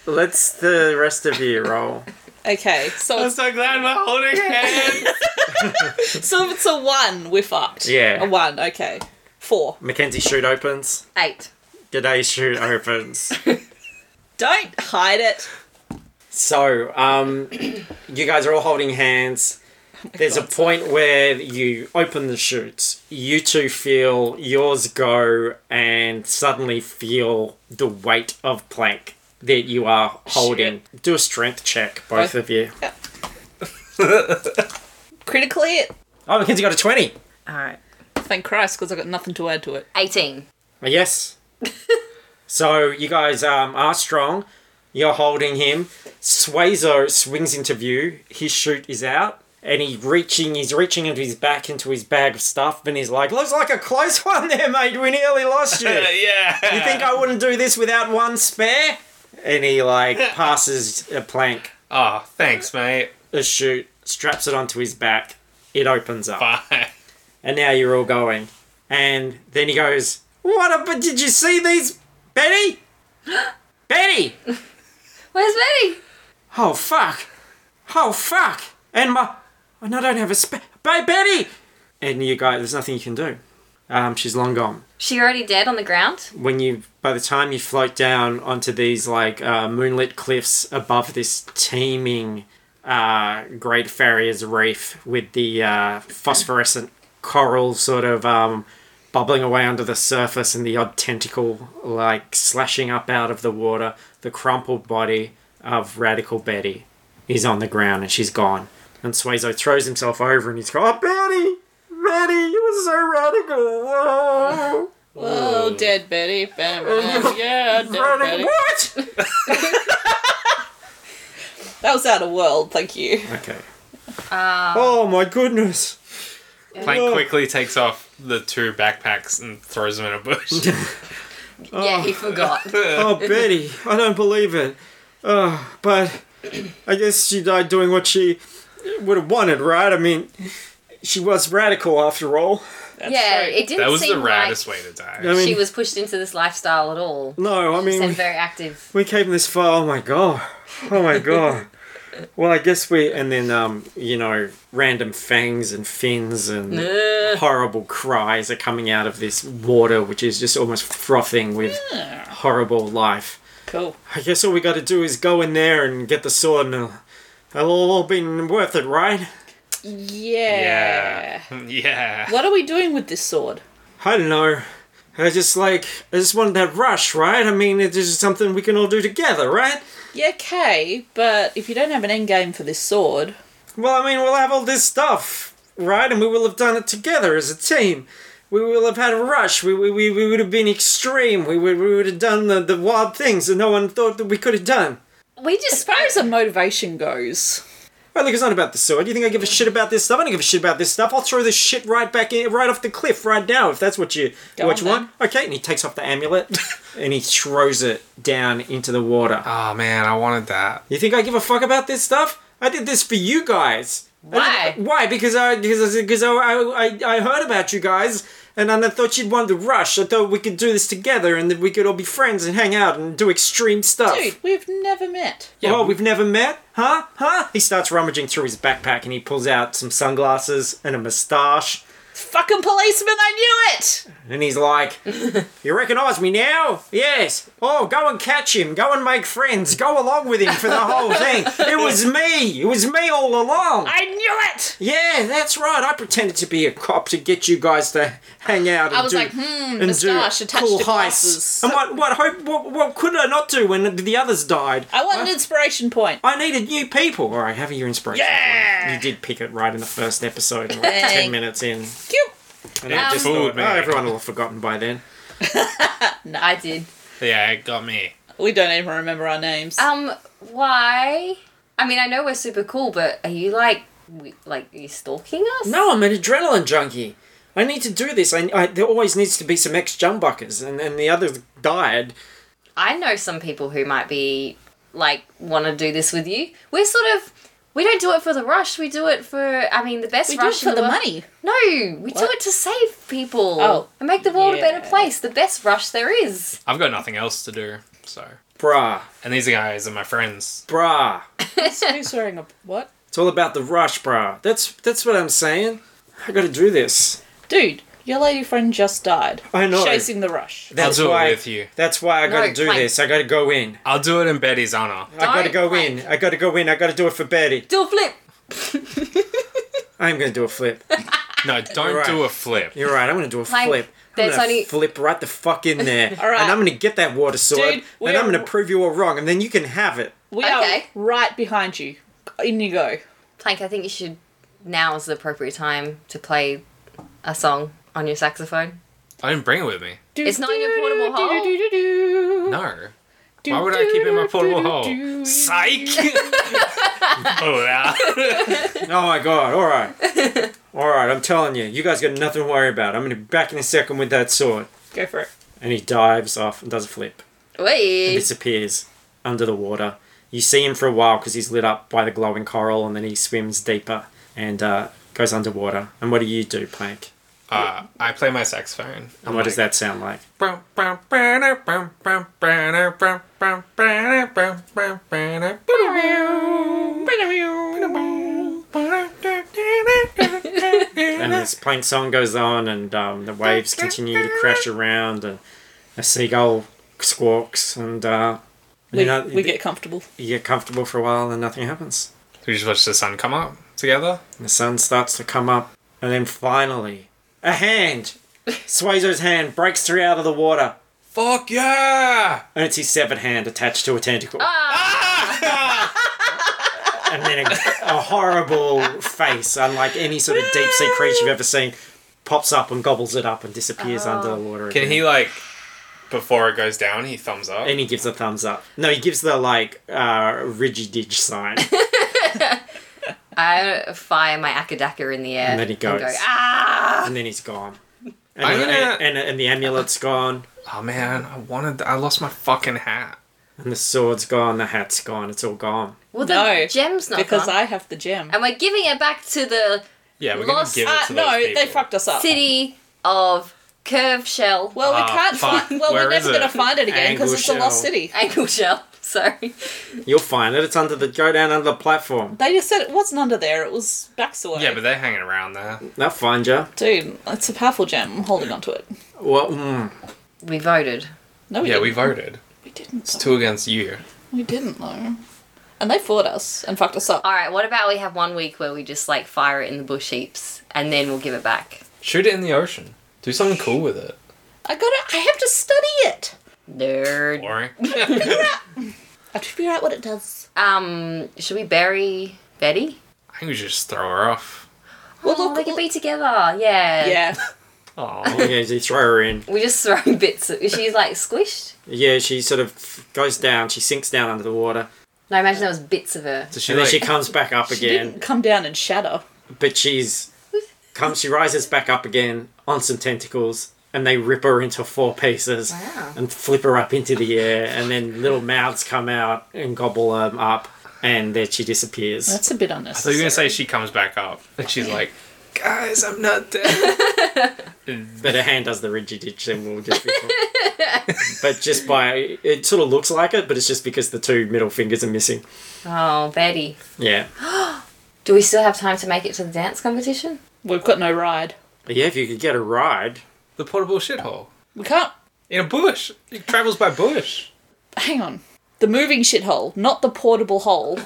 [SPEAKER 1] Let's the rest of you roll.
[SPEAKER 2] Okay. So
[SPEAKER 3] I'm
[SPEAKER 2] it's,
[SPEAKER 3] so glad we're holding hands.
[SPEAKER 2] so if it's a one, we're fucked.
[SPEAKER 1] Yeah.
[SPEAKER 2] A one. Okay. Four.
[SPEAKER 1] Mackenzie shoot opens.
[SPEAKER 4] Eight.
[SPEAKER 1] G'day shoot opens.
[SPEAKER 2] Don't hide it.
[SPEAKER 1] So, um, you guys are all holding hands. There's a
[SPEAKER 2] God.
[SPEAKER 1] point where you open the chutes. You two feel yours go and suddenly feel the weight of plank that you are holding. Do a strength check,
[SPEAKER 2] Both.
[SPEAKER 1] both of you.
[SPEAKER 2] Critically, it.
[SPEAKER 1] Oh, Mackenzie got a 20.
[SPEAKER 4] All right.
[SPEAKER 2] Thank Christ, because I've got nothing to add to it.
[SPEAKER 4] 18.
[SPEAKER 1] A Yes. so, you guys um, are strong. You're holding him. Suezo swings into view. His chute is out. And he's reaching, he's reaching into his back into his bag of stuff, and he's like, "Looks like a close [laughs] one there, mate. We nearly lost you."
[SPEAKER 3] yeah.
[SPEAKER 4] [laughs]
[SPEAKER 1] You think I wouldn't do this without one spare? And he like passes a plank,
[SPEAKER 3] Oh, thanks, mate. [laughs]
[SPEAKER 1] a chute, straps it onto his back. It opens up,
[SPEAKER 3] Bye.
[SPEAKER 1] and now you're all going. And then he goes, "What? A, but did you see these, Betty? Betty?
[SPEAKER 4] Where's Betty?
[SPEAKER 1] Oh fuck! Oh fuck! And my, and I don't have a spare, ba- Betty." And you guys, there's nothing you can do. Um, she's long gone.
[SPEAKER 4] She already dead on the ground?
[SPEAKER 1] when you by the time you float down onto these like uh, moonlit cliffs above this teeming uh, Great Farrier's Reef with the uh, phosphorescent coral sort of um, bubbling away under the surface and the odd tentacle like slashing up out of the water, the crumpled body of Radical Betty is on the ground and she's gone. And Suezo throws himself over and he's going, oh, Betty! Betty, you were so radical! Oh." [laughs]
[SPEAKER 2] Oh, dead Betty. Bam, bam. Yeah, dead Betty.
[SPEAKER 1] What?
[SPEAKER 2] That was out of world. Thank you.
[SPEAKER 1] Okay.
[SPEAKER 4] Um,
[SPEAKER 1] oh my goodness.
[SPEAKER 3] Plank quickly takes off the two backpacks and throws them in a
[SPEAKER 4] [laughs]
[SPEAKER 3] bush. [laughs]
[SPEAKER 4] Yeah, he forgot. [laughs]
[SPEAKER 1] Oh Betty, I don't believe it. Uh, but I guess she died doing what she would have wanted, right? I mean, she was radical after all.
[SPEAKER 2] That's
[SPEAKER 4] yeah,
[SPEAKER 2] right.
[SPEAKER 4] it didn't
[SPEAKER 3] That was the
[SPEAKER 4] seem like
[SPEAKER 3] raddest way to
[SPEAKER 1] Yeah.
[SPEAKER 3] die.
[SPEAKER 1] I mean-
[SPEAKER 4] she was pushed into this lifestyle at all.
[SPEAKER 1] No, I
[SPEAKER 4] She
[SPEAKER 1] mean,
[SPEAKER 4] seemed
[SPEAKER 1] we,
[SPEAKER 4] very active.
[SPEAKER 1] we came this far. Oh my god. Oh
[SPEAKER 4] [laughs]
[SPEAKER 1] my god. well, I guess we. And then, um, you know, random fangs and fins and
[SPEAKER 4] Ugh.
[SPEAKER 1] horrible cries are coming out of this water, which is just almost frothing with
[SPEAKER 2] Yeah.
[SPEAKER 1] horrible life.
[SPEAKER 2] [laughs] Cool.
[SPEAKER 1] I guess all we got to do is go in there and get the sword, and it'll, it'll all been worth it, right?
[SPEAKER 2] Yeah.
[SPEAKER 3] Yeah. [laughs] Yeah.
[SPEAKER 2] What are we doing with this sword?
[SPEAKER 1] I don't know. I just like I just wanted that rush, right? I mean, it's just something we can all do together, right?
[SPEAKER 2] Yeah, okay, but if you don't have an end game for this sword,
[SPEAKER 1] Well, I mean, we'll have all this stuff, right? And we will have done it together as a team. We will have had a rush. We, we, we, we would have been extreme. We would, we would have done the, the wild things that no one thought that we could have done.
[SPEAKER 4] We
[SPEAKER 2] as
[SPEAKER 4] just
[SPEAKER 2] far as the motivation goes,
[SPEAKER 1] Well, look, it's not about the sword. You think I give a shit about this stuff? I don't give a shit about this stuff. I'll throw this shit right back in, right off the cliff right now if that's what you
[SPEAKER 2] Go
[SPEAKER 1] what
[SPEAKER 2] on
[SPEAKER 1] you want. Okay, and he takes off the amulet [laughs] and he throws it down into the water.
[SPEAKER 3] Oh man, I wanted that.
[SPEAKER 1] You think I give a fuck about this stuff? I did this for you guys. I
[SPEAKER 4] Why?
[SPEAKER 1] did- why? Because I because I- because I, I I- I heard about you guys and then I thought you'd want the rush. I thought we could do this together and that we could all be friends and hang out and do extreme stuff.
[SPEAKER 2] dude, we've never met.
[SPEAKER 1] oh, we've never met? Huh? Huh? He starts rummaging through his backpack and he pulls out some sunglasses and a moustache.
[SPEAKER 2] Fucking policeman, I knew it!
[SPEAKER 1] And
[SPEAKER 2] [laughs]
[SPEAKER 1] he's like, You recognize me now? Yes. Oh, go and catch him. Go and make friends. Go along with him for the whole
[SPEAKER 2] [laughs]
[SPEAKER 1] thing. It was me. It was me all along.
[SPEAKER 2] I knew it!
[SPEAKER 1] Yeah, that's right. I pretended to be a cop to get you guys to hang out. And
[SPEAKER 2] I was
[SPEAKER 1] do,
[SPEAKER 2] like, hmm,
[SPEAKER 1] and do
[SPEAKER 2] moustache attached
[SPEAKER 1] cool
[SPEAKER 2] to
[SPEAKER 1] heists.
[SPEAKER 2] glasses.
[SPEAKER 1] And what what hope what, what could I not do when the others died?
[SPEAKER 2] I want an inspiration point.
[SPEAKER 1] I needed new people. All right, have your inspiration.
[SPEAKER 2] Yeah!
[SPEAKER 1] You did pick it right in the first episode. and we're
[SPEAKER 2] Dang.
[SPEAKER 1] Ten minutes in,
[SPEAKER 2] Cute.
[SPEAKER 1] and I
[SPEAKER 4] Um,
[SPEAKER 1] just
[SPEAKER 3] Fooled
[SPEAKER 1] thought,
[SPEAKER 3] me.
[SPEAKER 1] oh, everyone will have forgotten by then.
[SPEAKER 4] no, I did.
[SPEAKER 3] Yeah, it got me.
[SPEAKER 2] We don't even remember our names.
[SPEAKER 4] Um, why? I mean, I know we're super cool, but are you like, we, like, are you stalking us?
[SPEAKER 1] No, I'm an adrenaline junkie. I need to do this. I, I there always needs to be some ex jumbuckers, and and the others died.
[SPEAKER 4] I know some people who might be like want to do this with you. We're sort of we don't do it for the rush. We do it for I mean the best
[SPEAKER 2] we do it
[SPEAKER 4] rush
[SPEAKER 2] for
[SPEAKER 4] in
[SPEAKER 2] the
[SPEAKER 4] world-
[SPEAKER 2] money.
[SPEAKER 4] No, we do
[SPEAKER 2] What?
[SPEAKER 4] it to save people
[SPEAKER 2] Oh,
[SPEAKER 4] and make the world a better
[SPEAKER 2] yeah.
[SPEAKER 4] place. The best rush there is.
[SPEAKER 3] I've got nothing else to do, so.
[SPEAKER 1] Bruh,
[SPEAKER 3] And these guys are my friends.
[SPEAKER 1] bruh.
[SPEAKER 2] Who's wearing a. What?
[SPEAKER 1] It's all about the rush, bruh. That's that's what I'm saying. I gotta do this.
[SPEAKER 2] Dude, your lady friend just died.
[SPEAKER 1] I know.
[SPEAKER 2] Chasing the rush.
[SPEAKER 1] That's
[SPEAKER 3] I'll do
[SPEAKER 1] why,
[SPEAKER 3] it with you.
[SPEAKER 1] That's why I gotta do
[SPEAKER 4] plank.
[SPEAKER 1] this. I gotta go in.
[SPEAKER 3] I'll do it in Betty's honor.
[SPEAKER 1] I gotta
[SPEAKER 4] Don't
[SPEAKER 1] go
[SPEAKER 4] plank.
[SPEAKER 1] in. I gotta go in. I gotta do it for Betty.
[SPEAKER 4] Do a flip.
[SPEAKER 1] I'm gonna do a flip.
[SPEAKER 3] No, don't
[SPEAKER 1] Right.
[SPEAKER 3] do a flip.
[SPEAKER 1] You're right. I'm gonna do a
[SPEAKER 4] Plank.
[SPEAKER 1] flip. I'm
[SPEAKER 4] There's
[SPEAKER 1] gonna
[SPEAKER 4] only-
[SPEAKER 1] flip right the fuck in there.
[SPEAKER 2] [laughs] All right.
[SPEAKER 1] And I'm gonna get that water sword.
[SPEAKER 2] Dude,
[SPEAKER 1] and
[SPEAKER 2] we're-
[SPEAKER 1] I'm gonna prove you all wrong. And then you can have it.
[SPEAKER 2] We
[SPEAKER 4] Okay.
[SPEAKER 2] are right behind you. In you go.
[SPEAKER 4] Plank. I think you should. Now is the appropriate time to play a song on your saxophone.
[SPEAKER 3] I didn't bring it with me.
[SPEAKER 4] It's not in your portable hole?
[SPEAKER 2] hole.
[SPEAKER 3] No. Why would I keep it in my portable hole?
[SPEAKER 1] [laughs]
[SPEAKER 3] Psych! oh, yeah.
[SPEAKER 1] Oh my god.
[SPEAKER 2] [laughs]
[SPEAKER 1] All right. all right. I'm telling you. You guys got nothing to worry about. I'm gonna be back in a second with that sword.
[SPEAKER 2] Go for it.
[SPEAKER 1] And he dives off and does a flip.
[SPEAKER 4] Wait.
[SPEAKER 1] disappears under the water. You see him for a while because he's lit up by the glowing coral, and then he swims deeper and uh, goes underwater. And what do you do, Plank?
[SPEAKER 3] [laughs] uh, I play my saxophone.
[SPEAKER 1] And what does that sound like?
[SPEAKER 2] [laughs]
[SPEAKER 1] And this Plank song goes on, and um, the waves continue to crash around, and a seagull squawks, and uh,
[SPEAKER 2] We,
[SPEAKER 1] you know
[SPEAKER 2] we get comfortable.
[SPEAKER 1] you get comfortable for a while, and nothing happens.
[SPEAKER 3] We just watch the sun come up together.
[SPEAKER 1] The sun starts to come up, and then finally,
[SPEAKER 2] [laughs]
[SPEAKER 1] a hand! Suezo's hand breaks through out of the water,
[SPEAKER 3] Fuck yeah!
[SPEAKER 1] and it's his severed hand attached to a tentacle.
[SPEAKER 2] Ah!
[SPEAKER 1] [laughs] and then a, a horrible face, unlike any sort of deep sea creature you've ever seen, pops up and gobbles it up and disappears under
[SPEAKER 2] Oh.
[SPEAKER 1] the water.
[SPEAKER 3] Can
[SPEAKER 1] again.
[SPEAKER 3] he like before it goes down? He thumbs up.
[SPEAKER 1] And he gives a thumbs up. No, he gives the like uh, ridgy
[SPEAKER 2] [laughs]
[SPEAKER 1] ditch sign.
[SPEAKER 4] I fire my akadaka in the air.
[SPEAKER 1] And then he goes.
[SPEAKER 4] go, ah!
[SPEAKER 1] and then he's gone. And,
[SPEAKER 3] I'm
[SPEAKER 1] the-
[SPEAKER 3] gonna-
[SPEAKER 1] and, and the amulet's gone.
[SPEAKER 3] Oh man, I wanted. I lost my fucking hat.
[SPEAKER 1] And the sword's gone, the hat's gone, it's all gone.
[SPEAKER 4] Well, the
[SPEAKER 2] No,
[SPEAKER 4] gem's not
[SPEAKER 2] Because
[SPEAKER 4] gone.
[SPEAKER 2] I have the gem.
[SPEAKER 4] and we're giving it back to the
[SPEAKER 3] Yeah, we're
[SPEAKER 4] Lost-
[SPEAKER 3] gonna give
[SPEAKER 2] Uh,
[SPEAKER 3] it to
[SPEAKER 2] no,
[SPEAKER 3] those people.
[SPEAKER 2] they fucked us up.
[SPEAKER 4] city of curve shell,
[SPEAKER 2] Well, we
[SPEAKER 3] Ah,
[SPEAKER 2] can't
[SPEAKER 3] fuck.
[SPEAKER 2] find. Well,
[SPEAKER 3] Where
[SPEAKER 2] we're
[SPEAKER 3] is
[SPEAKER 2] never going to
[SPEAKER 3] it?
[SPEAKER 2] find it again because
[SPEAKER 1] Angle
[SPEAKER 2] it's a lost
[SPEAKER 1] shell.
[SPEAKER 2] city.
[SPEAKER 4] angle shell. [laughs] Sorry.
[SPEAKER 1] You'll find it. It's under the go down under the platform.
[SPEAKER 2] They just said it wasn't under there. It was backs away.
[SPEAKER 3] Yeah, but they're hanging around there.
[SPEAKER 1] They'll find you.
[SPEAKER 2] dude, it's a powerful gem. I'm holding onto it.
[SPEAKER 1] Well, mm,
[SPEAKER 4] We voted.
[SPEAKER 2] No, we
[SPEAKER 3] Yeah,
[SPEAKER 2] didn't.
[SPEAKER 3] we voted.
[SPEAKER 2] we didn't.
[SPEAKER 3] It's
[SPEAKER 2] though.
[SPEAKER 3] two against you.
[SPEAKER 2] we didn't though. And they fought us and fucked us up.
[SPEAKER 4] All right, what about we have one week where we just like fire it in the bush heaps and then we'll give it back?
[SPEAKER 3] Shoot it in the ocean. Do something cool with it.
[SPEAKER 2] I gotta. I have to study it.
[SPEAKER 4] Nerd.
[SPEAKER 3] Boring.
[SPEAKER 2] I have to figure out what it does.
[SPEAKER 4] Um, should we bury Betty?
[SPEAKER 3] I think we should just throw her off.
[SPEAKER 2] Well,
[SPEAKER 4] Oh,
[SPEAKER 2] look,
[SPEAKER 4] we could
[SPEAKER 2] look-
[SPEAKER 4] be together. Yeah.
[SPEAKER 2] Yeah.
[SPEAKER 3] [laughs] Oh,
[SPEAKER 1] yeah, you throw her in.
[SPEAKER 4] We just [laughs] throw bits. She's like squished.
[SPEAKER 1] Yeah, she sort of goes down. She sinks down under the water,
[SPEAKER 4] And I imagine there was bits of her.
[SPEAKER 3] Does she
[SPEAKER 1] and then
[SPEAKER 3] like?
[SPEAKER 1] she comes back up
[SPEAKER 2] She
[SPEAKER 1] again.
[SPEAKER 2] didn't come down and shatter.
[SPEAKER 1] But she's comes. She rises back up again on some tentacles, and they rip her into four pieces
[SPEAKER 4] Wow.
[SPEAKER 1] and flip her up into the air, and then little mouths come out and gobble her up, and then she disappears.
[SPEAKER 2] That's a bit
[SPEAKER 3] so
[SPEAKER 2] unnecessary.
[SPEAKER 3] you're gonna say she comes back up, and she's like, "Guys, I'm not dead."
[SPEAKER 1] But her hand does the rigid ditch, and we'll just. Be
[SPEAKER 4] [laughs]
[SPEAKER 1] fine. but just by it sort of looks like it, but it's just because the two middle fingers are missing.
[SPEAKER 4] Oh, Betty.
[SPEAKER 1] Yeah,
[SPEAKER 4] Do we still have time to make it to the dance competition?
[SPEAKER 2] We've got no ride.
[SPEAKER 1] but yeah. If you could get a ride,
[SPEAKER 3] the portable shithole
[SPEAKER 2] We can't.
[SPEAKER 3] in a bush. It travels by bush.
[SPEAKER 2] Hang on. The moving shithole, not the portable hole.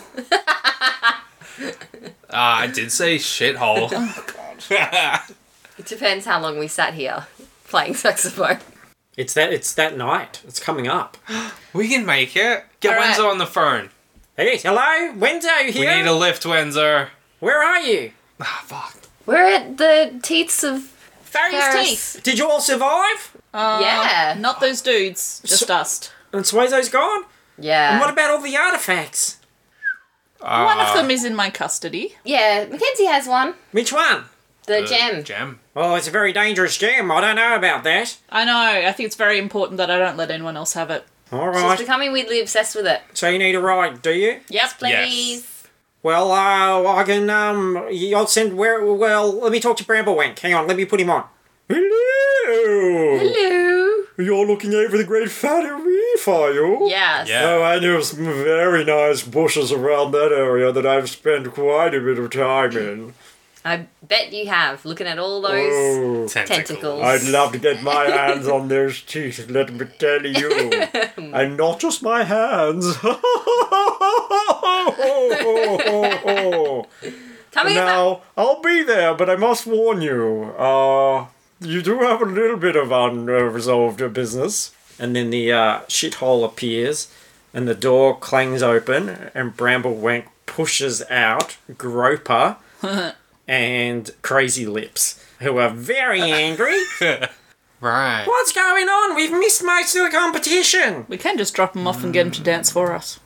[SPEAKER 3] Ah, I did say shithole.
[SPEAKER 4] It depends how long we sat here playing [laughs] saxophone.
[SPEAKER 1] it's that it's that night. It's coming up.
[SPEAKER 3] [laughs] we can make it. Get
[SPEAKER 2] All right.
[SPEAKER 3] Wenzo on the phone.
[SPEAKER 1] Hey, hello, Wenzo
[SPEAKER 3] We
[SPEAKER 1] here.
[SPEAKER 3] need a lift, Wenzo.
[SPEAKER 1] Where are you?
[SPEAKER 3] Ah, fuck.
[SPEAKER 4] We're at the teats of. Ferris.
[SPEAKER 2] Fairy's teeth.
[SPEAKER 1] Did you all survive?
[SPEAKER 2] Uh,
[SPEAKER 4] Yeah.
[SPEAKER 2] Not those dudes. Just us.
[SPEAKER 1] And Suezo's gone.
[SPEAKER 4] Yeah.
[SPEAKER 1] And what about all the artifacts?
[SPEAKER 3] Ah,
[SPEAKER 2] One of them is in my custody.
[SPEAKER 4] yeah, Mackenzie has one.
[SPEAKER 1] Which one?
[SPEAKER 4] The
[SPEAKER 3] the
[SPEAKER 4] gem.
[SPEAKER 3] Gem.
[SPEAKER 1] Oh, it's a very dangerous gem. I don't know about that.
[SPEAKER 2] I know. I think it's very important that I don't let anyone else have it.
[SPEAKER 1] All
[SPEAKER 4] She's
[SPEAKER 1] right.
[SPEAKER 4] becoming weirdly obsessed with it.
[SPEAKER 1] so you need a ride, do you?
[SPEAKER 2] Yep.
[SPEAKER 4] Please.
[SPEAKER 1] Well, uh, I can, um, I'll send where, well, let me talk to Bramblewank. Hang on, let me put him on. Hello!
[SPEAKER 4] Hello.
[SPEAKER 1] You're looking over the Great Fatty Reef, are you?
[SPEAKER 4] Yes.
[SPEAKER 3] Yeah.
[SPEAKER 5] Oh, and there's some very nice bushes around that area that I've spent quite a bit of time in.
[SPEAKER 4] I bet you have. Looking at all those.
[SPEAKER 5] Oh,
[SPEAKER 4] Tentacles.
[SPEAKER 5] I'd love to get my hands on those teeth, let me tell you. And not just my hands. [laughs]
[SPEAKER 4] Coming up.
[SPEAKER 5] now, I'll be there, but I must warn you, uh, you do have a little bit of unresolved business.
[SPEAKER 1] And then the, uh, shithole appears, and the door clangs open, and Bramblewank pushes out Groper and Crazy Lips, who are very angry.
[SPEAKER 3] Right.
[SPEAKER 1] What's going on? We've missed most of the competition!
[SPEAKER 2] We can just drop them off and get them to dance for us.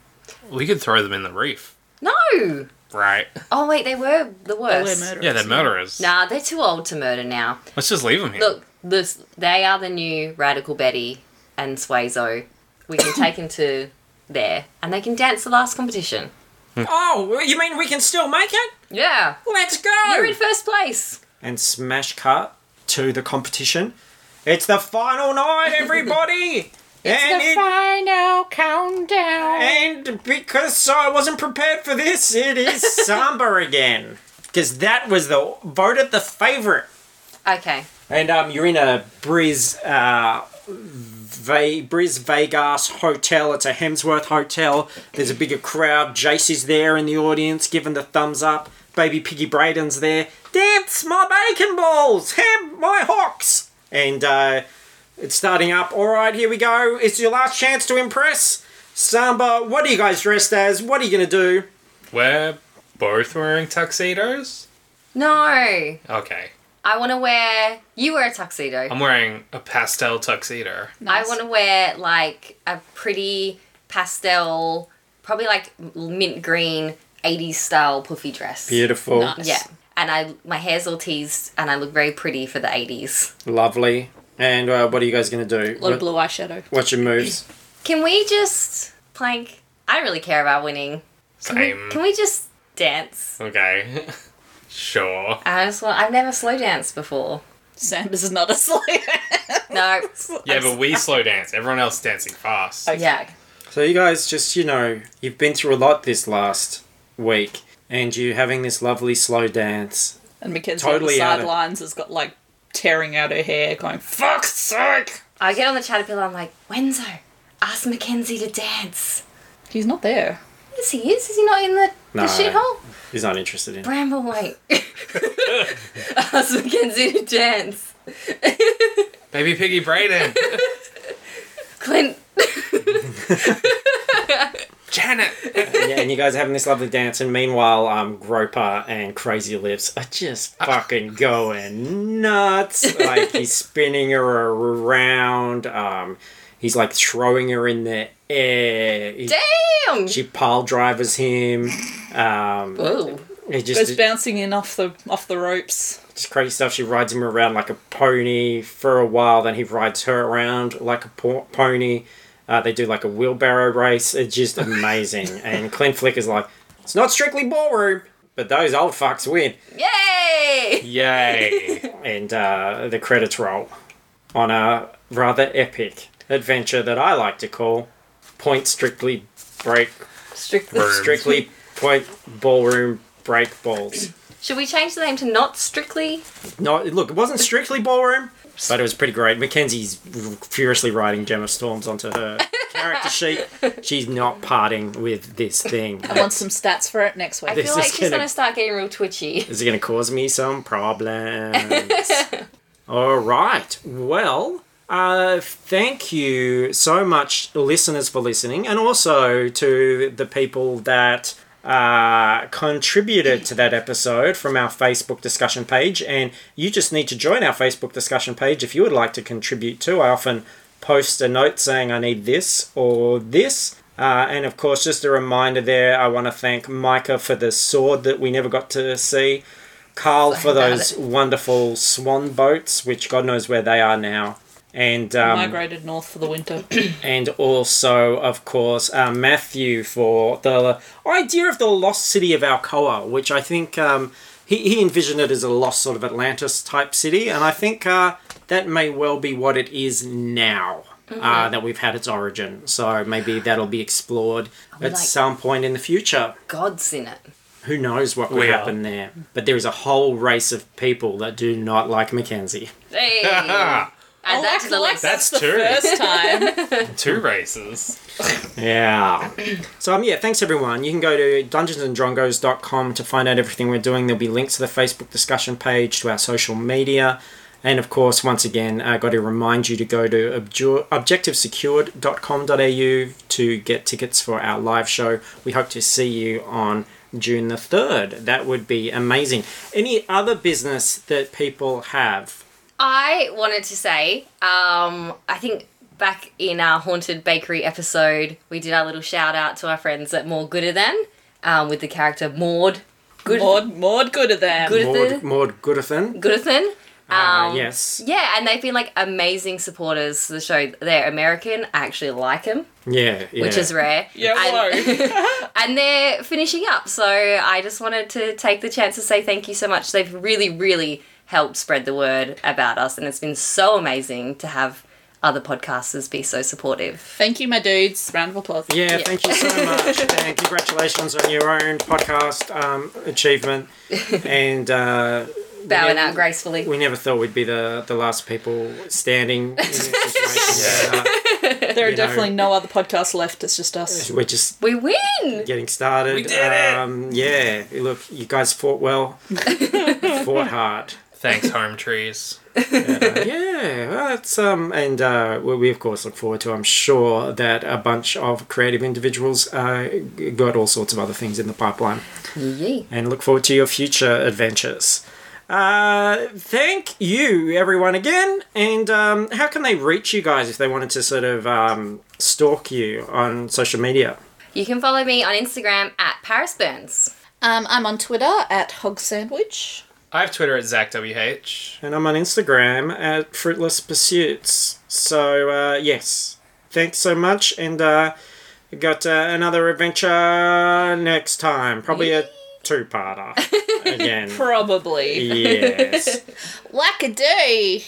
[SPEAKER 3] We could throw them in the reef.
[SPEAKER 4] No.
[SPEAKER 3] Right.
[SPEAKER 4] Oh wait, they were the
[SPEAKER 2] They
[SPEAKER 4] worst.
[SPEAKER 2] were murderers.
[SPEAKER 3] Yeah, they're murderers.
[SPEAKER 4] Nah, they're too old to murder now.
[SPEAKER 3] Let's just leave them here.
[SPEAKER 4] Look, this they are the new Radical Betty and Swayzo. We can take them to there, and they can dance the last competition.
[SPEAKER 1] Oh, you mean we can still make it?
[SPEAKER 4] Yeah,
[SPEAKER 1] Let's go!
[SPEAKER 4] you're in first place.
[SPEAKER 1] and smash cut to the competition. It's the final
[SPEAKER 4] [laughs]
[SPEAKER 1] night, everybody! and, it-
[SPEAKER 2] final countdown.
[SPEAKER 1] and because I wasn't prepared for this, it
[SPEAKER 4] [laughs]
[SPEAKER 1] is Samba again. Because that was the voted the favourite.
[SPEAKER 4] Okay,
[SPEAKER 1] And um, you're in a Briz, uh, Ve- Briz Vegas hotel. It's a Hemsworth hotel. There's a bigger crowd. Jace is there in the audience, giving the thumbs up. Baby Piggy Braden's there. Dance my bacon balls, ham my hocks. And uh, it's starting up. All right, here we go. It's your last chance to impress. Samba, what are you guys dressed as? What are you gonna do?
[SPEAKER 3] We're both wearing tuxedos?
[SPEAKER 4] no, I
[SPEAKER 3] Okay.
[SPEAKER 4] want to wear. You wear a tuxedo.
[SPEAKER 3] I'm wearing a pastel tuxedo.
[SPEAKER 4] I want to wear like a pretty pastel, probably like mint green '80s style puffy dress.
[SPEAKER 1] Beautiful,
[SPEAKER 2] Nice.
[SPEAKER 4] Yeah, and I my hair's all teased, and I look very pretty for the '80s.
[SPEAKER 1] lovely. And uh, what are you guys gonna do?
[SPEAKER 2] A lot of
[SPEAKER 1] What-
[SPEAKER 2] blue eyeshadow.
[SPEAKER 1] What's your moves?
[SPEAKER 4] Can we just plank? I don't really care about winning.
[SPEAKER 3] Same.
[SPEAKER 4] Can we just dance?
[SPEAKER 3] Okay. [laughs] sure. [laughs]
[SPEAKER 4] I just want. I've never slow danced before.
[SPEAKER 2] Sanders is not a [laughs] slayer.
[SPEAKER 4] No.
[SPEAKER 3] Yeah, but we slow dance. Everyone else dancing fast.
[SPEAKER 4] Yeah.
[SPEAKER 1] So you guys just, you know, you've been through a lot this last week and you having this lovely slow dance.
[SPEAKER 2] and Mackenzie
[SPEAKER 1] Totally
[SPEAKER 2] on
[SPEAKER 1] out
[SPEAKER 2] the
[SPEAKER 1] of-
[SPEAKER 2] sidelines has got like tearing out her hair, going "Fuck's sake!"
[SPEAKER 4] I get on the Caterpillar, I'm like, Wenzo, ask Mackenzie to dance.
[SPEAKER 2] He's not there.
[SPEAKER 4] Yes, he is. Is he not in the,
[SPEAKER 1] No.
[SPEAKER 4] the shithole?
[SPEAKER 1] He's not interested in. [laughs]
[SPEAKER 4] Bramble White. [laughs] ask Mackenzie to dance.
[SPEAKER 3] Baby piggy Brayden.
[SPEAKER 4] Clint.
[SPEAKER 3] Janet.
[SPEAKER 1] yeah, and you guys are having this lovely dance, and meanwhile, um, Groper and Crazy Lips are just fucking going nuts. Like he's spinning her around. Um, he's like throwing her in the air. He,
[SPEAKER 4] Damn!
[SPEAKER 1] she pile drivers him. Um,
[SPEAKER 4] Whoa.
[SPEAKER 1] he
[SPEAKER 2] Goes
[SPEAKER 1] just
[SPEAKER 2] bouncing in off the off the ropes.
[SPEAKER 1] just crazy stuff. She rides him around like a pony for a while, then he rides her around like a po- pony. Uh, they do like a wheelbarrow race. It's just amazing. and Clint Flick is like, it's not strictly ballroom, but those old fucks win.
[SPEAKER 4] Yay!
[SPEAKER 3] Yay.
[SPEAKER 1] And uh, the credits roll on a rather epic adventure that I like to call Point Strictly Break.
[SPEAKER 4] [laughs] Strictly.
[SPEAKER 3] Room.
[SPEAKER 1] Strictly Point Ballroom Break Balls.
[SPEAKER 4] Should we change the name to not strictly?
[SPEAKER 1] No, look, it wasn't strictly ballroom, but it was pretty great. Mackenzie's furiously writing Gemma Storms onto her character sheet. She's not parting with this thing.
[SPEAKER 2] I want some stats for it next
[SPEAKER 4] I
[SPEAKER 2] week.
[SPEAKER 1] This
[SPEAKER 4] feel like
[SPEAKER 1] is
[SPEAKER 4] she's
[SPEAKER 1] gonna-
[SPEAKER 4] gonna start getting real twitchy.
[SPEAKER 1] Is it going to cause me some problems? All right. Well, uh, thank you so much, listeners, for listening, and also to the people that uh, contributed to that episode from our Facebook discussion page. And you just need to join our Facebook discussion page if you would like to contribute too. I often post a note saying I need this or this. Uh, and of course, just a reminder there, I want to thank Micah for the sword that we never got to see. Carl for
[SPEAKER 4] about
[SPEAKER 1] those wonderful swan boats, which God knows where they are now. And um,
[SPEAKER 2] Migrated north for the [clears throat] winter. Oh,
[SPEAKER 1] and also, of course, uh, Matthew for the idea of the lost city of Alcoa, which I think um, he, he envisioned it as a lost sort of Atlantis type city, and I think uh, that may well be what it is now. Uh, that we've had its origin, so maybe that'll be explored at
[SPEAKER 4] like-
[SPEAKER 1] some point in the future.
[SPEAKER 4] God's in it.
[SPEAKER 1] Who knows what will
[SPEAKER 3] We are.
[SPEAKER 1] happen there? But there is a whole race of people that do not like Mackenzie. [laughs]
[SPEAKER 4] Hey! Add
[SPEAKER 3] Ah,
[SPEAKER 2] Oh,
[SPEAKER 4] that to the list.
[SPEAKER 3] That's
[SPEAKER 2] the
[SPEAKER 3] two.
[SPEAKER 2] first
[SPEAKER 1] [laughs]
[SPEAKER 2] time.
[SPEAKER 3] Two races.
[SPEAKER 1] Yeah. [clears throat] So, um, yeah, thanks everyone. You can go to dungeonsanddrongos.com to find out everything we're doing. There'll be links to the Facebook discussion page, to our social media. And of course, once again, i got to remind you to go to obju- objectivesecured.com.au to get tickets for our live show. We hope to see you on June the 3rd. That would be amazing. Any other business that people have?
[SPEAKER 4] I wanted to say, um, I think back in our haunted bakery episode, we did our little shout out to our friends at More Gooder Than, um, with the character Maud Good
[SPEAKER 2] Maud, Maud, gooder than.
[SPEAKER 4] Good-
[SPEAKER 1] Maud, Maud Goodethan?
[SPEAKER 4] Goodethan.
[SPEAKER 1] Uh,
[SPEAKER 4] Um,
[SPEAKER 1] yes.
[SPEAKER 4] Yeah, and they've been like amazing supporters to the show. They're American. I actually like them,
[SPEAKER 1] Yeah, yeah.
[SPEAKER 4] which is rare.
[SPEAKER 2] Yeah,
[SPEAKER 4] and,
[SPEAKER 2] whoa.
[SPEAKER 4] [laughs] and they're finishing up. So I just wanted to take the chance to say thank you so much. They've really, really helped spread the word about us, and it's been so amazing to have other podcasters be so supportive.
[SPEAKER 2] Thank you, my dudes. Round of applause.
[SPEAKER 1] Yeah,
[SPEAKER 4] Yeah.
[SPEAKER 1] thank you so much, and congratulations on your own podcast um, achievement. And uh,
[SPEAKER 4] Bowing
[SPEAKER 1] Yeah.
[SPEAKER 4] out gracefully.
[SPEAKER 1] we never thought we'd be the, the last people standing in this situation.
[SPEAKER 2] There are
[SPEAKER 1] you know.
[SPEAKER 2] definitely no other podcasts left. It's just us.
[SPEAKER 1] Uh, we're just
[SPEAKER 4] We win!
[SPEAKER 1] getting started. We
[SPEAKER 3] did it!
[SPEAKER 1] Um, yeah, look, you guys fought well, fought hard.
[SPEAKER 3] Thanks, home trees.
[SPEAKER 1] [laughs] yeah, well, that's um, and uh, we, we of course look forward to. I'm sure that a bunch of creative individuals uh, g- got all sorts of other things in the pipeline,
[SPEAKER 4] Yee.
[SPEAKER 1] and look forward to your future adventures. Uh, thank you, everyone, again. And um, how can they reach you guys if they wanted to sort of um, stalk you on social media?
[SPEAKER 4] You can follow me on Instagram at Paris Burns.
[SPEAKER 2] Um, I'm on Twitter at Hog Sandwich.
[SPEAKER 3] I have Twitter at ZachWH.
[SPEAKER 1] And I'm on Instagram at Fruitless Pursuits. So, uh, yes. Thanks so much. And uh, we got uh, another adventure next time. Probably a two parter again.
[SPEAKER 2] Probably.
[SPEAKER 1] yes.
[SPEAKER 2] Whack-a-doo.